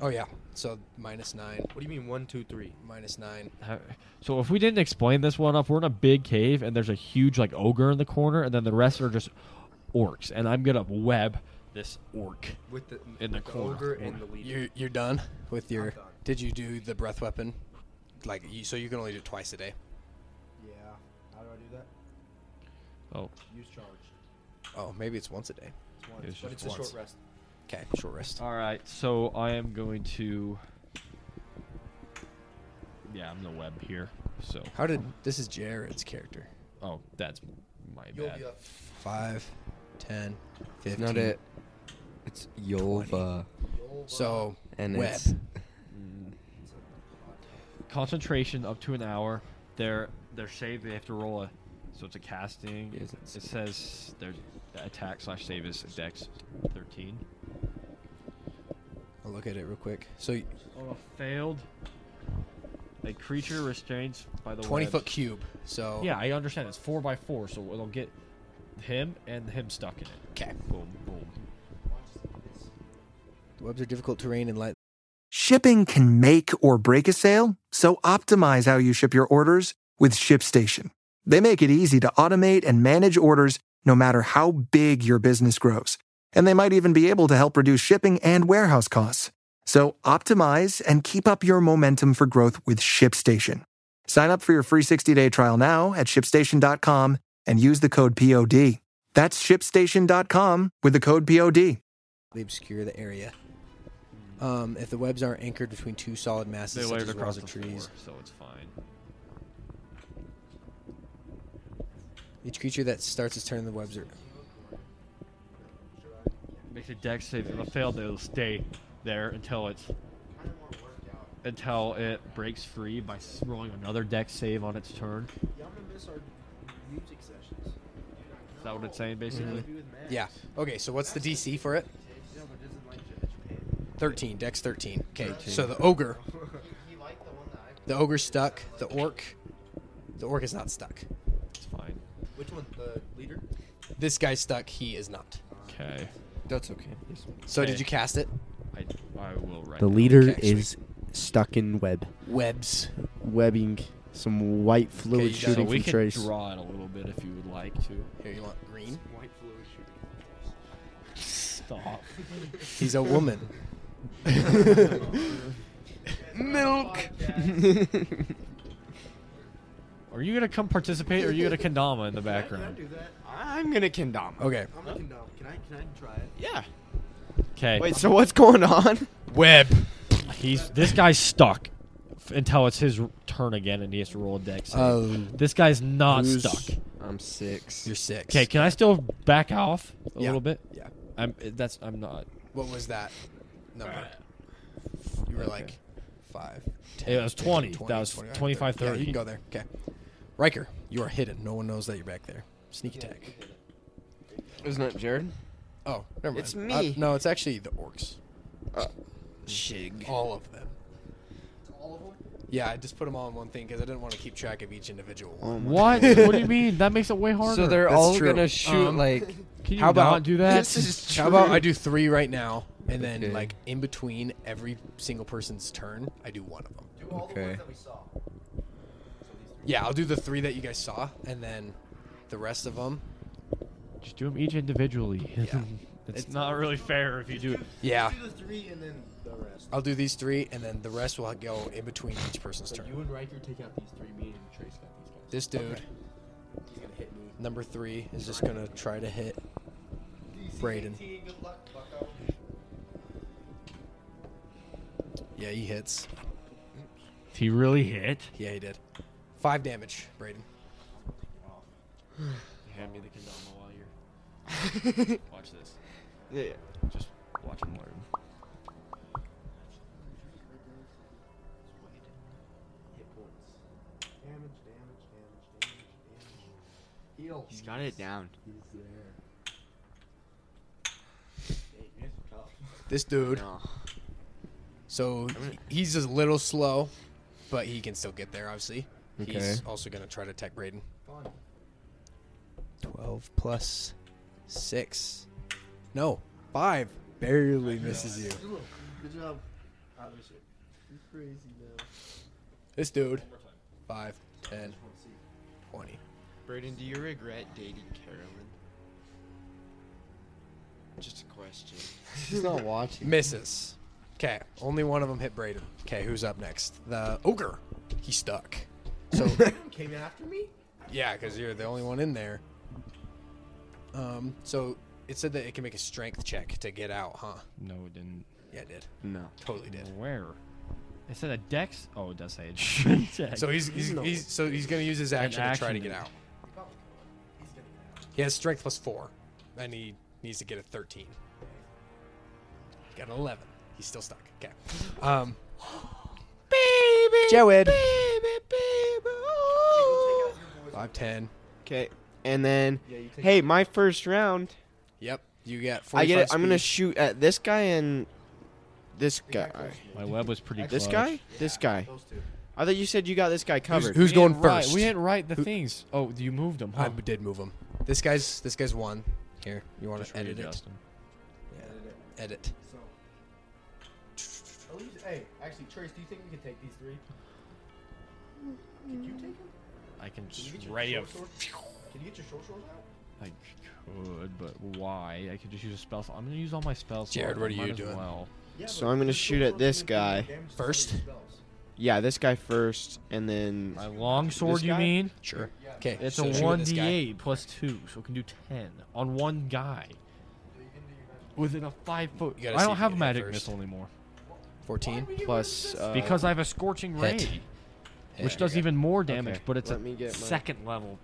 Speaker 7: Oh yeah. So minus nine.
Speaker 6: What do you mean one, two, three?
Speaker 7: Minus nine.
Speaker 5: How- So if we didn't explain this one up, we're in a big cave and there's a huge like ogre in the corner, and then the rest are just orcs. And I'm gonna web this orc.
Speaker 6: With the
Speaker 5: In the
Speaker 6: with
Speaker 5: corner.
Speaker 6: ogre and the leader.
Speaker 7: You're you're done with your.
Speaker 6: done.
Speaker 7: Did you do the breath weapon? Like you, so you can only do it twice a day.
Speaker 6: Yeah. How do I do that?
Speaker 5: Oh,
Speaker 6: Use charge.
Speaker 7: Oh, maybe it's once a day.
Speaker 6: It's one.
Speaker 5: It was
Speaker 6: but
Speaker 5: just
Speaker 6: it's a
Speaker 5: once.
Speaker 6: short rest.
Speaker 7: Okay, short rest.
Speaker 5: all right. So I am going to. Yeah, I'm the web here. So
Speaker 7: How did this is Jared's character?
Speaker 5: oh, that's my
Speaker 6: You'll
Speaker 5: bad.
Speaker 6: be up.
Speaker 7: Five, ten,
Speaker 1: It's
Speaker 7: fifteen.
Speaker 1: not it. It's Yolva.
Speaker 7: So
Speaker 1: And
Speaker 7: Web.
Speaker 1: it's.
Speaker 5: Concentration up to an hour. They're they're saved. They have to roll a. So it's a casting.
Speaker 1: Yes,
Speaker 5: it
Speaker 1: it's-
Speaker 5: says their attack slash save is dex 13.
Speaker 7: I'll look at it real quick. So
Speaker 5: On Oh, a failed, a creature restrained by the
Speaker 7: twenty
Speaker 5: webs-
Speaker 7: foot cube. So
Speaker 5: Yeah, I understand. It's four by four, so it'll get him and him stuck in it.
Speaker 7: Okay.
Speaker 5: Boom, boom.
Speaker 7: The webs are difficult terrain and light.
Speaker 8: Shipping can make or break a sale, so optimize how you ship your orders with ShipStation. They make it easy to automate and manage orders no matter how big your business grows. And they might even be able to help reduce shipping and warehouse costs. So optimize and keep up your momentum for growth with ShipStation. Sign up for your free 60-day trial now at shipstation.com and use the code POD. That's shipstation.com with the code POD.
Speaker 7: They obscure the area. Um, if the webs aren't anchored between two solid masses,
Speaker 5: They
Speaker 7: such
Speaker 5: layered
Speaker 7: as
Speaker 5: across
Speaker 7: walls
Speaker 5: the
Speaker 7: or
Speaker 5: trees,
Speaker 7: trees,
Speaker 5: so it's fine.
Speaker 7: each creature that starts its turn in the webs are.
Speaker 5: makes a deck save. If it failed, it'll stay there until it's until it breaks free by s- rolling another deck save on its turn.
Speaker 6: Y'all gonna miss our music sessions.
Speaker 5: Is that what it's saying, basically?
Speaker 7: Yeah. Okay, so what's the DC for it? 13. Dex 13. Okay, so the ogre. The ogre's stuck. The orc. The orc is not stuck.
Speaker 5: It's fine.
Speaker 6: Which one? The leader?
Speaker 7: This guy's stuck. He is not.
Speaker 5: Okay.
Speaker 1: That's okay.
Speaker 7: So did
Speaker 5: Okay.
Speaker 7: you cast it?
Speaker 5: I, I will right
Speaker 4: The
Speaker 5: now.
Speaker 4: leader
Speaker 7: Okay, sweet.
Speaker 4: is stuck in web,
Speaker 7: Webs.
Speaker 4: webbing some white
Speaker 7: you
Speaker 4: fluid
Speaker 7: got it.
Speaker 5: So
Speaker 4: shooting
Speaker 5: we
Speaker 4: from
Speaker 5: can
Speaker 4: Trace.
Speaker 5: draw it a little bit if you would like to.
Speaker 7: Here, you want green?
Speaker 5: Stop.
Speaker 7: He's a woman.
Speaker 1: Milk.
Speaker 5: Are you gonna come participate, or are you gonna kendama in the background?
Speaker 4: I'm gonna condom.
Speaker 7: Okay.
Speaker 6: I'm looking down. Can I can I try it?
Speaker 4: Yeah.
Speaker 5: Okay.
Speaker 4: Wait, so what's going on?
Speaker 7: Web.
Speaker 5: He's this guy's stuck f- until it's his r- turn again, and he has to roll a dex. save. this guy's not
Speaker 7: Uh, Who's-
Speaker 5: stuck.
Speaker 1: I'm six.
Speaker 7: You're six.
Speaker 5: Okay, can I still back off a
Speaker 7: Yeah.
Speaker 5: little bit?
Speaker 7: Yeah.
Speaker 5: I'm that's I'm not.
Speaker 7: What was that number? You were like five.
Speaker 5: It was 20.
Speaker 7: 20,
Speaker 5: That was
Speaker 7: 25,
Speaker 5: 25,
Speaker 7: Yeah,
Speaker 5: 30.
Speaker 7: you can go there. Okay. Riker, you are hidden. No one knows that you're back there. Sneak attack.
Speaker 1: Isn't it Jared?
Speaker 7: Oh, never mind.
Speaker 4: It's
Speaker 7: Uh,
Speaker 4: me.
Speaker 7: no, it's actually the orcs.
Speaker 4: Shig.
Speaker 7: All of them. Yeah, I just put them all in one thing because I didn't want to keep track of each individual one.
Speaker 5: What? what do you mean? That makes it way harder.
Speaker 1: So they're
Speaker 7: That's
Speaker 1: all
Speaker 7: true.
Speaker 1: gonna shoot
Speaker 7: Um,
Speaker 1: like.
Speaker 5: Can you
Speaker 7: how about-
Speaker 5: not do that?
Speaker 1: is
Speaker 7: How about I do three right now, and then
Speaker 1: Okay.
Speaker 7: like in between every single person's turn, I do one of them.
Speaker 1: Okay.
Speaker 7: Yeah, I'll do the three that you guys saw, and then the rest of them.
Speaker 5: Just do them each individually.
Speaker 7: Yeah.
Speaker 5: it's, not really fair if you do it.
Speaker 7: Yeah,
Speaker 6: Do the three and then the rest.
Speaker 7: I'll do these three, and then the rest will go in between each person's
Speaker 6: So
Speaker 7: turn.
Speaker 6: you and Riker take out these three. Me and Trace got these guys.
Speaker 7: This dude,
Speaker 6: He's gonna hit me.
Speaker 7: number three, is just gonna try to hit Braden. Yeah, he hits.
Speaker 5: If he really hit.
Speaker 7: Yeah, he did. Five damage, Braden.
Speaker 2: Hand me the kendama while you're. Watch this. Just watch him learn.
Speaker 6: Hit points. Damage, damage, damage, damage, damage. Heal.
Speaker 4: He's got it down.
Speaker 6: He's there. Hey, you guys are tough.
Speaker 7: This dude.
Speaker 4: No.
Speaker 7: So he- he's just a little slow, but he can still get there. Obviously, he's
Speaker 1: Okay.
Speaker 7: also gonna try to attack Braden.
Speaker 6: Fun.
Speaker 7: Twelve plus six, no five, barely misses you.
Speaker 6: Good look. Good job. I miss it. You're crazy now.
Speaker 7: This dude. Five, ten, twenty.
Speaker 2: Braden, do you regret dating Carolyn? Just a question.
Speaker 1: She's not watching.
Speaker 7: Misses. Okay, only one of them hit Braden. Okay, who's up next? The ogre. He's stuck. So
Speaker 6: Came after me?
Speaker 7: yeah, because you're the only one in there. Um. So it said that it can make a strength check to get out, huh?
Speaker 5: No, it didn't.
Speaker 7: Yeah, it did.
Speaker 4: No.
Speaker 7: Totally did.
Speaker 5: Where? It said a dex. Oh, it does say it. Check.
Speaker 7: So he's, he's, he's so he's gonna use his action, to try to
Speaker 5: action
Speaker 7: get
Speaker 5: then.
Speaker 7: out. He has strength plus four, and he needs to get a thirteen. He Got an eleven. He's still stuck. Okay. Um. baby. Jawed. Baby,
Speaker 5: oh.
Speaker 7: Five ten.
Speaker 4: Okay. And then, hey, my first round.
Speaker 7: Yep. You got.
Speaker 4: I get it.
Speaker 7: 45
Speaker 4: I'm gonna
Speaker 7: speed.
Speaker 4: shoot at this guy and this guy.
Speaker 5: My web was pretty.
Speaker 4: This
Speaker 5: clutch.
Speaker 4: guy? This guy.
Speaker 6: Those two.
Speaker 4: I thought you said you got this guy
Speaker 7: Who's,
Speaker 4: covered.
Speaker 7: who's
Speaker 5: We
Speaker 7: going
Speaker 5: didn't write-
Speaker 7: first?
Speaker 5: We didn't write the things. Oh, you moved them.
Speaker 7: I
Speaker 5: Huh?
Speaker 7: did move him. This guy's this guy's one. Here, you want
Speaker 5: Just
Speaker 7: to edit it?
Speaker 5: readjust 'em.
Speaker 7: Edit.
Speaker 6: So. At least, hey, actually, Trace, do you think we can take these three? Can you take them?
Speaker 5: I can
Speaker 6: Can
Speaker 5: just
Speaker 6: you get
Speaker 5: ray
Speaker 6: your
Speaker 5: of.
Speaker 6: short swords? Can you get your short swords out?
Speaker 5: I could, but why? I could just use a spell. slot. I'm gonna use all my spells.
Speaker 7: Jared, what are you doing?
Speaker 5: Well.
Speaker 6: Yeah,
Speaker 4: So
Speaker 6: but
Speaker 4: I'm gonna
Speaker 6: your
Speaker 4: shoot
Speaker 6: short
Speaker 4: at
Speaker 6: swords
Speaker 4: this
Speaker 6: can do
Speaker 4: guy.
Speaker 6: damage to
Speaker 7: First?
Speaker 6: somebody's spells.
Speaker 4: Yeah, this guy first, and then
Speaker 5: My long sword,
Speaker 4: This
Speaker 5: you
Speaker 4: guy?
Speaker 5: mean?
Speaker 7: Sure. Okay.
Speaker 5: It's
Speaker 7: so
Speaker 5: a
Speaker 7: shoot at
Speaker 5: one
Speaker 7: this
Speaker 5: d
Speaker 7: guy.
Speaker 5: eight plus two, so it can do ten on one guy. Within a five foot.
Speaker 7: You gotta
Speaker 5: I
Speaker 7: see
Speaker 5: don't
Speaker 7: if you
Speaker 5: have
Speaker 7: can hit
Speaker 5: magic
Speaker 7: first.
Speaker 5: missile anymore
Speaker 7: Fourteen.
Speaker 4: plus. Uh,
Speaker 5: because I have a scorching ray,
Speaker 7: hit.
Speaker 5: which
Speaker 7: Yeah.
Speaker 5: does even more damage,
Speaker 4: Okay,
Speaker 5: but it's
Speaker 4: let
Speaker 5: a
Speaker 4: me get my-
Speaker 5: second level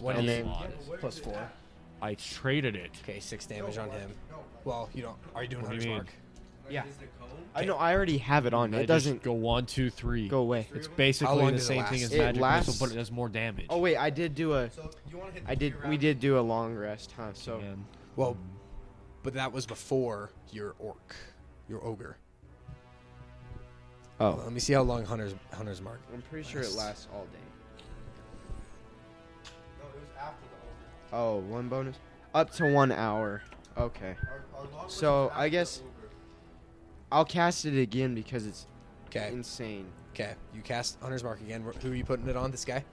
Speaker 7: One
Speaker 5: spell
Speaker 7: d
Speaker 5: slot.
Speaker 7: plus four.
Speaker 5: I traded it.
Speaker 7: Okay, six damage on him. Well, you don't. Are you doing
Speaker 5: What do you
Speaker 7: Hunter's
Speaker 5: mean?
Speaker 7: Mark?
Speaker 4: Yeah. I know. I already have it on.
Speaker 5: I
Speaker 4: It
Speaker 5: just
Speaker 4: doesn't
Speaker 5: go one, two, three.
Speaker 4: go away.
Speaker 5: It's
Speaker 7: How long
Speaker 5: basically the
Speaker 7: does it
Speaker 5: same thing
Speaker 7: last?
Speaker 5: as
Speaker 4: It
Speaker 5: magic
Speaker 4: lasts-
Speaker 5: missile, but it does more damage.
Speaker 4: Oh wait, I did do a.
Speaker 6: So you want to hit?
Speaker 4: I did. We did do a long rest, huh? So
Speaker 5: Man.
Speaker 7: Well, but that was before your orc, your ogre.
Speaker 4: Oh.
Speaker 7: Let me see how long Hunter's Hunter's Mark.
Speaker 4: I'm pretty sure it
Speaker 7: Rest.
Speaker 4: lasts all day. Oh, one bonus, up to one hour. Okay. So I guess I'll cast it again because it's
Speaker 7: Okay.
Speaker 4: insane.
Speaker 7: Okay. You cast Hunter's Mark again. Who are you putting it on? This guy.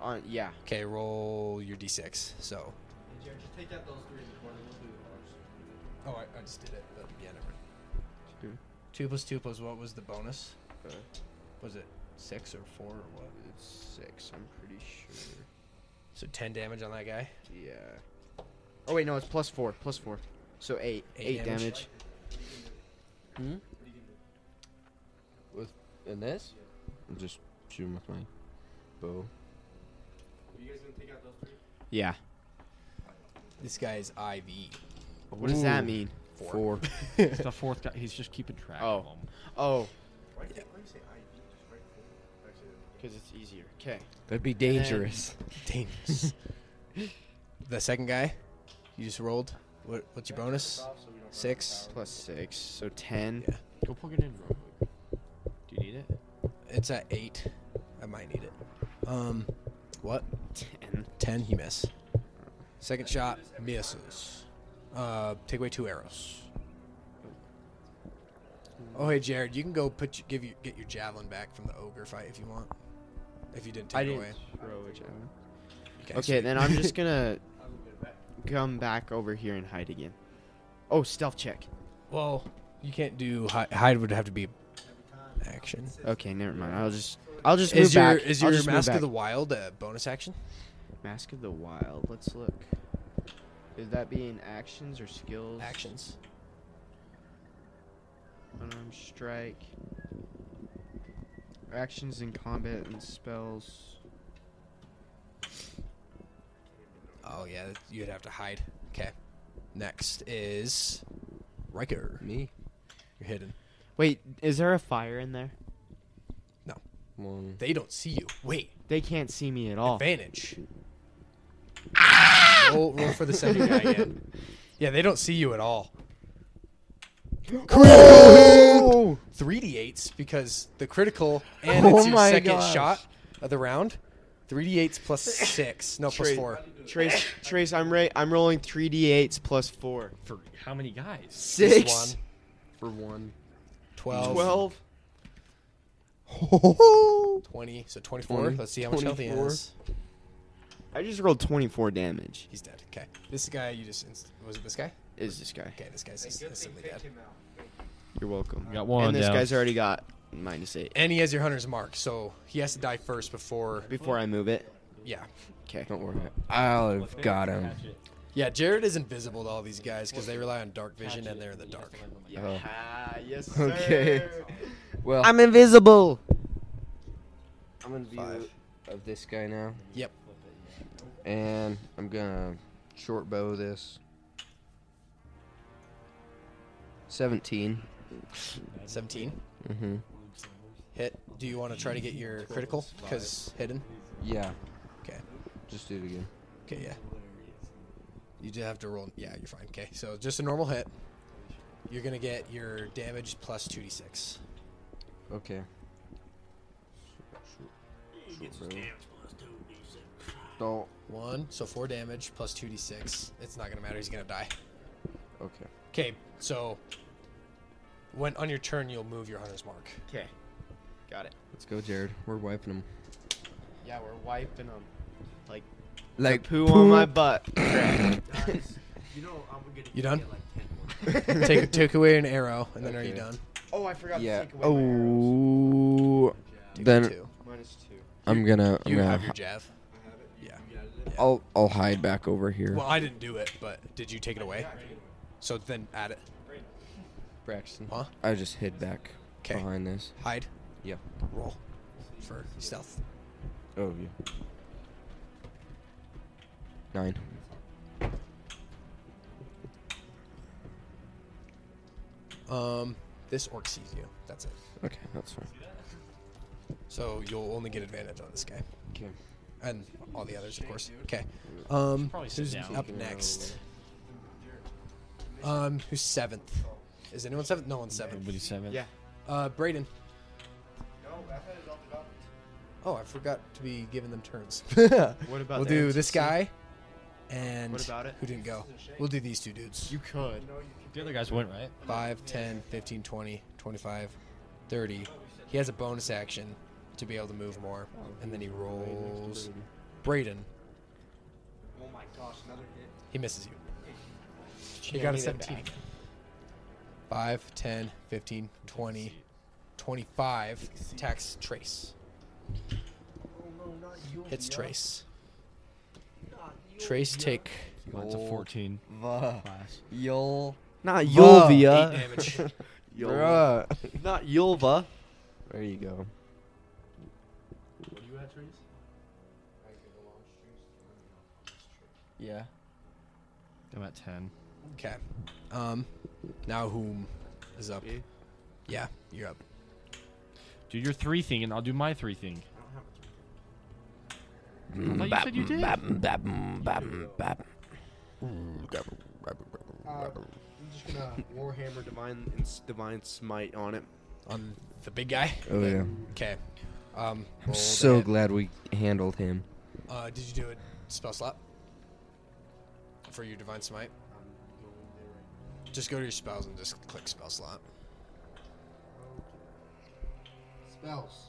Speaker 4: On Uh, yeah.
Speaker 7: Okay. Roll your d6. So. Oh, I, I just did it. But yeah, never. mind.
Speaker 4: Two.
Speaker 7: Two plus two plus what was the bonus?
Speaker 4: Uh,
Speaker 7: Was it six or four or what?
Speaker 4: It's six. I'm pretty sure.
Speaker 7: So ten damage on that guy.
Speaker 4: Yeah. Oh wait, no, it's plus four, plus four, so eight,
Speaker 7: Eight
Speaker 4: eight,
Speaker 7: damage.
Speaker 4: damage. Hmm?
Speaker 1: And this? I'll just shoot him with my bow.
Speaker 4: Yeah.
Speaker 7: This guy's IV.
Speaker 4: What does that mean?
Speaker 7: Four.
Speaker 1: Four.
Speaker 5: It's the fourth guy. He's just keeping track
Speaker 4: Oh.
Speaker 5: of them.
Speaker 4: Oh. Because it's easier. Okay.
Speaker 1: That'd be dangerous.
Speaker 7: Dangerous. the second guy, you just rolled. What, what's your bonus? Six.
Speaker 4: Plus six, so ten.
Speaker 7: Yeah.
Speaker 5: Go plug it in real quick. Do you need it?
Speaker 7: It's at eight. I might need it. Um, what?
Speaker 4: Ten.
Speaker 7: Ten. You miss. Second shot misses. Uh, take away two arrows. Oh hey Jared, you can go put your- give you get your javelin back from the ogre fight if you want. If you didn't take
Speaker 4: I
Speaker 7: it
Speaker 4: didn't
Speaker 7: away.
Speaker 4: throw a javelin.
Speaker 7: sweet.
Speaker 4: Okay, then I'm just gonna come back over here and hide again. Oh, stealth check.
Speaker 7: Well, you can't do hi- hide. Would have to be action.
Speaker 4: Okay, never mind. I'll just, I'll just move
Speaker 7: Is your
Speaker 4: back.
Speaker 7: is
Speaker 4: I'll
Speaker 7: your
Speaker 4: just move
Speaker 7: mask of
Speaker 4: back.
Speaker 7: the wild a bonus action?
Speaker 4: Mask of the Wild. Let's look. Would that be in actions or skills?
Speaker 7: Actions.
Speaker 4: Unarmed strike. Actions in combat and spells.
Speaker 7: Oh yeah, you'd have to hide. Okay. Next is Riker.
Speaker 1: Me?
Speaker 7: You're hidden.
Speaker 4: Wait, is there a fire in there?
Speaker 1: One.
Speaker 7: They don't see you. Wait,
Speaker 4: They can't see me at all.
Speaker 7: advantage.
Speaker 4: Ah!
Speaker 7: Roll, roll for the second guy again. Yeah, they don't see you at all.
Speaker 4: Oh!
Speaker 7: Three d8s because the critical and it's your second shot of the round. Three d8s plus six, no plus
Speaker 4: Trade.
Speaker 7: four.
Speaker 4: Trace, Trace, I'm right. I'm rolling three d8s plus four.
Speaker 5: For how many guys?
Speaker 4: Six.
Speaker 7: Just
Speaker 1: For
Speaker 7: one.
Speaker 1: one.
Speaker 7: Twelve.
Speaker 4: Twelve.
Speaker 7: Oh. 20, so 24. Let's see how much health he
Speaker 1: 24.
Speaker 7: has.
Speaker 4: I just rolled twenty-four damage.
Speaker 7: He's dead. Okay. This guy, you just. Inst- was it this guy?
Speaker 4: Is this guy?
Speaker 7: Okay, this guy's inst- instantly dead.
Speaker 4: You're welcome.
Speaker 5: Got one
Speaker 4: and this
Speaker 5: down.
Speaker 4: guy's already got minus eight.
Speaker 7: And he has your hunter's mark, so he has to die first before.
Speaker 4: Before I move it.
Speaker 7: Yeah.
Speaker 4: Okay.
Speaker 1: Don't worry. I'll have got him.
Speaker 7: Yeah, Jared is invisible to all these guys because they rely on dark vision and they're in the dark.
Speaker 1: Oh.
Speaker 4: Ah, yes, sir.
Speaker 1: Okay. Well,
Speaker 4: I'm invisible.
Speaker 1: I'm in view
Speaker 7: Five.
Speaker 1: of this guy now.
Speaker 7: Yep.
Speaker 1: And I'm gonna short bow this. 17.
Speaker 7: 17.
Speaker 1: Mm-hmm.
Speaker 7: Hit. Do you want to try to get your critical? Because hidden?
Speaker 1: Yeah.
Speaker 7: Okay.
Speaker 1: Just do it again.
Speaker 7: Okay, yeah. You do have to roll. Yeah, you're fine. Okay, so just a normal hit. You're going to get your damage plus 2d6.
Speaker 1: Okay. Short, short, short bow. Don't.
Speaker 7: One, so four damage plus 2d6. It's not going to matter. He's going to die.
Speaker 1: Okay.
Speaker 7: Okay, so when on your turn, you'll move your hunter's mark.
Speaker 4: Okay. Got it.
Speaker 1: Let's go, Jared. We're wiping him.
Speaker 4: Yeah, we're wiping them. Like
Speaker 1: Like
Speaker 4: poo, on my butt.
Speaker 6: You know I'm gonna get
Speaker 7: You done?
Speaker 6: like 10 more.
Speaker 7: take, take away an arrow, and then are you
Speaker 1: Okay.
Speaker 7: done?
Speaker 4: oh, I forgot
Speaker 1: Yeah.
Speaker 4: to take away my arrows.
Speaker 1: Oh.
Speaker 7: Take
Speaker 1: Then-
Speaker 7: away two.
Speaker 4: Minus two.
Speaker 1: I'm gonna. I'm
Speaker 7: you
Speaker 1: gonna.
Speaker 7: have your jav. Yeah.
Speaker 1: I'll. I'll hide back over here.
Speaker 7: Well, I didn't do it, but did you take it away? So then add it.
Speaker 1: Braxton.
Speaker 7: Huh?
Speaker 1: I just hid back
Speaker 7: 'Kay.
Speaker 1: behind this.
Speaker 7: Hide.
Speaker 1: Yeah.
Speaker 7: Roll for stealth.
Speaker 1: Oh yeah. Nine.
Speaker 7: Um, this orc sees you. That's it.
Speaker 1: Okay, that's fine.
Speaker 7: So you'll only get advantage on this guy.
Speaker 1: Okay.
Speaker 7: And all the others, of course. Okay. Um,
Speaker 5: Probably sit
Speaker 7: who's
Speaker 5: down.
Speaker 7: up next? Um, who's seventh? Is anyone seventh? No one's seventh.
Speaker 5: Nobody's seven.
Speaker 6: Yeah.
Speaker 7: Uh, Brayden.
Speaker 6: No, that is all development.
Speaker 7: Oh, I forgot to be giving them turns.
Speaker 6: What about
Speaker 7: we'll
Speaker 6: the
Speaker 7: do this
Speaker 6: NCC?
Speaker 7: guy, and
Speaker 6: What about it?
Speaker 7: Who didn't go? We'll do these two dudes.
Speaker 6: You could.
Speaker 5: The other guys went right.
Speaker 7: 5, 10, 15, 20, 25, 30. He has a bonus action to be able to move more. And then he rolls. Brayden.
Speaker 6: Oh my gosh, another hit.
Speaker 7: He misses you. He got a 17. 5, 10, 15, 20, 25. Attacks Trace. Hits Trace. Trace take.
Speaker 5: Mine's a 14. Class.
Speaker 6: Yol.
Speaker 4: Not
Speaker 7: Eight
Speaker 4: Yulvia.
Speaker 7: damage.
Speaker 1: Bruh.
Speaker 4: Not Yulva.
Speaker 1: There you go.
Speaker 5: Yeah. I'm at 10.
Speaker 7: Okay. Um, now whom is up? Yeah, you're up.
Speaker 5: Do your three thing, and I'll do my three thing. I thought you said you did.
Speaker 6: Uh,
Speaker 1: I'm just gonna Warhammer Divine Divine Smite on it.
Speaker 7: On the big guy.
Speaker 1: Oh yeah.
Speaker 7: Okay. Um,
Speaker 1: I'm so glad we handled him.
Speaker 7: Uh, did you do a spell slot for your divine smite? Just go to your spells and just click spell slot.
Speaker 6: Spells.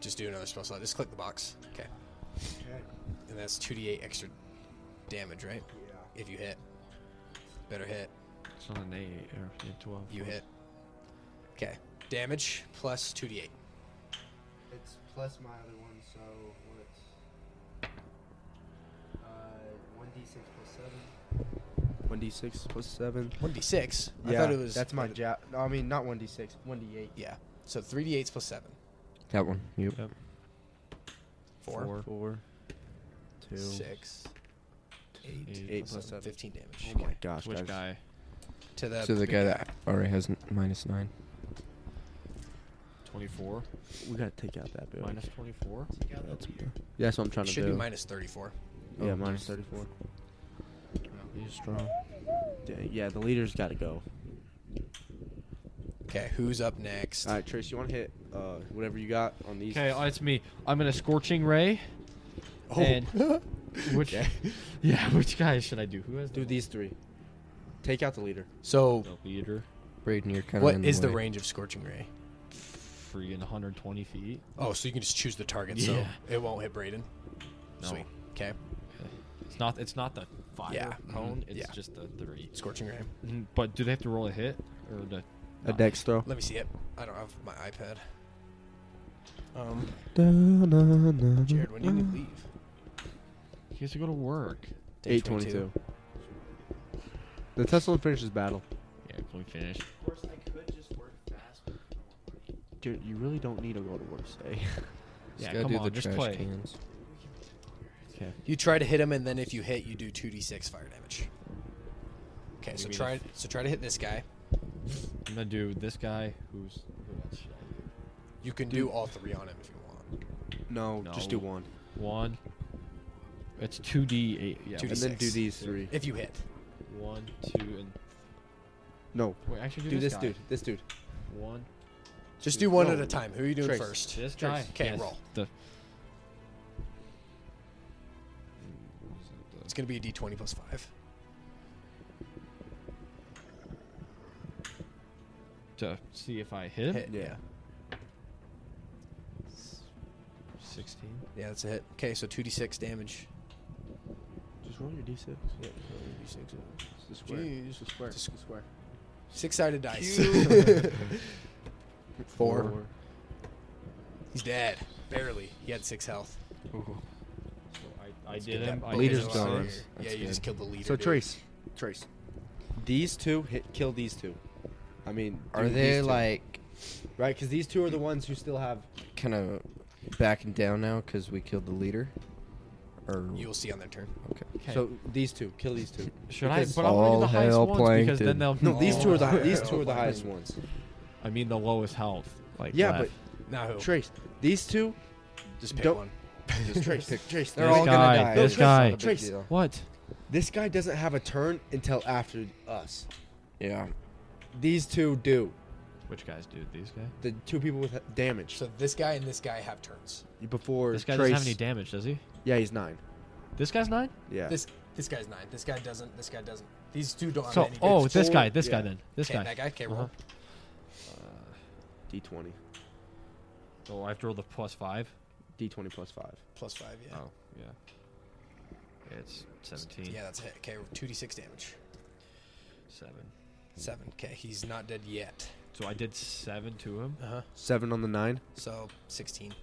Speaker 7: Just do another spell slot. Just click the box. Okay.
Speaker 6: Okay.
Speaker 7: And that's 2d8 extra damage, right?
Speaker 6: Yeah.
Speaker 7: If you hit. Better hit.
Speaker 5: It's not an 8 or a 12.
Speaker 7: You hit. Okay. Damage plus 2d8.
Speaker 6: It's plus my other one, so what's uh one d six plus seven.
Speaker 1: One d six plus seven.
Speaker 7: 1d6. I thought it was.
Speaker 6: that's my jab. No, I mean not one d six, one d eight.
Speaker 7: Yeah. So 3d8s plus 7.
Speaker 1: That one. Yep.
Speaker 5: Yep.
Speaker 7: 4.
Speaker 5: Four.
Speaker 1: Two.
Speaker 7: 6. eight,
Speaker 5: Eight
Speaker 1: Eight
Speaker 7: plus
Speaker 1: plus
Speaker 7: seven,
Speaker 1: seven.
Speaker 7: 15 damage.
Speaker 5: Oh my
Speaker 1: Gosh,
Speaker 5: Which
Speaker 1: guys.
Speaker 5: guy?
Speaker 7: To the,
Speaker 1: So the
Speaker 7: big
Speaker 1: guy that already has n- minus nine.
Speaker 5: 24.
Speaker 3: We gotta take out that building.
Speaker 5: Minus 24.
Speaker 3: Yeah, that's, yeah, that's what I'm trying to
Speaker 7: should be
Speaker 3: do.
Speaker 7: minus 34.
Speaker 3: yeah, minus 34.
Speaker 1: He's strong.
Speaker 3: Dang, yeah, the leader's gotta go.
Speaker 7: Okay, who's up next?
Speaker 3: All right, Trace, you want to hit uh, whatever you got on these?
Speaker 5: Okay, oh, it's me. I'm in a scorching ray.
Speaker 7: Oh.
Speaker 5: And which? yeah, which guy should I do? Who has
Speaker 3: do these three. Take out the leader.
Speaker 7: So,
Speaker 5: the leader?
Speaker 1: Braden, you're kind of.
Speaker 7: what is the range of Scorching Ray?
Speaker 5: Freaking 120 feet.
Speaker 7: Oh, so you can just choose the target,
Speaker 5: Yeah.
Speaker 7: so it won't hit Braden.
Speaker 5: No.
Speaker 7: Sweet. Okay,
Speaker 5: It's not. It's not the fire
Speaker 7: Yeah,
Speaker 5: cone.
Speaker 7: mhm,
Speaker 5: It's
Speaker 7: yeah.
Speaker 5: just the three.
Speaker 7: Scorching Ray.
Speaker 5: Mhm, But do they have to roll a hit or the?
Speaker 3: A dex throw.
Speaker 7: Let me see it. I don't have my iPad. Um, Jared, when do you leave?
Speaker 5: He has to go to work.
Speaker 7: Day
Speaker 3: 822. The Tesla finishes battle.
Speaker 5: Yeah, can we finish?
Speaker 6: Of course, I could just work fast. but I don't want money.
Speaker 3: Dude, you really don't need to go to eh? work today.
Speaker 5: Yeah, come
Speaker 1: do
Speaker 5: on,
Speaker 1: the
Speaker 5: just
Speaker 1: trash
Speaker 5: play.
Speaker 1: cans.
Speaker 7: You try to hit him, and then if you hit, you do 2d6 fire damage. Okay, so
Speaker 5: Maybe
Speaker 7: try so try to hit this guy.
Speaker 5: I'm gonna do this guy who's. Who else should I do?
Speaker 7: You can do all three on him if you want.
Speaker 3: no, just do
Speaker 5: No.
Speaker 3: one.
Speaker 5: One. It's two D eight. Yeah.
Speaker 7: 2D.
Speaker 3: And then do
Speaker 7: Six.
Speaker 3: these three.
Speaker 7: If you hit,
Speaker 5: One, two, and
Speaker 3: No,
Speaker 5: wait. Actually, do,
Speaker 3: do this
Speaker 5: guy.
Speaker 3: dude. This dude.
Speaker 5: One.
Speaker 7: just do one
Speaker 3: No.
Speaker 7: at a time. Who are you doing
Speaker 3: Trace.
Speaker 7: first?
Speaker 5: This guy.
Speaker 7: Trace. Okay,
Speaker 5: yes,
Speaker 7: roll.
Speaker 5: The
Speaker 7: It's gonna be a d20 plus five.
Speaker 5: to see if I hit.
Speaker 7: Hit.
Speaker 3: Yeah.
Speaker 5: Sixteen.
Speaker 7: Yeah, that's a hit. Okay, so 2d6 damage.
Speaker 3: Just roll your d6. Yeah, It's a square.
Speaker 7: Jeez.
Speaker 3: It's a square.
Speaker 7: Just-
Speaker 3: It's a square.
Speaker 7: Six sided dice. Four. He's dead. Barely. He had six health.
Speaker 5: So I, I did him. I
Speaker 1: Leader's
Speaker 5: did him.
Speaker 1: gone.
Speaker 7: Yeah,
Speaker 1: That's
Speaker 7: you just
Speaker 1: good.
Speaker 7: killed the leader.
Speaker 3: So
Speaker 7: dude.
Speaker 3: Trace, Trace, these two hit kill these two. I mean,
Speaker 1: Are
Speaker 3: do these
Speaker 1: they
Speaker 3: two,
Speaker 1: like
Speaker 3: right? Because these two are the ones who still have.
Speaker 1: kind of backing down now because we killed the leader? Or
Speaker 7: You'll see on their turn.
Speaker 1: okay.
Speaker 7: So these two, kill these two.
Speaker 5: Should I?
Speaker 7: Because
Speaker 5: But I want to do the
Speaker 1: all
Speaker 5: highest
Speaker 1: hail
Speaker 5: ones because then
Speaker 1: plankton.
Speaker 5: they'll.
Speaker 7: No, these two are the these two are the highest ones.
Speaker 5: I mean the lowest health. Like
Speaker 7: Yeah,
Speaker 5: left.
Speaker 7: Now who?
Speaker 6: But Trace, these two,
Speaker 7: Just pick
Speaker 6: don't-
Speaker 7: one.
Speaker 6: just Trace, Trace.
Speaker 1: They're
Speaker 5: This
Speaker 1: all
Speaker 5: guy,
Speaker 1: gonna die.
Speaker 5: this
Speaker 1: It's not a
Speaker 5: guy.
Speaker 1: big
Speaker 6: Trace.
Speaker 1: deal.
Speaker 5: what?
Speaker 6: This guy doesn't have a turn until after us.
Speaker 1: Yeah.
Speaker 6: These two do.
Speaker 5: Which guys do these guys?
Speaker 6: The two people with damage
Speaker 7: So this guy and this guy have turns.
Speaker 6: before
Speaker 5: This guy
Speaker 6: Trace.
Speaker 5: doesn't have any damage, does he?
Speaker 6: yeah, he's nine.
Speaker 5: This guy's nine.
Speaker 6: Yeah.
Speaker 7: This this guy's nine. This guy doesn't. This guy doesn't. These two don't have
Speaker 5: So
Speaker 7: any.
Speaker 5: oh,
Speaker 7: damage.
Speaker 5: this guy, this guy
Speaker 6: yeah.
Speaker 5: then, this
Speaker 7: okay,
Speaker 5: guy.
Speaker 7: That guy. Okay,
Speaker 5: Uh-huh.
Speaker 7: roll.
Speaker 6: D twenty.
Speaker 5: So Oh, I have to roll the plus five.
Speaker 6: D twenty plus five.
Speaker 7: Plus five. Yeah.
Speaker 5: Oh yeah. It's seventeen.
Speaker 7: Yeah, that's a hit. Okay, two d six damage.
Speaker 5: Seven.
Speaker 7: Seven. Okay, he's not dead yet.
Speaker 5: So I did seven to him.
Speaker 7: Uh huh.
Speaker 6: Seven on the nine.
Speaker 7: So sixteen.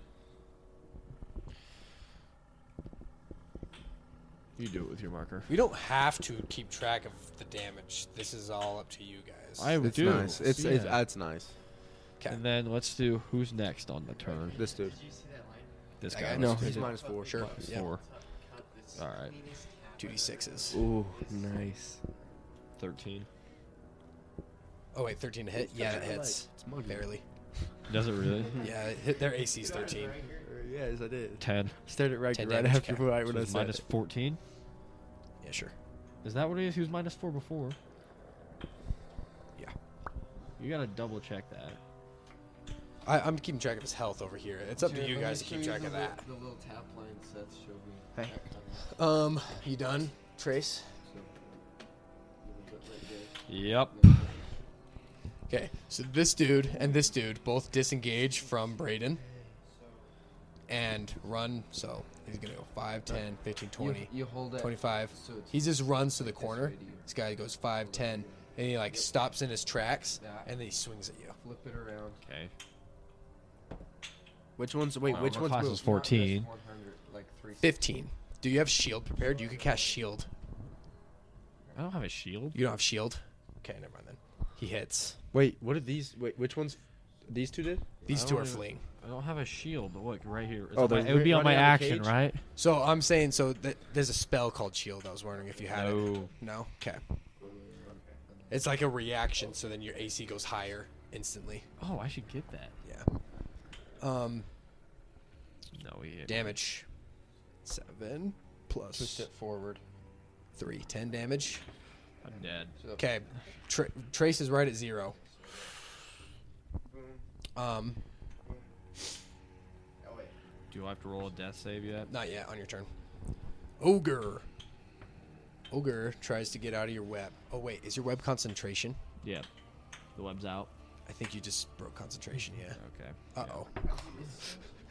Speaker 5: You do it with your marker.
Speaker 7: We don't have to keep track of the damage. This is all up to you guys.
Speaker 5: I
Speaker 6: It's
Speaker 5: do.
Speaker 6: nice. It's, it's
Speaker 5: Yeah.
Speaker 6: that's nice.
Speaker 7: Okay.
Speaker 5: and then let's do who's next on the turn.
Speaker 6: This dude.
Speaker 5: This
Speaker 7: That
Speaker 5: guy.
Speaker 7: guy?
Speaker 5: let's
Speaker 7: No,
Speaker 5: do
Speaker 6: Uh, He's
Speaker 5: the
Speaker 6: minus four.
Speaker 7: Sure. Yeah.
Speaker 5: Four. All right.
Speaker 7: Two d sixes.
Speaker 1: Ooh, nice.
Speaker 5: Thirteen.
Speaker 7: Oh wait, thirteen to hit. Yeah, it hits. Barely.
Speaker 5: Does it really?
Speaker 7: Yeah, it hit their AC's thirteen.
Speaker 6: Yes, I did.
Speaker 5: Ten.
Speaker 6: Stared at Ragnar
Speaker 7: Ten
Speaker 6: right
Speaker 7: damage,
Speaker 6: after
Speaker 7: okay.
Speaker 6: right
Speaker 5: So
Speaker 6: when I
Speaker 5: it's
Speaker 6: said
Speaker 5: minus
Speaker 6: it.
Speaker 5: fourteen.
Speaker 7: Yeah, sure.
Speaker 5: Is that what it is? He was minus four before.
Speaker 7: Yeah.
Speaker 5: You gotta double check that.
Speaker 7: I, I'm keeping track of his health over here. It's up to you guys to keep track of that.
Speaker 2: The little tap line sets show me.
Speaker 7: Um, you done, Trace?
Speaker 5: Yep.
Speaker 7: Okay, so this dude and this dude both disengage from Braden and run. So he's going to go 5, 10, 15, 20,
Speaker 2: You hold it.
Speaker 7: 25. He just runs to the corner. This guy goes 5, 10, and he like stops in his tracks and then he swings at you.
Speaker 2: Flip it around.
Speaker 5: Okay.
Speaker 6: Which one's wait? which one's
Speaker 5: class
Speaker 6: moved?
Speaker 5: was fourteen?
Speaker 2: 100, like three.
Speaker 7: 15. Do you have shield prepared? You could cast shield.
Speaker 5: I don't have a shield.
Speaker 7: You don't have shield? Okay, never mind then. He hits.
Speaker 6: Wait, what are these? Wait, which ones? These two did.
Speaker 7: These
Speaker 5: I
Speaker 7: two
Speaker 5: don't
Speaker 7: are
Speaker 5: even-
Speaker 7: fleeing.
Speaker 5: I don't have a shield. But look right here. It's
Speaker 6: Oh,
Speaker 5: on my-
Speaker 6: the
Speaker 5: it would be
Speaker 6: ri-
Speaker 5: on my
Speaker 6: running out of
Speaker 5: action,
Speaker 6: cage?
Speaker 5: right?
Speaker 7: So I'm saying, so that there's a spell called shield. I was wondering if you had it.
Speaker 5: No.
Speaker 7: No. Okay. It's like a reaction, so then your AC goes higher instantly.
Speaker 5: Oh, I should get that.
Speaker 7: Yeah. Um,
Speaker 5: No, he hit.
Speaker 7: damage. Seven plus
Speaker 6: forward.
Speaker 7: three, ten damage.
Speaker 5: I'm dead.
Speaker 7: Okay. Tra- Trace is right at zero. Um,
Speaker 5: Do I have to roll a death save yet?
Speaker 7: not yet. On your turn. Ogre. Ogre tries to get out of your web. Oh wait, is your web concentration?
Speaker 5: Yeah. The web's out.
Speaker 7: I think you just broke concentration. Yeah.
Speaker 5: Okay.
Speaker 7: Uh oh.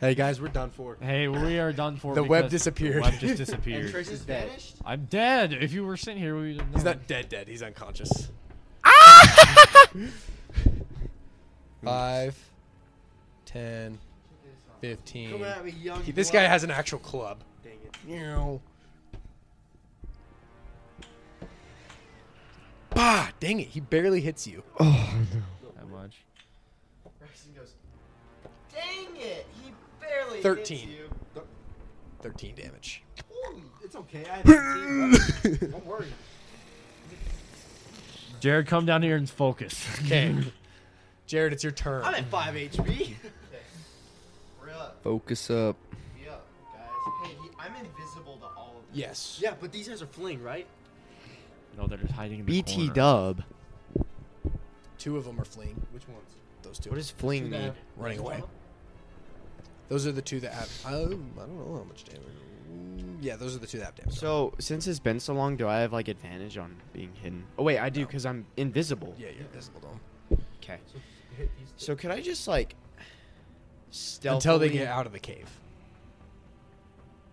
Speaker 6: Hey guys, we're done for.
Speaker 5: Hey, we are done for.
Speaker 7: The web
Speaker 5: because
Speaker 7: disappeared.
Speaker 5: The web just disappeared.
Speaker 6: Trace is dead.
Speaker 5: I'm dead. If you were sitting here, we.
Speaker 7: He's not dead. Dead. He's unconscious. Five, ten, fifteen.
Speaker 6: me, young.
Speaker 7: He- this guy has an actual club. Dang it. Bah! Dang it! He barely hits you.
Speaker 5: that much.
Speaker 6: Bryson goes,
Speaker 2: Dang it! He barely.
Speaker 7: Thirteen. Thirteen damage.
Speaker 6: It's okay. I don't worry.
Speaker 5: Jared, come down here and focus.
Speaker 7: Okay. Jared, it's your turn.
Speaker 6: I'm at five HP.
Speaker 2: We're up.
Speaker 1: Focus up.
Speaker 2: We up, guys. Hey, he, I'm invisible to all of them.
Speaker 7: Yes.
Speaker 6: yeah, but these guys are fleeing, right?
Speaker 5: no, they're just hiding in the
Speaker 4: BT
Speaker 5: corner.
Speaker 4: Dub.
Speaker 7: Two of them are fleeing.
Speaker 6: Which ones?
Speaker 7: Those two.
Speaker 4: What does fling mean?
Speaker 7: running away. Those are the two that have. Oh, I don't know how much damage. Mm, Yeah, those are the two that have damage.
Speaker 4: So since it's been so long, do I have like advantage on being hidden? Oh wait, I do because I'm invisible.
Speaker 7: yeah, you're invisible to 'em.
Speaker 4: Okay. So could I just like stealthily?
Speaker 7: until they get out of the cave.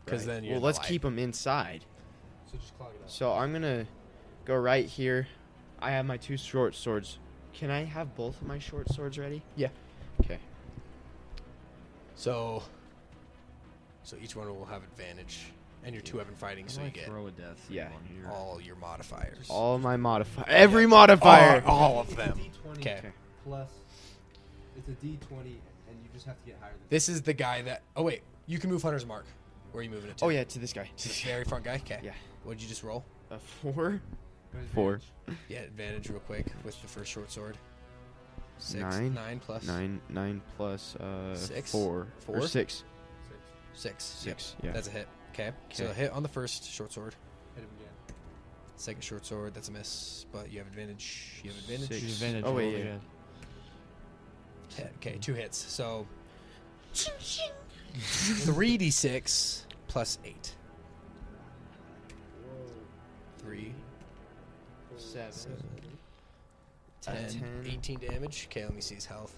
Speaker 7: Because
Speaker 4: Right.
Speaker 7: then you're
Speaker 4: well,
Speaker 7: in the
Speaker 4: let's
Speaker 7: light.
Speaker 4: keep them inside.
Speaker 7: So just clog it up.
Speaker 4: So I'm gonna go right here. I have my two short swords. Can I have both of my short swords ready?
Speaker 7: Yeah.
Speaker 4: Okay.
Speaker 7: So, so each one will have advantage, and your two have been fighting, so you get
Speaker 5: throw a death save
Speaker 4: Yeah.
Speaker 5: on here.
Speaker 7: all your modifiers.
Speaker 4: All my modifier. Every modifier.
Speaker 7: All, all of them. Okay.
Speaker 2: Plus, it's a D20, and you just have to get higher than.
Speaker 7: This is the guy that. Oh wait, you can move Hunter's Mark. Where are you moving it to?
Speaker 4: Oh yeah, to this guy.
Speaker 7: To the very front guy? Okay.
Speaker 4: Yeah.
Speaker 7: What did you just roll?
Speaker 4: A four.
Speaker 2: Four.
Speaker 7: Yeah, advantage real quick with the first short sword. Six.
Speaker 2: Nine.
Speaker 7: Nine plus.
Speaker 2: Nine nine plus uh
Speaker 7: Six?
Speaker 2: four.
Speaker 7: Four?
Speaker 2: Or six.
Speaker 7: Six.
Speaker 2: Six,
Speaker 7: Yep.
Speaker 2: yeah.
Speaker 7: That's a hit. Okay. So
Speaker 2: Okay.
Speaker 7: a hit on the first short sword.
Speaker 6: Hit him again.
Speaker 7: Second short sword, that's a miss, but you have advantage. You have advantage.
Speaker 2: Six.
Speaker 5: Advantage
Speaker 2: Oh
Speaker 5: roll
Speaker 2: wait, yeah.
Speaker 5: again.
Speaker 7: Hit. Okay, two hits. So 3d6 plus 8. 3,
Speaker 6: Seven.
Speaker 7: 10,
Speaker 4: ten.
Speaker 7: 18 damage. Okay, let me see his health.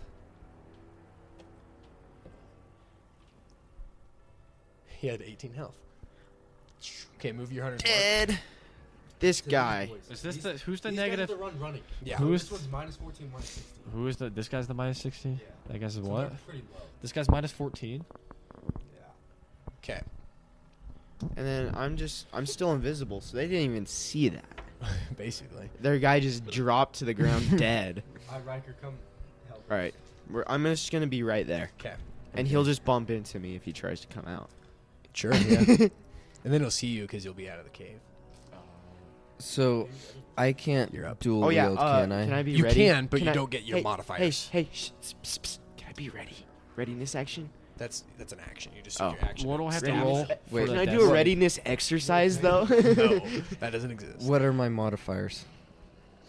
Speaker 7: He had 18 health. Okay, move your 100.
Speaker 4: Dead. This guy.
Speaker 5: Is this the who's the
Speaker 6: These guys
Speaker 5: negative?
Speaker 6: have to run running.
Speaker 7: Yeah.
Speaker 5: Who
Speaker 6: This
Speaker 5: is
Speaker 6: one's minus 14, minus 16.
Speaker 5: who is the? This guy's the minus sixteen.
Speaker 6: Yeah.
Speaker 5: That guy's is
Speaker 6: So
Speaker 5: what?
Speaker 6: they're Pretty low.
Speaker 5: This guy's minus fourteen.
Speaker 6: Yeah.
Speaker 7: Okay.
Speaker 4: And then I'm just I'm still invisible, so they didn't even see that.
Speaker 7: Basically.
Speaker 4: Their guy just dropped to the ground dead.
Speaker 6: I Riker come help.
Speaker 4: All right. We're, I'm just gonna be right there,
Speaker 7: Okay.
Speaker 4: and he'll just bump into me if he tries to come out.
Speaker 7: Sure. Yeah. and then he'll see you because you'll be out of the cave.
Speaker 1: So I can't
Speaker 7: You're up.
Speaker 1: dual
Speaker 4: Oh yeah,
Speaker 1: wield,
Speaker 4: uh,
Speaker 1: can I?
Speaker 4: be
Speaker 7: you
Speaker 4: ready?
Speaker 7: can, but you
Speaker 4: I-
Speaker 7: don't get your
Speaker 4: hey,
Speaker 7: modifiers.
Speaker 4: Hey, hey, shh, psst, psst, psst. can I be ready? Readiness action.
Speaker 7: That's that's an action. You just
Speaker 4: Oh.
Speaker 7: took your action.
Speaker 5: What do I have to
Speaker 4: Readiness-
Speaker 5: roll?
Speaker 1: Wait.
Speaker 5: for
Speaker 4: Can
Speaker 5: the
Speaker 4: I do
Speaker 5: death?
Speaker 4: a readiness exercise though?
Speaker 7: no, that doesn't exist.
Speaker 1: What are my modifiers?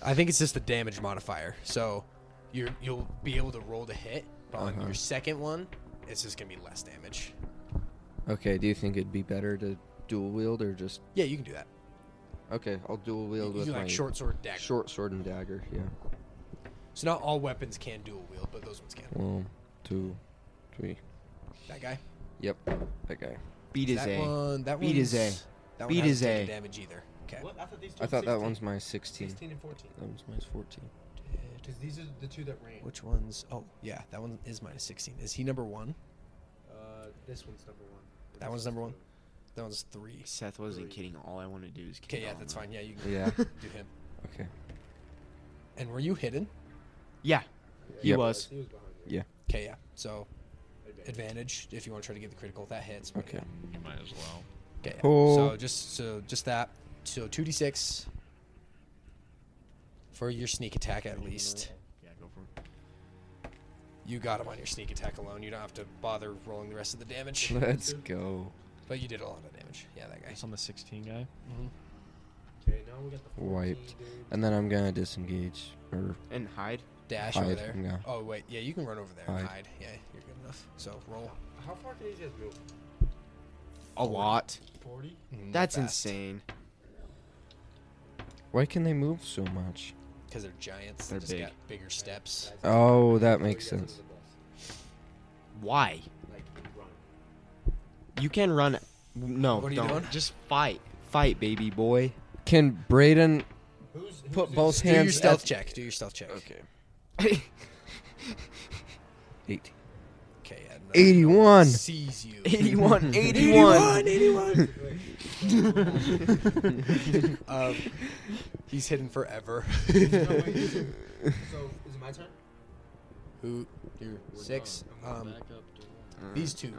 Speaker 7: I think it's just the damage modifier. So you're you'll be able to roll to hit, but on
Speaker 1: Uh-huh.
Speaker 7: your second one, it's just gonna be less damage.
Speaker 1: Okay, do you think it'd be better to dual wield or just
Speaker 7: Yeah, you can do that.
Speaker 1: Okay, I'll dual
Speaker 7: You
Speaker 1: wield
Speaker 7: can
Speaker 1: with my
Speaker 7: like short sword dagger.
Speaker 1: short sword and dagger, yeah.
Speaker 7: So not all weapons can dual wield, but those ones can.
Speaker 1: One, two, three.
Speaker 7: That guy.
Speaker 1: Yep. That guy.
Speaker 4: Beat his
Speaker 7: that
Speaker 4: A.
Speaker 7: one. That
Speaker 4: Beat his
Speaker 7: one's- That one
Speaker 4: Beat
Speaker 7: hasn't
Speaker 4: his
Speaker 7: taken
Speaker 4: A.
Speaker 7: damage either. Okay.
Speaker 6: What? I thought these two
Speaker 1: I
Speaker 6: were
Speaker 1: thought that
Speaker 6: 16.
Speaker 1: one's my sixteen.
Speaker 6: 16 and 14.
Speaker 1: That one's minus fourteen.
Speaker 6: Because these are the two that ran.
Speaker 7: Which one's? Oh, yeah, that one is minus sixteen. Is he number one?
Speaker 6: Uh, this one's number one.
Speaker 7: That one's number one? That one's three.
Speaker 4: Seth wasn't kidding. All I want to do is kill.
Speaker 7: Okay, yeah, that's fine. Yeah, you can
Speaker 1: Yeah.
Speaker 7: do him.
Speaker 1: Okay.
Speaker 7: And were you hidden?
Speaker 4: Yeah, he
Speaker 1: Yep.
Speaker 4: was.
Speaker 6: He was behind you.
Speaker 7: Okay, yeah. So advantage if you want to try to get the critical. That hits. but
Speaker 1: Okay.
Speaker 2: You might as well.
Speaker 7: Okay. yeah.
Speaker 1: Oh.
Speaker 7: So just so just that. So two d six for your sneak attack at least.
Speaker 2: Yeah, go for it.
Speaker 7: You got him on your sneak attack alone. You don't have to bother rolling the rest of the damage.
Speaker 1: Let's go.
Speaker 7: but you did a lot of damage. Yeah, that guy.
Speaker 5: It's on the sixteen guy.
Speaker 6: Okay, now we got the 14,
Speaker 1: Wiped.
Speaker 6: dude.
Speaker 1: And then I'm gonna disengage or
Speaker 4: And hide.
Speaker 7: Dash over
Speaker 1: Hide,
Speaker 7: there.
Speaker 1: yeah.
Speaker 7: Oh wait, yeah, you can run over there and
Speaker 1: Hide.
Speaker 7: hide. Yeah, you're good enough. So roll.
Speaker 6: How far can these guys move?
Speaker 4: A lot.
Speaker 6: 40?
Speaker 7: Mm,
Speaker 4: That's
Speaker 7: fast.
Speaker 4: insane.
Speaker 1: why can they move so much?
Speaker 7: Because they're giants. They
Speaker 4: They're
Speaker 7: just
Speaker 4: big.
Speaker 7: got bigger steps.
Speaker 1: Oh, that makes
Speaker 6: So he gets
Speaker 1: sense.
Speaker 6: under the bus.
Speaker 4: Why?
Speaker 6: Like, run.
Speaker 4: You can run. No,
Speaker 7: What are you
Speaker 4: don't.
Speaker 7: doing?
Speaker 4: Just fight. Fight, baby boy.
Speaker 1: Can Brayden
Speaker 6: Who's, who's
Speaker 1: put
Speaker 6: this?
Speaker 1: both
Speaker 7: Do your
Speaker 1: hands
Speaker 7: stealth check. Do your stealth check.
Speaker 1: Okay. Eight.
Speaker 7: Okay. Yeah, no.
Speaker 1: Eighty one.
Speaker 7: Sees you.
Speaker 4: 81, 81.
Speaker 7: Um, he's hidden forever.
Speaker 6: No, wait, is it- so, is it my turn?
Speaker 7: Who? You're six. Um, these two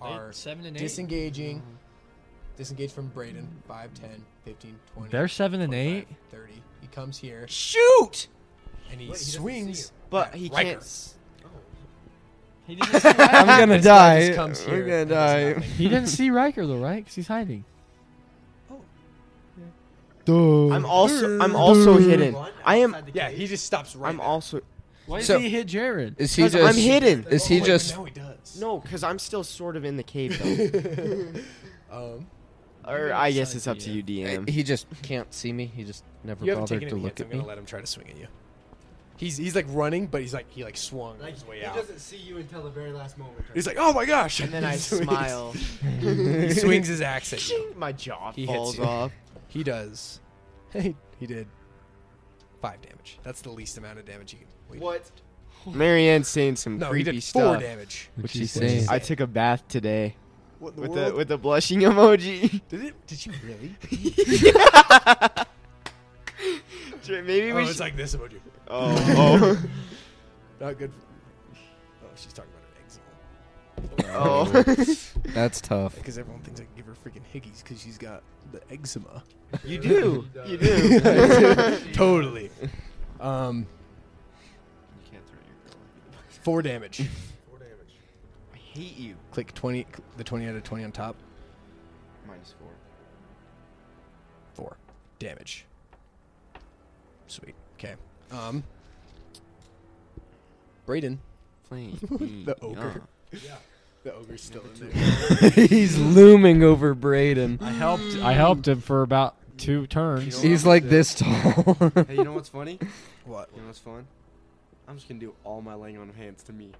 Speaker 5: Are
Speaker 7: are
Speaker 5: they seven and eight?
Speaker 7: disengaging. Disengage from Braden. 5, 10, 15, 20.
Speaker 5: They're seven and
Speaker 7: 25,
Speaker 5: eight.
Speaker 7: 30. He comes here
Speaker 4: Shoot!
Speaker 7: and he
Speaker 6: Wait, he doesn't see
Speaker 7: swings.
Speaker 4: But
Speaker 7: at
Speaker 4: he
Speaker 7: Riker.
Speaker 4: can't. s-
Speaker 5: He didn't, see,
Speaker 1: I'm gonna
Speaker 7: This guy
Speaker 1: die.
Speaker 7: just comes here
Speaker 1: We're gonna
Speaker 7: and does
Speaker 1: die.
Speaker 7: nothing.
Speaker 5: he didn't see Riker though, right? Because he's hiding.
Speaker 4: I'm also. I'm also hidden.
Speaker 6: Run
Speaker 4: I am.
Speaker 6: outside the
Speaker 7: Yeah,
Speaker 6: cage?
Speaker 7: he just stops right
Speaker 4: I'm
Speaker 7: there.
Speaker 4: also.
Speaker 5: Why
Speaker 1: did
Speaker 5: did
Speaker 1: So-
Speaker 5: he
Speaker 1: he
Speaker 5: hit Jared?
Speaker 1: Is he just
Speaker 4: I'm hidden.
Speaker 1: Is he
Speaker 7: Wait,
Speaker 1: just
Speaker 7: No, he does.
Speaker 4: No, because I'm still sort of in the cave though.
Speaker 7: Um,
Speaker 4: or I guess it's up to you,
Speaker 1: Uh,
Speaker 4: DM.
Speaker 1: He just can't see me. He just never
Speaker 7: you haven't
Speaker 1: bothered
Speaker 7: taken
Speaker 1: to
Speaker 7: any
Speaker 1: look
Speaker 7: hits. I'm
Speaker 1: at me.
Speaker 7: gonna let him try to swing at you. He's he's like running, but he's like he like swung
Speaker 6: Like,
Speaker 7: his way
Speaker 6: he
Speaker 7: out.
Speaker 6: doesn't see you until the very last moment.
Speaker 7: He's like, oh my gosh!
Speaker 4: And then I smile.
Speaker 7: he swings his axe at you.
Speaker 4: My jaw
Speaker 7: He hits
Speaker 4: falls
Speaker 7: you.
Speaker 4: off.
Speaker 7: He does. Hey, he did five damage. That's the least amount of damage he can. wait.
Speaker 6: What?
Speaker 4: Marianne's saying some
Speaker 7: No, he
Speaker 4: creepy
Speaker 7: did four
Speaker 4: stuff.
Speaker 7: damage.
Speaker 1: What's he
Speaker 7: saying?
Speaker 1: saying?
Speaker 4: I took a bath today
Speaker 7: What
Speaker 4: with the with the blushing emoji.
Speaker 7: Did it? Did you really?
Speaker 4: Maybe
Speaker 7: oh,
Speaker 4: we
Speaker 7: it's
Speaker 4: should.
Speaker 7: like this emoji.
Speaker 4: oh, oh.
Speaker 7: Not good. For... Oh, she's talking about her eggs.
Speaker 4: Oh.
Speaker 1: That's tough.
Speaker 7: Because everyone thinks I can give her freaking hickeys because she's got the eczema.
Speaker 4: you do. You do.
Speaker 7: totally. Um,
Speaker 2: You can't throw your girl. under the bus.
Speaker 7: four damage.
Speaker 2: I hate you.
Speaker 7: Click twenty. The twenty out of twenty on top.
Speaker 2: Minus four.
Speaker 7: Four damage. Sweet. Okay. Um. Braden,
Speaker 2: Playing
Speaker 7: the ogre. The ogre's still in there.
Speaker 1: He's looming over Braden.
Speaker 5: I helped. I helped him for about two turns.
Speaker 1: He's like this tall.
Speaker 2: hey, you know what's funny?
Speaker 7: What?
Speaker 2: You know what's fun? I'm just gonna do all my laying on of hands to me.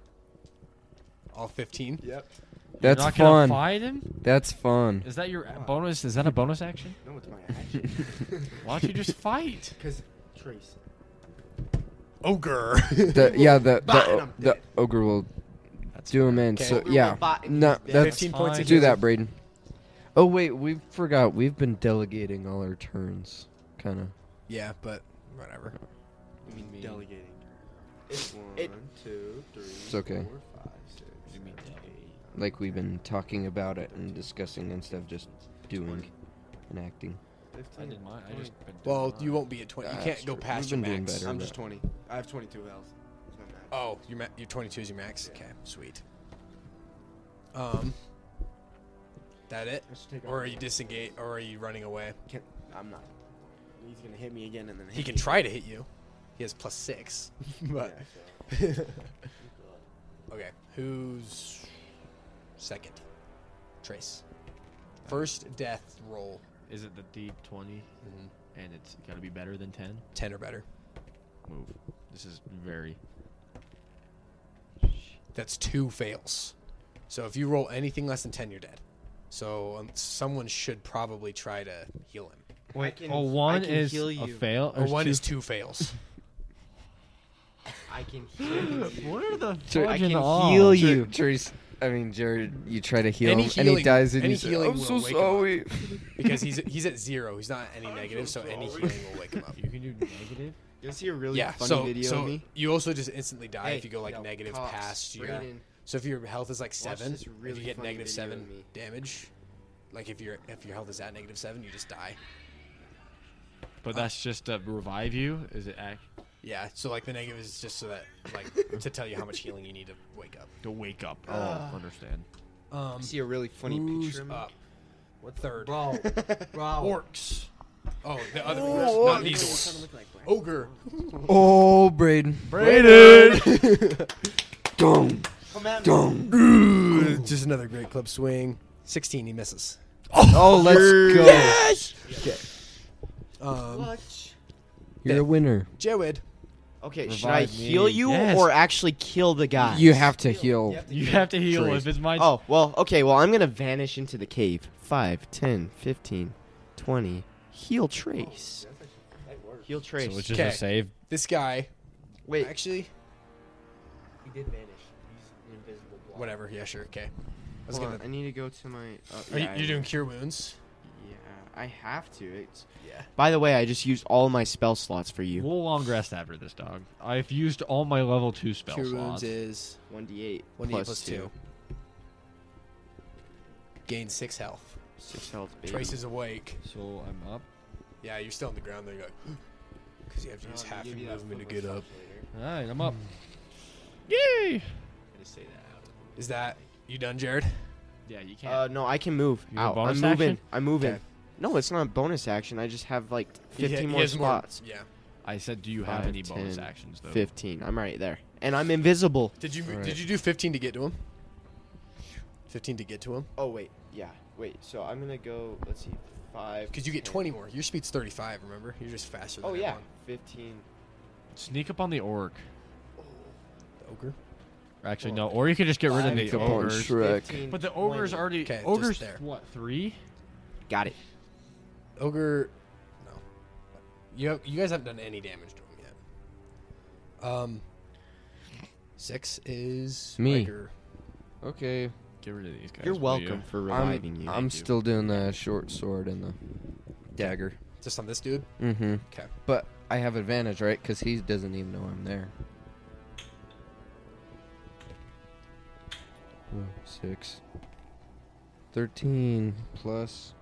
Speaker 7: All fifteen.
Speaker 2: Yep.
Speaker 5: You're
Speaker 1: That's
Speaker 5: not gonna
Speaker 1: fun.
Speaker 5: Fight him?
Speaker 1: That's fun.
Speaker 5: Is that your bonus? Is that a bonus action?
Speaker 2: No, it's my action.
Speaker 5: Why don't you just fight?
Speaker 2: Cause Trace.
Speaker 7: Ogre.
Speaker 1: The, yeah, the
Speaker 2: Bot and
Speaker 1: the,
Speaker 2: I'm
Speaker 1: the
Speaker 2: dead.
Speaker 1: ogre will
Speaker 5: That's
Speaker 1: do him in.
Speaker 7: Okay.
Speaker 1: So
Speaker 7: Ogre
Speaker 1: yeah,
Speaker 2: bot and
Speaker 1: no,
Speaker 2: he's dead.
Speaker 1: that's
Speaker 7: Fifteen points.
Speaker 5: fine.
Speaker 7: against
Speaker 1: do that, Braden. Oh wait, we forgot. We've been delegating all our turns, kind of.
Speaker 7: Yeah, but whatever.
Speaker 2: You mean delegating? one,
Speaker 4: It-
Speaker 2: two, three,
Speaker 1: It's okay.
Speaker 2: four, five, six, seven, eight,
Speaker 1: Like we've been talking about it and discussing instead of just doing and acting.
Speaker 5: I
Speaker 2: 15.
Speaker 5: did mine. I just been doing
Speaker 7: Well,
Speaker 5: mine.
Speaker 7: you won't be at twenty. You
Speaker 1: Uh, That's
Speaker 7: can't go
Speaker 1: true. We've
Speaker 7: past your
Speaker 1: been doing
Speaker 7: max.
Speaker 1: better.
Speaker 2: I'm just 20. I have 22 health. It's not bad.
Speaker 7: Oh, your ma- your 22 is your max. Okay, sweet. Um, that it?
Speaker 2: I should take
Speaker 7: Or
Speaker 2: off
Speaker 7: are
Speaker 2: my
Speaker 7: you disengage? Or are you running away?
Speaker 2: Can't, I'm not. He's gonna hit me again and then.
Speaker 7: He
Speaker 2: hit
Speaker 7: can
Speaker 2: me.
Speaker 7: try to hit you. He has plus six. but
Speaker 2: Yeah, so-
Speaker 7: okay, who's second? Trace. First death roll,
Speaker 5: Is it the D twenty?
Speaker 7: Mhm.
Speaker 5: And it's got to be better than ten.
Speaker 7: ten or better.
Speaker 5: Move. This is very.
Speaker 7: That's two fails. So if you roll anything less than ten, you're dead. So um, someone should probably try to heal him.
Speaker 6: Wait, can,
Speaker 5: Oh, one
Speaker 6: I can
Speaker 5: is
Speaker 6: heal
Speaker 5: a
Speaker 6: you.
Speaker 5: fail.
Speaker 7: Or
Speaker 5: Or
Speaker 7: one
Speaker 5: Oh, two-
Speaker 7: is two fails.
Speaker 6: I can heal you.
Speaker 5: What are the
Speaker 1: Sir, I
Speaker 5: fudging
Speaker 4: can
Speaker 5: odds?
Speaker 4: heal you.
Speaker 1: Tr- Trace, Oh, I mean Jared, you try to heal
Speaker 7: Any
Speaker 1: him, and
Speaker 7: healing-
Speaker 1: he dies, and
Speaker 7: any
Speaker 1: you say,
Speaker 7: healing
Speaker 1: "I'm
Speaker 7: will
Speaker 1: so
Speaker 7: wake him up."
Speaker 1: sorry."
Speaker 7: because he's he's at zero. He's not at any negative, so any healing will wake him up.
Speaker 5: You can do negative.
Speaker 6: You see a really
Speaker 7: yeah.
Speaker 6: funny
Speaker 7: so
Speaker 6: video
Speaker 7: so
Speaker 6: of me?
Speaker 7: you also just instantly die
Speaker 6: Hey,
Speaker 7: if you go like
Speaker 6: yo,
Speaker 7: negative
Speaker 6: cops,
Speaker 7: past your.
Speaker 6: Braden,
Speaker 7: So if your health is like seven,
Speaker 6: this
Speaker 7: if
Speaker 6: really
Speaker 7: you get
Speaker 6: funny
Speaker 7: negative
Speaker 6: video of
Speaker 7: seven
Speaker 6: me.
Speaker 7: damage. Like if your if your health is at negative seven, you just die.
Speaker 5: But that's just to revive you. Is it act
Speaker 7: Yeah. So like the negative is just so that like to tell you how much healing you need to wake up.
Speaker 5: to wake up? Oh, understand.
Speaker 7: Um.
Speaker 6: see a really funny
Speaker 7: who's
Speaker 6: picture of me?
Speaker 7: up? What third?
Speaker 6: Bro, bro.
Speaker 7: Orcs. Oh, the other orcs, not these orcs. Ogre.
Speaker 1: Oh, Braden,
Speaker 6: Come at me.
Speaker 7: Just another great club swing. Sixteen, he misses.
Speaker 1: Oh, let's go.
Speaker 7: Um,
Speaker 6: Clutch.
Speaker 1: You're a winner.
Speaker 7: Jewid.
Speaker 4: Okay, should I
Speaker 1: Revive me.
Speaker 4: heal you
Speaker 5: Yes.
Speaker 4: or actually kill the guy?
Speaker 1: You have to heal.
Speaker 5: You have to heal
Speaker 1: Trace.
Speaker 5: if it's my.
Speaker 4: Oh, well, okay, well, I'm going to vanish into the cave. 5, 10, 15, 20. Heal Trace.
Speaker 6: Oh,
Speaker 4: Heal Trace.
Speaker 5: so it's just
Speaker 7: Okay.
Speaker 5: a save.
Speaker 7: This guy,
Speaker 4: Wait,
Speaker 7: actually,
Speaker 6: He did vanish. He's an invisible block.
Speaker 7: whatever. Yeah, sure. Okay. I was
Speaker 6: Hold
Speaker 7: gonna.
Speaker 6: on, I need to go to my. Uh,
Speaker 7: Are you,
Speaker 6: yeah,
Speaker 7: you're
Speaker 6: I-
Speaker 7: doing cure wounds?
Speaker 6: Yeah, I have to. It's
Speaker 7: Yeah.
Speaker 4: by the way, I just used all my spell slots for you.
Speaker 5: We'll long rest after this, dog. I've used all my level two spell
Speaker 7: cure wounds
Speaker 5: slots.
Speaker 7: is
Speaker 4: 1d8
Speaker 7: one plus, plus two. Gain six health.
Speaker 4: 6 health, baby.
Speaker 7: Trace is awake.
Speaker 5: so I'm up.
Speaker 7: Yeah, you're still on the ground. There you go. Because you have to use
Speaker 6: I'll
Speaker 7: half your
Speaker 6: give you that
Speaker 7: movement to
Speaker 6: football
Speaker 7: get up.
Speaker 6: stuff later.
Speaker 5: All right, I'm up. Yay!
Speaker 6: I'm gonna say that out.
Speaker 7: Is that you done, Jared?
Speaker 5: Yeah, you can't.
Speaker 4: Uh, no, I can move.
Speaker 5: You have
Speaker 4: Ow, I'm
Speaker 5: bonus
Speaker 4: moving.
Speaker 5: action?
Speaker 4: I'm moving.
Speaker 7: Okay.
Speaker 4: No, it's not a bonus action. I just have like
Speaker 7: He ha-
Speaker 4: 15
Speaker 7: he
Speaker 4: more
Speaker 7: has
Speaker 4: spots.
Speaker 7: Yeah.
Speaker 5: I said, do you have
Speaker 4: Five,
Speaker 5: any bonus
Speaker 4: 10,
Speaker 5: actions though?
Speaker 4: 15. I'm right there. And I'm invisible.
Speaker 7: Did you
Speaker 1: Alright.
Speaker 7: did you do 15 to get to him? 15 to get to him?
Speaker 4: Oh, wait. Yeah. Wait. So I'm going to go, let's see, 5.
Speaker 7: Because you get
Speaker 4: 10.
Speaker 7: 20 more. Your speed's 35. Remember, you're just faster. Than
Speaker 4: Oh, yeah.
Speaker 7: everyone.
Speaker 4: 15.
Speaker 5: Sneak up on the orc.
Speaker 7: The ogre.
Speaker 5: Or Actually, no. Or you could just get rid of the
Speaker 1: Come on,
Speaker 5: ogres.
Speaker 1: Shrek.
Speaker 5: But the ogres already.
Speaker 7: Okay, just
Speaker 5: ogres
Speaker 7: there.
Speaker 5: what three?
Speaker 4: Got it.
Speaker 7: Ogre, no. You have, you guys haven't done any damage to him yet. Um, six is
Speaker 1: Me.
Speaker 7: Riker.
Speaker 1: Okay,
Speaker 5: Get rid of these guys.
Speaker 4: You're
Speaker 5: will you?
Speaker 4: welcome for reviving
Speaker 1: I'm,
Speaker 4: you.
Speaker 1: I'm still doing the short sword and the dagger.
Speaker 7: Just on this dude.
Speaker 1: Mm-hmm.
Speaker 7: Okay.
Speaker 1: But I have advantage, right? Because he doesn't even know I'm there. Oh, six. Thirteen plus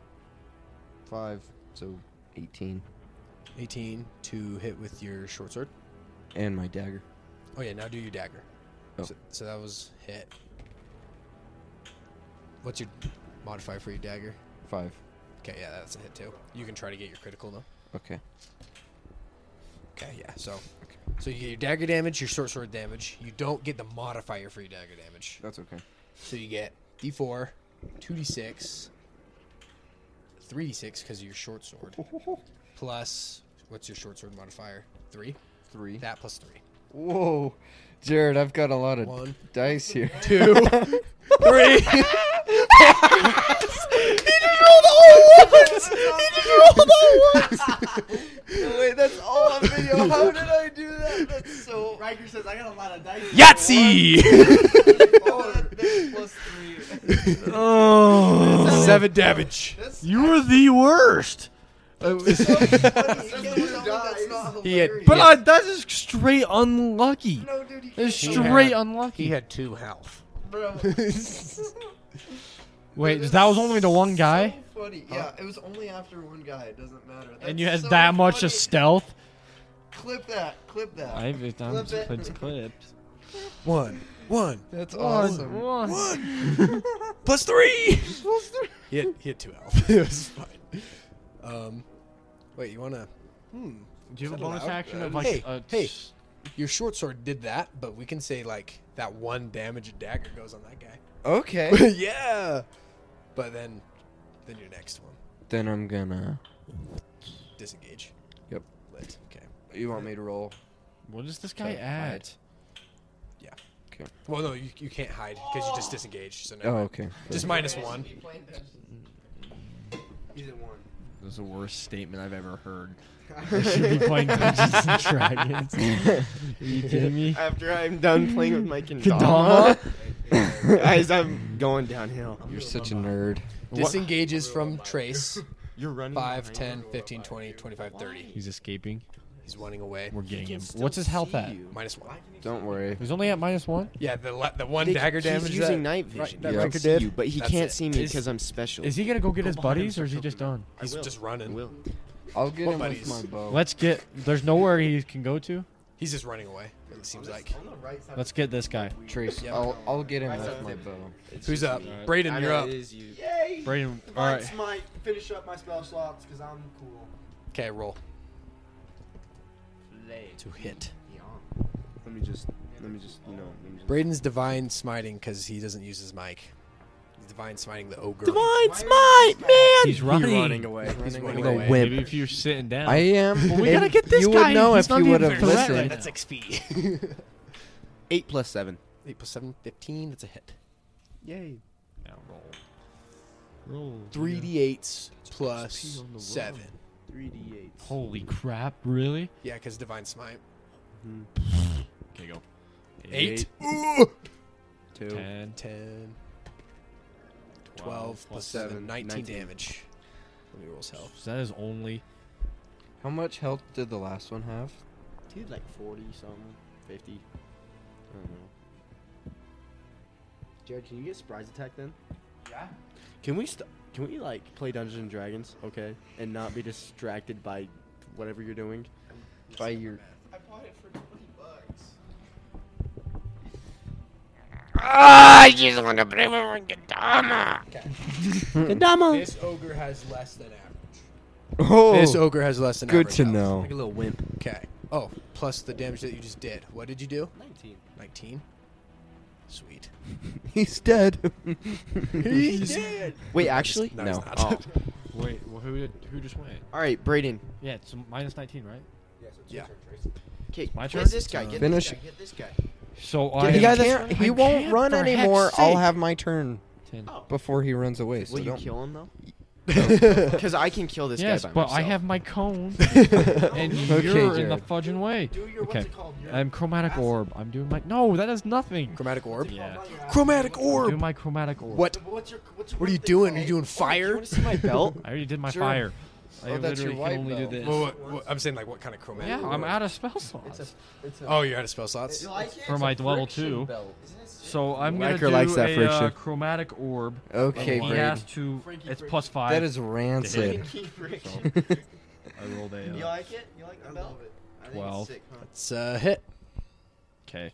Speaker 1: five, so eighteen.
Speaker 7: 18 to hit with your short sword.
Speaker 1: And my dagger.
Speaker 7: Oh yeah, now do your dagger.
Speaker 1: Oh.
Speaker 7: So, so that was hit. What's your modifier for your dagger?
Speaker 1: Five.
Speaker 7: Okay, yeah, that's a hit too. You can try to get your critical though.
Speaker 1: Okay.
Speaker 7: Okay, yeah. So, so you get your dagger damage, your short sword damage. You don't get the modifier for your dagger damage.
Speaker 1: That's okay.
Speaker 7: So you get D4, 2D6, 3D6 because of your short sword. plus, what's your short sword modifier? Three.
Speaker 1: Three.
Speaker 7: That plus three.
Speaker 1: Whoa. Jared, I've got a lot of
Speaker 7: One.
Speaker 1: dice here.
Speaker 7: Two. three.
Speaker 6: Wait, that's all on video. How did I do that? That's so. Riker says I got a lot of dice.
Speaker 5: Yahtzee!
Speaker 6: Oh, that, that's plus three.
Speaker 5: oh,
Speaker 7: Seven damage.
Speaker 6: That's
Speaker 5: you were the worst.
Speaker 6: funny. You can't tell me that's not
Speaker 7: He had,
Speaker 6: hilarious.
Speaker 5: But I, that is straight unlucky.
Speaker 6: No, dude, you
Speaker 5: It's
Speaker 6: can't.
Speaker 5: straight
Speaker 7: had-
Speaker 5: unlucky.
Speaker 7: he had two health.
Speaker 6: Bro.
Speaker 5: Wait,
Speaker 6: That's
Speaker 5: that was only to one guy,
Speaker 6: So funny. Yeah, it was only after one guy. It doesn't matter.
Speaker 5: and
Speaker 6: That's
Speaker 5: you had
Speaker 6: so
Speaker 5: that much
Speaker 6: funny.
Speaker 5: of stealth.
Speaker 6: Clip that. Clip that.
Speaker 5: I, I'm
Speaker 6: Clip it.
Speaker 5: it's clipped.
Speaker 7: One. One.
Speaker 1: That's awesome.
Speaker 7: Plus three. Plus three. He had, he had two health. it was fine. Um, wait, you wanna? Hmm.
Speaker 5: Do you have
Speaker 7: Is
Speaker 5: a
Speaker 7: that
Speaker 5: bonus
Speaker 7: allowed?
Speaker 5: action of like
Speaker 7: hey,
Speaker 5: a
Speaker 7: hey, your short sword did that, but we can say like that one damage dagger goes on that guy.
Speaker 1: Okay.
Speaker 7: yeah. But then, then your next one
Speaker 1: then I'm gonna.
Speaker 7: disengage.
Speaker 1: Yep.
Speaker 7: Lit. Okay.
Speaker 1: You want me to roll?
Speaker 5: What is this guy
Speaker 1: So,
Speaker 5: at?
Speaker 7: Well, no, you, you can't hide because you just disengaged. So no.
Speaker 1: Oh, okay.
Speaker 7: Just minus one.
Speaker 6: Either one.
Speaker 5: This is the worst statement I've ever heard. They should be playing Dungeons and Dragons. Are you kidding me?
Speaker 4: After I'm done playing with my
Speaker 5: Kendama?
Speaker 4: guys, I'm going downhill.
Speaker 1: You're such a nerd.
Speaker 7: Disengages from trace.
Speaker 2: You're running.
Speaker 7: 5, 10, 15, 20, 25, 30.
Speaker 5: He's escaping.
Speaker 7: He's running away.
Speaker 5: We're getting him. What's his health at?
Speaker 7: Minus one.
Speaker 1: Don't worry.
Speaker 5: He's only at minus one.
Speaker 7: Yeah, the la- the one dagger damage.
Speaker 4: He's using
Speaker 7: that-
Speaker 4: night vision.
Speaker 7: that
Speaker 4: He
Speaker 1: Riker
Speaker 4: can see
Speaker 7: did?
Speaker 4: you, but he
Speaker 7: That's
Speaker 4: can't
Speaker 7: it.
Speaker 4: see me
Speaker 7: Is-
Speaker 4: because I'm special.
Speaker 5: Is he gonna go get his buddies, or is he just done?
Speaker 7: He's just running.
Speaker 1: I'll get
Speaker 7: What
Speaker 1: him
Speaker 7: buddies?
Speaker 1: with my bow.
Speaker 5: Let's get. There's nowhere he can go to.
Speaker 7: He's just running away. It seems like.
Speaker 5: Let's get this guy.
Speaker 1: Trace.
Speaker 7: Yep.
Speaker 1: I'll I'll get him with my bow.
Speaker 7: Who's up? Brayden, you're up.
Speaker 6: Yay!
Speaker 5: Braden. All
Speaker 6: All
Speaker 5: right.
Speaker 6: my finish up my spell slots because I'm cool.
Speaker 7: Okay, roll. To hit.
Speaker 1: Let me just. Let me just. You know. Let me just.
Speaker 7: Braden's divine smiting because he doesn't use his mic. He's divine smiting the ogre.
Speaker 6: smite, man!
Speaker 5: He's running.
Speaker 1: away.
Speaker 7: He's running
Speaker 1: away.
Speaker 7: away.
Speaker 1: Wimp.
Speaker 5: Maybe if you're sitting down.
Speaker 1: I am.
Speaker 5: we
Speaker 1: and
Speaker 5: gotta get this
Speaker 1: You
Speaker 5: guy.
Speaker 1: would know
Speaker 5: He's
Speaker 1: if
Speaker 5: not
Speaker 1: you
Speaker 5: being
Speaker 1: would have
Speaker 5: threatened right
Speaker 1: listened.
Speaker 5: now.
Speaker 7: That's XP.
Speaker 4: Eight plus seven.
Speaker 7: 8 plus 7, 15. That's a hit.
Speaker 4: Yay.
Speaker 5: Now roll. Roll.
Speaker 7: 3d8s plus 7.
Speaker 4: Three d eight.
Speaker 5: Holy crap! Really?
Speaker 7: Yeah, because divine smite.
Speaker 5: Okay, go.
Speaker 7: 8.
Speaker 1: Two.
Speaker 5: Ten.
Speaker 7: 10, 12, plus
Speaker 5: plus
Speaker 7: 7,
Speaker 1: seven,
Speaker 7: 19,
Speaker 1: 19.
Speaker 7: damage. Let me roll his health.
Speaker 5: So that is only.
Speaker 1: How much health did the last one have?
Speaker 4: Dude, like forty something, fifty. I don't know. Jared, can you get surprise attack then?
Speaker 6: Yeah.
Speaker 4: Can we st- can we like play Dungeons and Dragons, okay, and not be distracted by whatever you're doing?
Speaker 1: By your.
Speaker 6: I bought it for 20 bucks.
Speaker 7: This ogre has less than average.
Speaker 1: Oh.
Speaker 7: This ogre has less than
Speaker 1: good
Speaker 7: average.
Speaker 1: to
Speaker 7: health.
Speaker 1: know.
Speaker 4: Like a little wimp.
Speaker 7: Okay. Oh, plus the damage that you just did. What did you do?
Speaker 4: Nineteen.
Speaker 7: 19. Sweet.
Speaker 1: He's dead.
Speaker 7: He's
Speaker 4: Wait, actually,
Speaker 7: No, he's
Speaker 1: No.
Speaker 7: not.
Speaker 5: Wait. Well, who did, who just went?
Speaker 4: all right, Braden.
Speaker 5: Yeah, it's minus nineteen, right?
Speaker 7: yeah.
Speaker 4: Okay,
Speaker 5: my
Speaker 4: get
Speaker 5: turn?
Speaker 4: this guy. Get
Speaker 1: Finish.
Speaker 4: This guy, get this guy.
Speaker 5: So
Speaker 1: The
Speaker 5: I.
Speaker 1: guy
Speaker 5: am-
Speaker 1: that's,
Speaker 5: I
Speaker 1: he won't
Speaker 5: can't,
Speaker 1: run
Speaker 5: for heck's
Speaker 1: anymore. I'll
Speaker 5: sake.
Speaker 1: have my turn
Speaker 5: Ten.
Speaker 1: before he runs away. So
Speaker 4: Will you
Speaker 1: don't.
Speaker 4: kill him though? Because I can kill this
Speaker 5: yes,
Speaker 4: guy by
Speaker 5: but
Speaker 4: myself.
Speaker 5: I have my cone, and
Speaker 1: Okay,
Speaker 5: you're in the
Speaker 1: Jared.
Speaker 5: fudging way.
Speaker 6: Do your
Speaker 5: Okay.
Speaker 6: what's it called? Your Oh,
Speaker 5: I'm chromatic orb. I'm doing my no. That does nothing.
Speaker 7: Chromatic orb.
Speaker 5: Yeah.
Speaker 7: Chromatic
Speaker 5: Do
Speaker 7: orb.
Speaker 5: my chromatic orb.
Speaker 7: What?
Speaker 6: What's your, what's your
Speaker 7: What are you
Speaker 6: thing
Speaker 7: doing?
Speaker 6: called?
Speaker 7: Are you doing fire?
Speaker 4: my belt.
Speaker 5: I already did my
Speaker 4: Sure.
Speaker 5: fire. I
Speaker 1: Oh, that's your
Speaker 5: literally
Speaker 1: wife,
Speaker 5: can only
Speaker 1: though.
Speaker 5: do this.
Speaker 7: Well, what, what- I'm saying like what kind of chromatic?
Speaker 5: yeah, I'm
Speaker 7: order?
Speaker 5: out of spell slots
Speaker 7: Oh, you're out of spell slots.
Speaker 5: for my level two. So I'm gonna
Speaker 3: Riker
Speaker 5: do
Speaker 3: likes that
Speaker 5: a uh,
Speaker 3: friction.
Speaker 5: chromatic orb.
Speaker 1: Okay,
Speaker 5: he
Speaker 1: Brady.
Speaker 5: has to. it's plus five.
Speaker 1: That is rancid.
Speaker 5: I rolled a.
Speaker 6: You
Speaker 5: Uh,
Speaker 6: like it? You like the belt? I think
Speaker 5: Twelve.
Speaker 6: it's sick, huh?
Speaker 7: It's a hit.
Speaker 5: okay.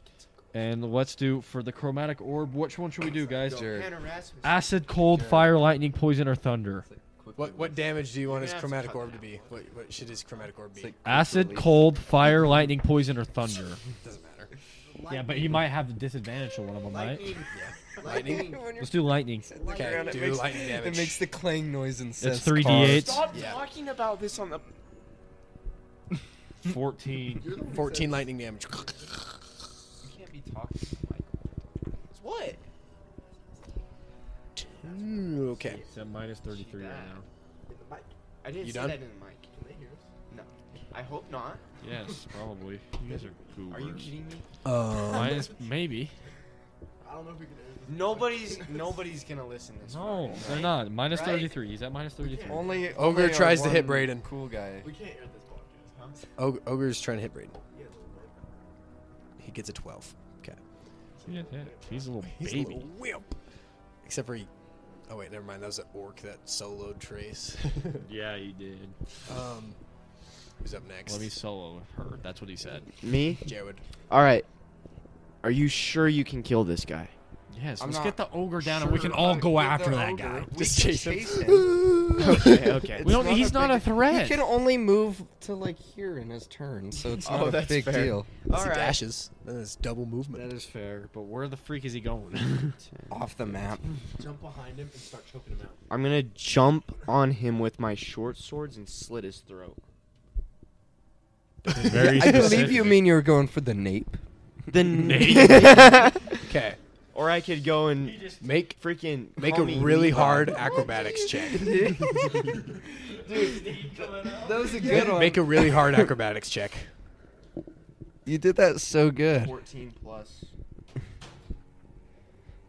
Speaker 5: And let's do for the chromatic orb. Which one should we do, guys?
Speaker 6: Hannah Rasmussen.
Speaker 5: Acid, cold, fire, lightning, poison, or thunder.
Speaker 7: What what damage do you want his
Speaker 6: have to
Speaker 7: chromatic
Speaker 6: cut
Speaker 7: orb
Speaker 6: it
Speaker 7: to be? What what should his chromatic orb be?
Speaker 5: Acid, cold, fire, lightning, poison, or thunder.
Speaker 7: Doesn't matter.
Speaker 5: Yeah, but he might have the disadvantage on one of them, right?
Speaker 6: Lightning.
Speaker 7: Lightning.
Speaker 5: Let's do lightning.
Speaker 7: Okay, do lightning damage.
Speaker 1: It makes the clang noise and
Speaker 5: It's
Speaker 1: says
Speaker 5: three d eights.
Speaker 9: Stop
Speaker 7: Yeah.
Speaker 9: talking about this on the.
Speaker 5: Fourteen.
Speaker 7: 14 lightning damage.
Speaker 9: What?
Speaker 7: Ooh, okay.
Speaker 5: It's at minus thirty-three right now.
Speaker 9: In the mic. I didn't
Speaker 7: You
Speaker 9: say
Speaker 7: done?
Speaker 9: that in the mic. Can they hear us? No. I hope not.
Speaker 5: Yes, probably. You guys are cool.
Speaker 9: Are you kidding me?
Speaker 7: um,
Speaker 5: Minus maybe.
Speaker 6: I don't know if we can end this.
Speaker 9: Nobody's nobody's gonna listen this.
Speaker 5: No, they're not. Minus thirty-three. He's at minus thirty-three.
Speaker 1: Only
Speaker 7: Ogre
Speaker 1: only our
Speaker 7: tries to hit
Speaker 1: one
Speaker 7: Brayden.
Speaker 1: Cool guy.
Speaker 6: We can't end this podcast, huh?
Speaker 7: Og- Ogre's trying to hit Braden. He gets a 12. Okay.
Speaker 5: Yeah, yeah. He's a little
Speaker 7: He's a
Speaker 5: baby.
Speaker 7: little wimp. Except for he. Oh, wait, never mind. That was an orc that soloed Trace.
Speaker 5: Yeah, he did.
Speaker 7: um, who's up next?
Speaker 5: Let me solo her. That's what he said.
Speaker 4: Me?
Speaker 7: Jared.
Speaker 4: All right. Are you sure you can kill this guy?
Speaker 5: Yes,
Speaker 1: I'm
Speaker 5: let's
Speaker 1: not
Speaker 5: get the ogre down and we
Speaker 1: Sure,
Speaker 5: can all
Speaker 1: uh,
Speaker 5: go
Speaker 1: get the
Speaker 5: after that
Speaker 1: ogre.
Speaker 5: guy.
Speaker 1: We
Speaker 7: Just
Speaker 1: can
Speaker 7: chase him.
Speaker 4: Okay, okay.
Speaker 5: We don't.
Speaker 1: not
Speaker 5: he's
Speaker 1: a
Speaker 5: not
Speaker 1: big-
Speaker 5: a threat.
Speaker 1: He can only move to like here in his turn, so it's not a big deal.
Speaker 7: All
Speaker 9: right.
Speaker 7: right. dashes. That is double movement.
Speaker 5: That is fair, but where the freak is he going?
Speaker 1: Off the map.
Speaker 6: Jump behind him and start choking him out.
Speaker 4: I'm gonna jump on him with my short swords and slit his throat.
Speaker 5: Very
Speaker 1: I believe you mean you were going for the nape.
Speaker 4: Then,
Speaker 7: Okay.
Speaker 4: or I could go and
Speaker 7: Make
Speaker 4: freaking
Speaker 7: make a
Speaker 4: call me
Speaker 7: really
Speaker 4: Levi.
Speaker 7: hard acrobatics check.
Speaker 1: That was a good one.
Speaker 7: Make a really hard acrobatics check.
Speaker 1: you did that so good.
Speaker 6: 14 plus.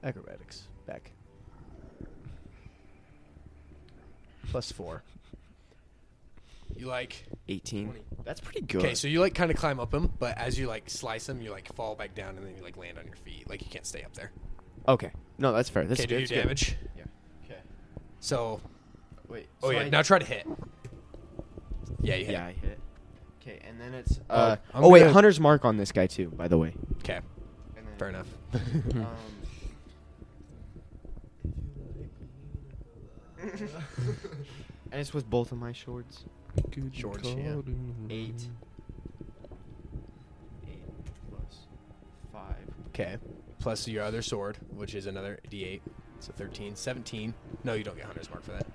Speaker 3: Acrobatics. Back. Plus four.
Speaker 7: You like
Speaker 4: 18. That's pretty good.
Speaker 7: Okay, so you like kind of climb up him, but as you like slice him, you like fall back down and then you like land on your feet. Like you can't stay up there.
Speaker 4: Okay. No, that's fair. That's
Speaker 7: Okay,
Speaker 4: good.
Speaker 7: do you
Speaker 4: that's good.
Speaker 7: damage?
Speaker 6: Yeah. Okay.
Speaker 7: So,
Speaker 6: Wait.
Speaker 7: oh
Speaker 6: so
Speaker 7: yeah,
Speaker 6: I-
Speaker 7: now try to hit. Yeah, you hit.
Speaker 4: Yeah, I hit.
Speaker 6: Okay, and then it's.
Speaker 4: Uh,
Speaker 7: I'm
Speaker 4: oh wait,
Speaker 7: gonna-
Speaker 4: Hunter's mark on this guy too. By the way,
Speaker 7: Okay,
Speaker 6: and then,
Speaker 7: fair enough.
Speaker 6: Um,
Speaker 4: and it's with both of my swords.
Speaker 7: George, yeah.
Speaker 6: eight. Eight plus five.
Speaker 7: Okay, plus your other sword, which is another D8. So 13, 17. No, you don't get Hunter's Mark for that.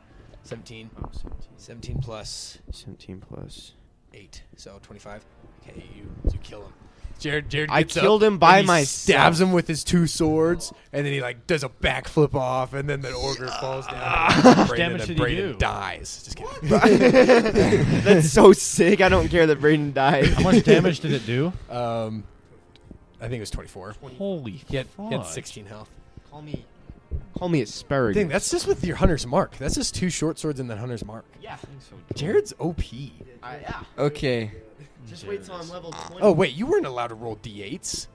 Speaker 7: 17.
Speaker 6: Oh, 17.
Speaker 7: 17 plus
Speaker 4: 17 plus.
Speaker 7: eight, so twenty-five. Okay, you you kill him. Jared, Jared,
Speaker 4: I
Speaker 7: gets up
Speaker 4: killed him
Speaker 7: and
Speaker 4: by
Speaker 7: he
Speaker 4: myself.
Speaker 7: Stabs him with his two swords, and then he like does a backflip off, and then the ogre falls down. and Brayden,
Speaker 5: damage
Speaker 7: and
Speaker 5: did he
Speaker 7: Brayden
Speaker 5: do?
Speaker 7: dies. Just kidding.
Speaker 4: That's so sick. I don't care that Braden died.
Speaker 5: How much damage did it do?
Speaker 7: Um, I think it was twenty-four.
Speaker 5: Holy
Speaker 7: He had, he had
Speaker 5: fudge.
Speaker 7: sixteen health.
Speaker 6: Call me.
Speaker 4: Call me asparagus.
Speaker 7: Dang, that's just with your hunter's mark. That's just two short swords and then hunter's mark.
Speaker 6: Yeah.
Speaker 7: Jared's OP.
Speaker 6: I, yeah.
Speaker 1: Okay.
Speaker 6: Just wait till I'm level 20.
Speaker 7: Oh wait, you weren't allowed to roll d8s.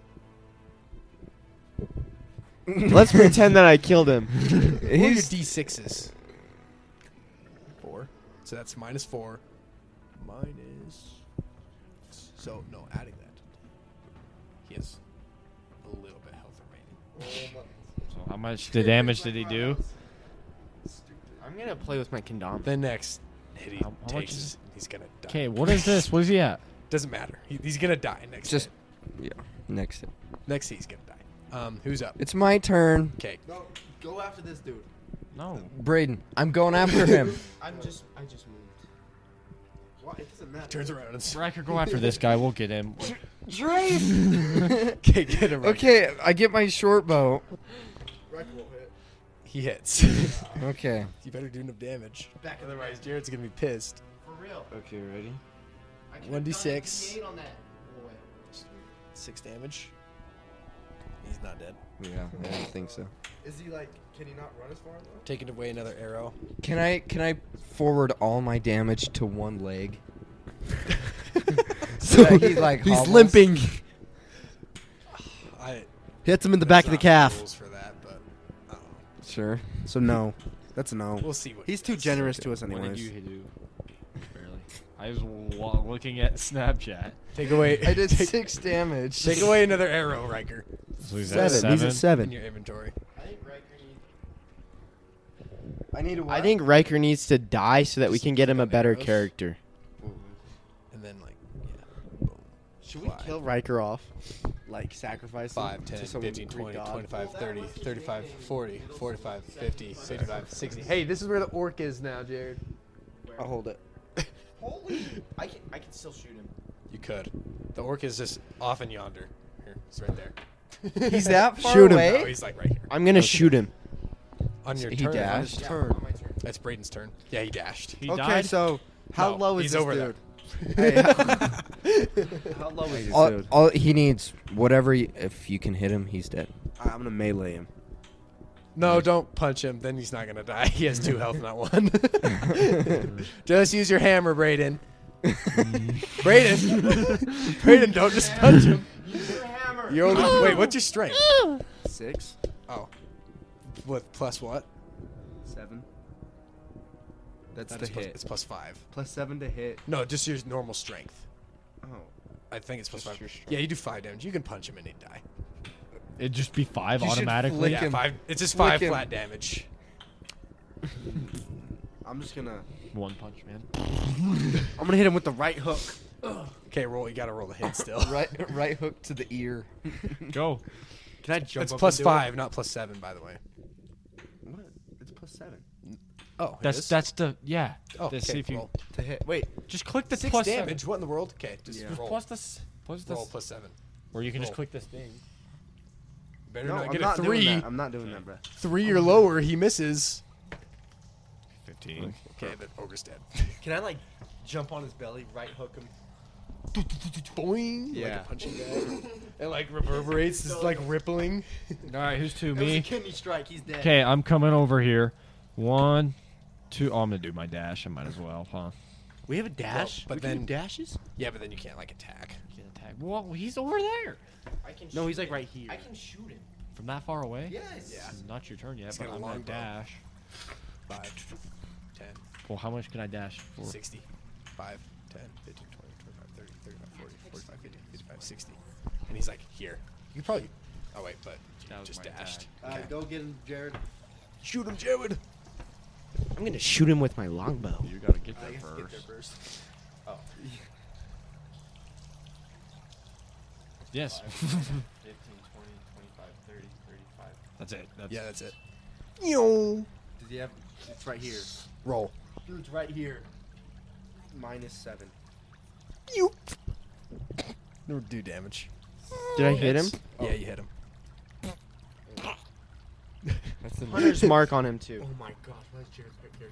Speaker 4: Let's pretend that I killed him.
Speaker 7: Roll your
Speaker 1: He's
Speaker 7: d6s. Four. So that's minus four. Minus. So no, adding that. He has a little bit health remaining.
Speaker 5: So how much the damage did he do?
Speaker 4: I'm gonna play with my condom.
Speaker 7: The next hit he
Speaker 5: How- how much
Speaker 7: takes,
Speaker 5: is-
Speaker 7: is, he's gonna die.
Speaker 5: Okay, what is this? What is he at?
Speaker 7: Doesn't matter. He, he's gonna die next.
Speaker 1: just
Speaker 7: hit.
Speaker 1: yeah. Next,
Speaker 7: next hit he's gonna die. Um, who's up?
Speaker 1: it's my turn.
Speaker 7: Okay.
Speaker 6: No, go after this dude.
Speaker 5: No.
Speaker 1: Braden, I'm going after him.
Speaker 6: I'm just. I just moved. What? It doesn't matter.
Speaker 7: Turns around and s-
Speaker 5: Racker, go after this guy. We'll get him.
Speaker 7: okay, get him. Right.
Speaker 1: okay, I get my short bow.
Speaker 6: Right, won't hit.
Speaker 7: He hits. you
Speaker 1: Okay.
Speaker 7: better do enough damage.
Speaker 6: Back of the
Speaker 7: Otherwise, Jared's gonna be pissed.
Speaker 6: For real.
Speaker 1: Okay, ready?
Speaker 6: I could've
Speaker 7: 1d6.
Speaker 6: done a D8 on that. Oh, wait.
Speaker 7: Six damage. He's not dead.
Speaker 1: Yeah, I didn't think so.
Speaker 6: Is he like? Can he not run as far? Though?
Speaker 7: Taking away another arrow.
Speaker 1: Can I can I forward all my damage to one leg? so that he like
Speaker 3: he's
Speaker 1: hobbles?
Speaker 3: limping.
Speaker 7: I
Speaker 3: Hits him in the back of the
Speaker 7: not
Speaker 3: calf.
Speaker 7: rules for that, but I don't know.
Speaker 1: Sure.
Speaker 4: So no, that's a no.
Speaker 7: we'll see what.
Speaker 4: He's
Speaker 7: he
Speaker 4: too
Speaker 7: does.
Speaker 4: generous to us,
Speaker 5: What did
Speaker 4: anyways.
Speaker 5: you do? Barely. I was wa- looking at Snapchat.
Speaker 7: Take away.
Speaker 1: I did six damage.
Speaker 7: Take away another arrow, Riker,
Speaker 3: Seven. He's at
Speaker 7: in
Speaker 3: seven.
Speaker 7: your inventory.
Speaker 1: I need a
Speaker 4: I think Riker needs to die so that we
Speaker 7: Just
Speaker 4: can get him a
Speaker 7: click on
Speaker 4: better
Speaker 7: arrows.
Speaker 4: character.
Speaker 7: And then like
Speaker 4: Should we kill Riker off? Like sacrifice
Speaker 7: 5, 10, 15, 20, 25, 30, 35, 40, 45, 50, 55, 60. Hey, this is where the orc is now, Jared.
Speaker 1: I'll hold it.
Speaker 6: Holy! I can I can still shoot him.
Speaker 7: You could. The orc is just off in yonder. Here, it's right there.
Speaker 1: He's that far
Speaker 4: Shoot him.
Speaker 1: away.
Speaker 7: No, he's like right here.
Speaker 4: I'm gonna shoot him.
Speaker 7: On your
Speaker 1: He
Speaker 7: turn. on his
Speaker 1: dashed?
Speaker 7: turn.
Speaker 6: Turn. On my turn.
Speaker 7: That's Brayden's turn. Yeah, he dashed.
Speaker 5: Oh, He
Speaker 4: okay,
Speaker 5: died.
Speaker 4: so how
Speaker 7: No,
Speaker 4: low
Speaker 7: he's
Speaker 4: is this
Speaker 7: over there.
Speaker 4: dude?
Speaker 6: How low is he?
Speaker 1: All, all he needs, whatever. You, if you can hit him, he's dead.
Speaker 4: I'm gonna melee him.
Speaker 7: No, don't punch him. Then he's not gonna die. He has two health, not one. just use your hammer, Brayden. Brayden, Brayden, don't just punch him. You're
Speaker 4: Oh.
Speaker 7: only wait. What's your strength?
Speaker 4: Six,
Speaker 7: Oh, with plus what?
Speaker 6: Seven.
Speaker 4: That's
Speaker 7: That is plus, it's plus five.
Speaker 6: Plus seven to hit.
Speaker 7: No, just your normal strength.
Speaker 6: Oh.
Speaker 7: I think it's plus
Speaker 1: Just your
Speaker 7: five.
Speaker 1: strength.
Speaker 7: Yeah, you do five damage. You can punch him and he'd die.
Speaker 5: It'd just be five
Speaker 1: You should
Speaker 5: automatically.
Speaker 1: flick
Speaker 7: Yeah,
Speaker 1: him.
Speaker 7: five. It's just five
Speaker 1: him.
Speaker 7: flat damage.
Speaker 6: I'm just gonna.
Speaker 5: One punch, man.
Speaker 4: I'm gonna hit him with the right hook.
Speaker 7: Okay, roll. You gotta roll the hit still.
Speaker 1: Right, right hook to the ear.
Speaker 5: Go.
Speaker 4: Can I jump?
Speaker 7: That's plus five, not plus seven, by the way.
Speaker 6: What? It's plus seven.
Speaker 7: Oh, it
Speaker 5: That's
Speaker 7: is?
Speaker 5: that's the yeah.
Speaker 7: Oh,
Speaker 5: Let's
Speaker 7: okay,
Speaker 5: see if you
Speaker 7: roll.
Speaker 6: To hit.
Speaker 7: Wait,
Speaker 5: just click the
Speaker 7: six
Speaker 5: plus seven.
Speaker 7: damage. What in the world? Okay, just
Speaker 6: Yeah.
Speaker 7: roll.
Speaker 5: Plus this. Plus this.
Speaker 7: roll plus seven.
Speaker 5: Or you can just
Speaker 7: roll.
Speaker 5: click this thing.
Speaker 7: Better
Speaker 6: No,
Speaker 7: not
Speaker 6: I'm
Speaker 7: get
Speaker 6: not
Speaker 7: a
Speaker 6: doing
Speaker 7: three.
Speaker 6: that. I'm not doing that, bro.
Speaker 7: Three or lower, he misses.
Speaker 5: Fifteen.
Speaker 7: Okay, the ogre's dead.
Speaker 6: Can I like jump on his belly, right hook him?
Speaker 7: Boing. Like
Speaker 6: Yeah.
Speaker 7: a punching bag. it like reverberates. It's like rippling.
Speaker 5: All right, who's to
Speaker 6: It was a
Speaker 5: me?
Speaker 6: kidney strike. He's dead.
Speaker 5: Okay, I'm coming over here. One, two. Oh, I'm gonna do my dash. I might as well, huh?
Speaker 4: We have a dash,
Speaker 7: but
Speaker 4: We can do
Speaker 7: then-
Speaker 4: dashes.
Speaker 7: Yeah, but then you can't like attack.
Speaker 5: Get attack. Whoa, he's over there.
Speaker 6: I can
Speaker 4: No,
Speaker 6: shoot
Speaker 4: he's like
Speaker 6: him.
Speaker 4: right here.
Speaker 6: I can shoot him.
Speaker 5: From that far away?
Speaker 6: Yes. Yeah.
Speaker 5: It's not your turn yet,
Speaker 7: He's
Speaker 5: but
Speaker 7: got a
Speaker 5: I'm gonna
Speaker 7: longbow.
Speaker 5: dash.
Speaker 7: Five, ten,
Speaker 5: Well, how much can I dash for?
Speaker 7: sixty, five, ten, fifteen, twenty, twenty-five, thirty, thirty-five, forty, forty-five, fifty, fifty-five, sixty. And he's like here. You probably. Oh wait, but you
Speaker 5: That was
Speaker 7: just
Speaker 5: my
Speaker 7: dashed.
Speaker 6: Uh,
Speaker 7: Okay.
Speaker 6: Go get him, Jared.
Speaker 7: Shoot him, Jared.
Speaker 4: I'm gonna shoot him with my longbow.
Speaker 5: You gotta get there
Speaker 6: I have to get
Speaker 5: first.
Speaker 6: there first.
Speaker 5: Yes.
Speaker 6: 15, 20, 25, 30, 35.
Speaker 5: That's it. That's
Speaker 7: Yeah, that's it. Yo.
Speaker 6: Does he have? It's right here.
Speaker 7: Roll.
Speaker 6: Dude's right here. Minus seven.
Speaker 7: No do damage.
Speaker 4: Did I hit him?
Speaker 7: Yeah, you hit him.
Speaker 4: Hunter's mark on him too.
Speaker 6: Oh my gosh, why is Jared's right there?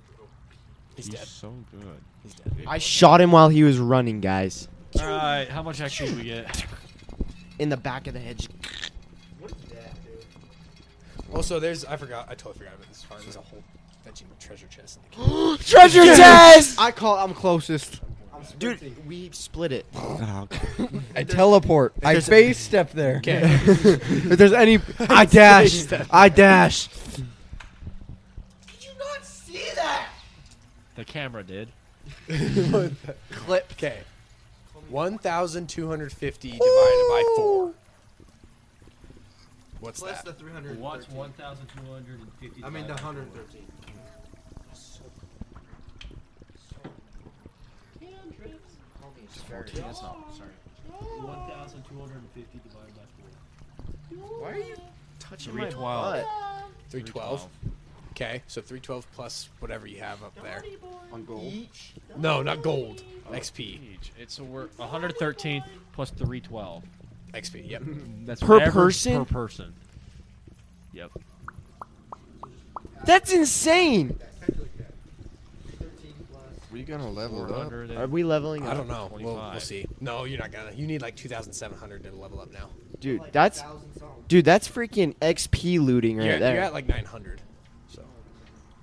Speaker 7: He's,
Speaker 5: He's
Speaker 7: dead.
Speaker 5: so good.
Speaker 7: He's dead.
Speaker 4: I shot him while he was running, guys.
Speaker 5: All right, how much XP do we get?
Speaker 4: In the back of the head.
Speaker 6: What is that, dude?
Speaker 7: Also, there's I forgot. I totally forgot about this part. There's a whole fetching treasure chest in the cave.
Speaker 4: Treasure chest. I call. I'm closest.
Speaker 6: I'm sprinting.
Speaker 4: Dude, we split it.
Speaker 1: I teleport. I
Speaker 4: There's a-
Speaker 1: face step there.
Speaker 4: if there's any, I dash. I dash.
Speaker 6: Did you not see that?
Speaker 5: The camera did.
Speaker 7: Clip. Okay. One thousand two hundred fifty divided by four. What's
Speaker 6: Plus
Speaker 7: that?
Speaker 6: the 313.
Speaker 5: 1,250?
Speaker 6: I mean the 113.
Speaker 5: That's not. Sorry. 1,250 divided by
Speaker 6: Why are you?
Speaker 5: four. Three twelve.
Speaker 7: Three twelve. Okay, so three twelve plus whatever you have up there.
Speaker 6: On gold. Each.
Speaker 7: No, not gold. XP.
Speaker 5: Each. It's so we're 113 plus 312.
Speaker 7: XP. Yep.
Speaker 5: That's
Speaker 4: Per
Speaker 5: whatever-
Speaker 4: person?
Speaker 5: Per person. Yep.
Speaker 4: That's insane.
Speaker 1: We gonna level up?
Speaker 5: 400 and-
Speaker 4: Are we leveling
Speaker 7: I
Speaker 4: up?
Speaker 7: don't know. We'll, we'll
Speaker 5: 25.
Speaker 7: see. No, you're not gonna. You need like two thousand seven hundred to level up now.
Speaker 4: dude, that's dude, that's freaking XP looting right
Speaker 7: you're,
Speaker 4: there.
Speaker 7: you're at like 900. So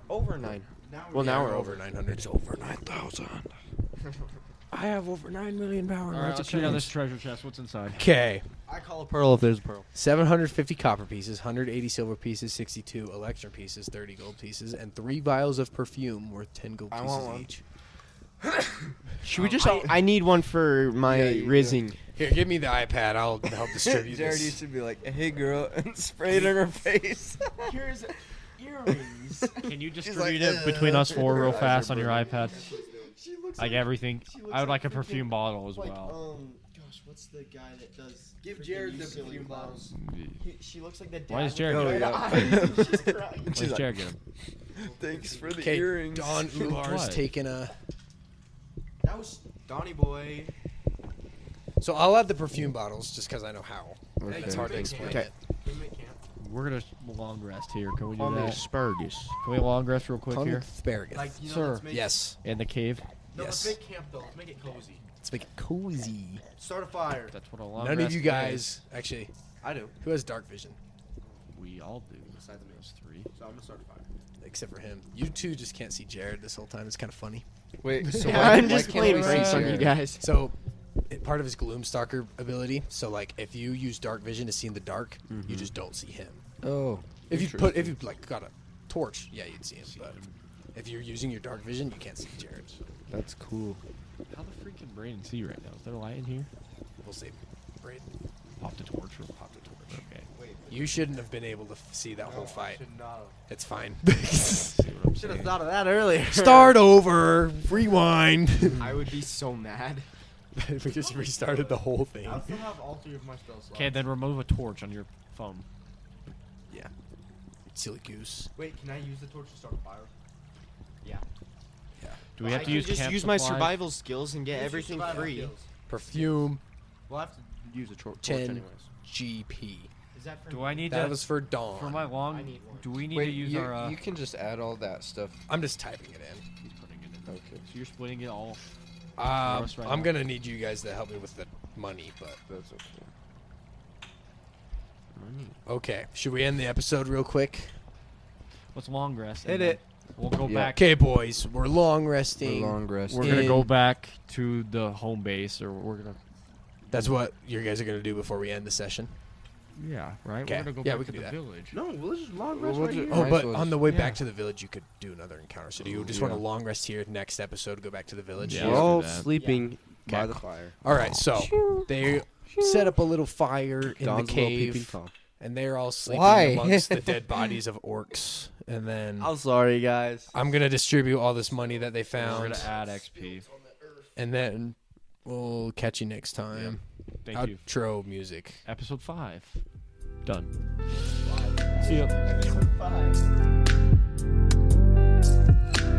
Speaker 4: over nine.
Speaker 7: well,
Speaker 4: now
Speaker 7: we're over 900. It's over 9,000. I have over 9 million power.
Speaker 5: All right, let's check out this treasure chest. What's inside?
Speaker 7: Okay.
Speaker 6: I call a pearl if there's a pearl.
Speaker 7: 750 copper pieces, 180 silver pieces, 62 elixir pieces, 30 gold pieces, and three vials of perfume worth 10 gold
Speaker 6: I
Speaker 7: pieces
Speaker 6: want one.
Speaker 7: each.
Speaker 4: Should we just? I, I need one for my rizzing.
Speaker 7: Here, give me the iPad. I'll help distribute
Speaker 1: Jared used
Speaker 7: this.
Speaker 1: to be like, "Hey, girl," and spray it in her face.
Speaker 6: Here's earrings.
Speaker 5: Can you distribute
Speaker 1: like,
Speaker 5: it between us four real fast on your iPad? Like everything. I would like a perfume bottle as well.
Speaker 6: um, gosh, what's the guy that does?
Speaker 1: Give
Speaker 6: freaking
Speaker 1: Jared the
Speaker 6: you silly
Speaker 1: perfume
Speaker 6: clowns? He, she looks like the dad.
Speaker 5: Why does Jared
Speaker 1: Oh,
Speaker 5: get him?
Speaker 1: yeah.
Speaker 6: She's crying.
Speaker 5: Why does Jared get him?
Speaker 1: Thanks for the
Speaker 7: Okay,
Speaker 1: earrings.
Speaker 7: Don Ular's
Speaker 5: What?
Speaker 7: taking a.
Speaker 6: That was Donny Boy.
Speaker 7: So I'll add the perfume bottles just because I know how.
Speaker 1: Okay.
Speaker 7: It's hard to explain.
Speaker 1: Okay.
Speaker 7: It.
Speaker 5: We're gonna long rest here. Can we do
Speaker 1: On the
Speaker 5: that?
Speaker 1: asparagus.
Speaker 5: Can we long rest real quick
Speaker 7: Call me
Speaker 5: here
Speaker 7: asparagus.
Speaker 6: Like, you know,
Speaker 5: Sir.
Speaker 6: let's make
Speaker 7: yes.
Speaker 5: in the cave?
Speaker 6: No,
Speaker 7: yes.
Speaker 6: let's make camp though. Let's make it cozy.
Speaker 7: Let's make it cozy.
Speaker 6: Start a fire.
Speaker 5: That's what a long
Speaker 7: None of
Speaker 5: rest
Speaker 7: you
Speaker 5: is.
Speaker 7: guys, actually,
Speaker 6: I do.
Speaker 7: who has dark vision
Speaker 5: We all do. Besides
Speaker 6: me.
Speaker 5: those three.
Speaker 6: So I'm gonna start a fire.
Speaker 7: except for him? You two just can't see Jared this whole time. It's kind of funny.
Speaker 1: Wait, so
Speaker 4: Yeah,
Speaker 1: why,
Speaker 4: I'm
Speaker 1: why
Speaker 4: just
Speaker 1: can't
Speaker 4: playing
Speaker 1: we
Speaker 4: pranks
Speaker 1: see
Speaker 4: on you
Speaker 1: Jared?
Speaker 4: guys.
Speaker 7: So, it, part of his Gloomstalker ability. So, like, if you use dark vision to see in the dark, you just don't see him.
Speaker 1: Oh,
Speaker 7: If you put, if you like, got a torch, yeah, you'd see him. But if you're using your dark vision, you can't see Jared.
Speaker 1: that's cool.
Speaker 5: How the freak can Brandon see right now? Is there light in here?
Speaker 7: We'll see. Braden
Speaker 5: Pop the torch. Real
Speaker 7: popped a torch.
Speaker 5: Okay.
Speaker 7: You shouldn't have been able to f- see that whole fight.
Speaker 6: Should not have.
Speaker 7: It's fine.
Speaker 5: See what I'm
Speaker 4: Should
Speaker 5: saying.
Speaker 4: have thought of that earlier.
Speaker 7: Start over. Rewind.
Speaker 6: I would be so mad.
Speaker 7: we just restarted the whole thing.
Speaker 6: I still have all three of my spells.
Speaker 5: Okay, then remove a torch on your phone.
Speaker 7: Yeah. Silly goose.
Speaker 6: Wait, can I use the torch to start a fire?
Speaker 5: Do we have
Speaker 4: I
Speaker 5: to
Speaker 4: can
Speaker 5: use
Speaker 4: just
Speaker 5: camp
Speaker 4: use my
Speaker 5: supplies?
Speaker 4: survival skills and get
Speaker 6: Use your
Speaker 4: everything
Speaker 6: survival
Speaker 4: free.
Speaker 6: skills.
Speaker 7: Perfume.
Speaker 6: We'll have to use a tor- torch
Speaker 7: Ten.
Speaker 6: anyways.
Speaker 7: GP.
Speaker 6: Is that for
Speaker 5: Do I need
Speaker 7: That
Speaker 5: to
Speaker 7: was for Dawn.
Speaker 5: for my long?
Speaker 6: I need one.
Speaker 5: Do we need
Speaker 1: Wait,
Speaker 5: to use
Speaker 1: you,
Speaker 5: our? Uh,
Speaker 1: you can just add all that stuff.
Speaker 7: I'm just typing it in.
Speaker 5: he's putting it in.
Speaker 1: Okay.
Speaker 5: So you're splitting it all.
Speaker 7: Um,
Speaker 5: us right
Speaker 7: I'm
Speaker 5: now.
Speaker 7: gonna need you guys to help me with the money, but
Speaker 1: That's okay.
Speaker 7: okay. Should we end the episode real quick?
Speaker 5: Let's long rest.
Speaker 7: Hit
Speaker 5: and then We'll go
Speaker 1: Yeah.
Speaker 5: back.
Speaker 7: Okay, boys. We're long resting.
Speaker 1: For long rest.
Speaker 5: We're gonna
Speaker 7: in-
Speaker 5: go back to the home base, or we're gonna.
Speaker 7: That's what you guys are gonna do before we end the session.
Speaker 5: Yeah. Right.
Speaker 7: Okay.
Speaker 5: We're gonna go
Speaker 7: Yeah,
Speaker 5: back
Speaker 7: we
Speaker 5: to
Speaker 7: can
Speaker 5: the
Speaker 7: do that.
Speaker 5: village.
Speaker 2: No, we'll just long
Speaker 1: Well,
Speaker 2: rest
Speaker 1: we'll
Speaker 2: right
Speaker 1: ju-
Speaker 2: here.
Speaker 7: Oh,
Speaker 1: Might as
Speaker 7: but
Speaker 1: well
Speaker 7: on
Speaker 1: just-
Speaker 7: the way
Speaker 5: yeah.
Speaker 7: back to the village, you could do another encounter. So do you just want
Speaker 1: yeah.
Speaker 7: to long rest here? Next episode, go back to the village.
Speaker 5: Yeah.
Speaker 1: We're
Speaker 5: let's do
Speaker 1: all
Speaker 5: that.
Speaker 1: sleeping by
Speaker 7: Okay.
Speaker 1: the fire.
Speaker 7: All right. So they set up a little fire in
Speaker 1: Don's
Speaker 7: the
Speaker 1: a little peeping
Speaker 7: cave.
Speaker 1: Tom.
Speaker 7: and they're all sleeping
Speaker 1: Why?
Speaker 7: amongst the dead bodies of orcs. And then
Speaker 6: I'm sorry, guys.
Speaker 7: I'm gonna distribute all this money that they
Speaker 5: We're
Speaker 7: found,
Speaker 5: gonna add XP.
Speaker 7: and then we'll catch you next time.
Speaker 5: Thank you.
Speaker 7: Outro music.
Speaker 5: Episode five. Done. See ya.
Speaker 6: Bye.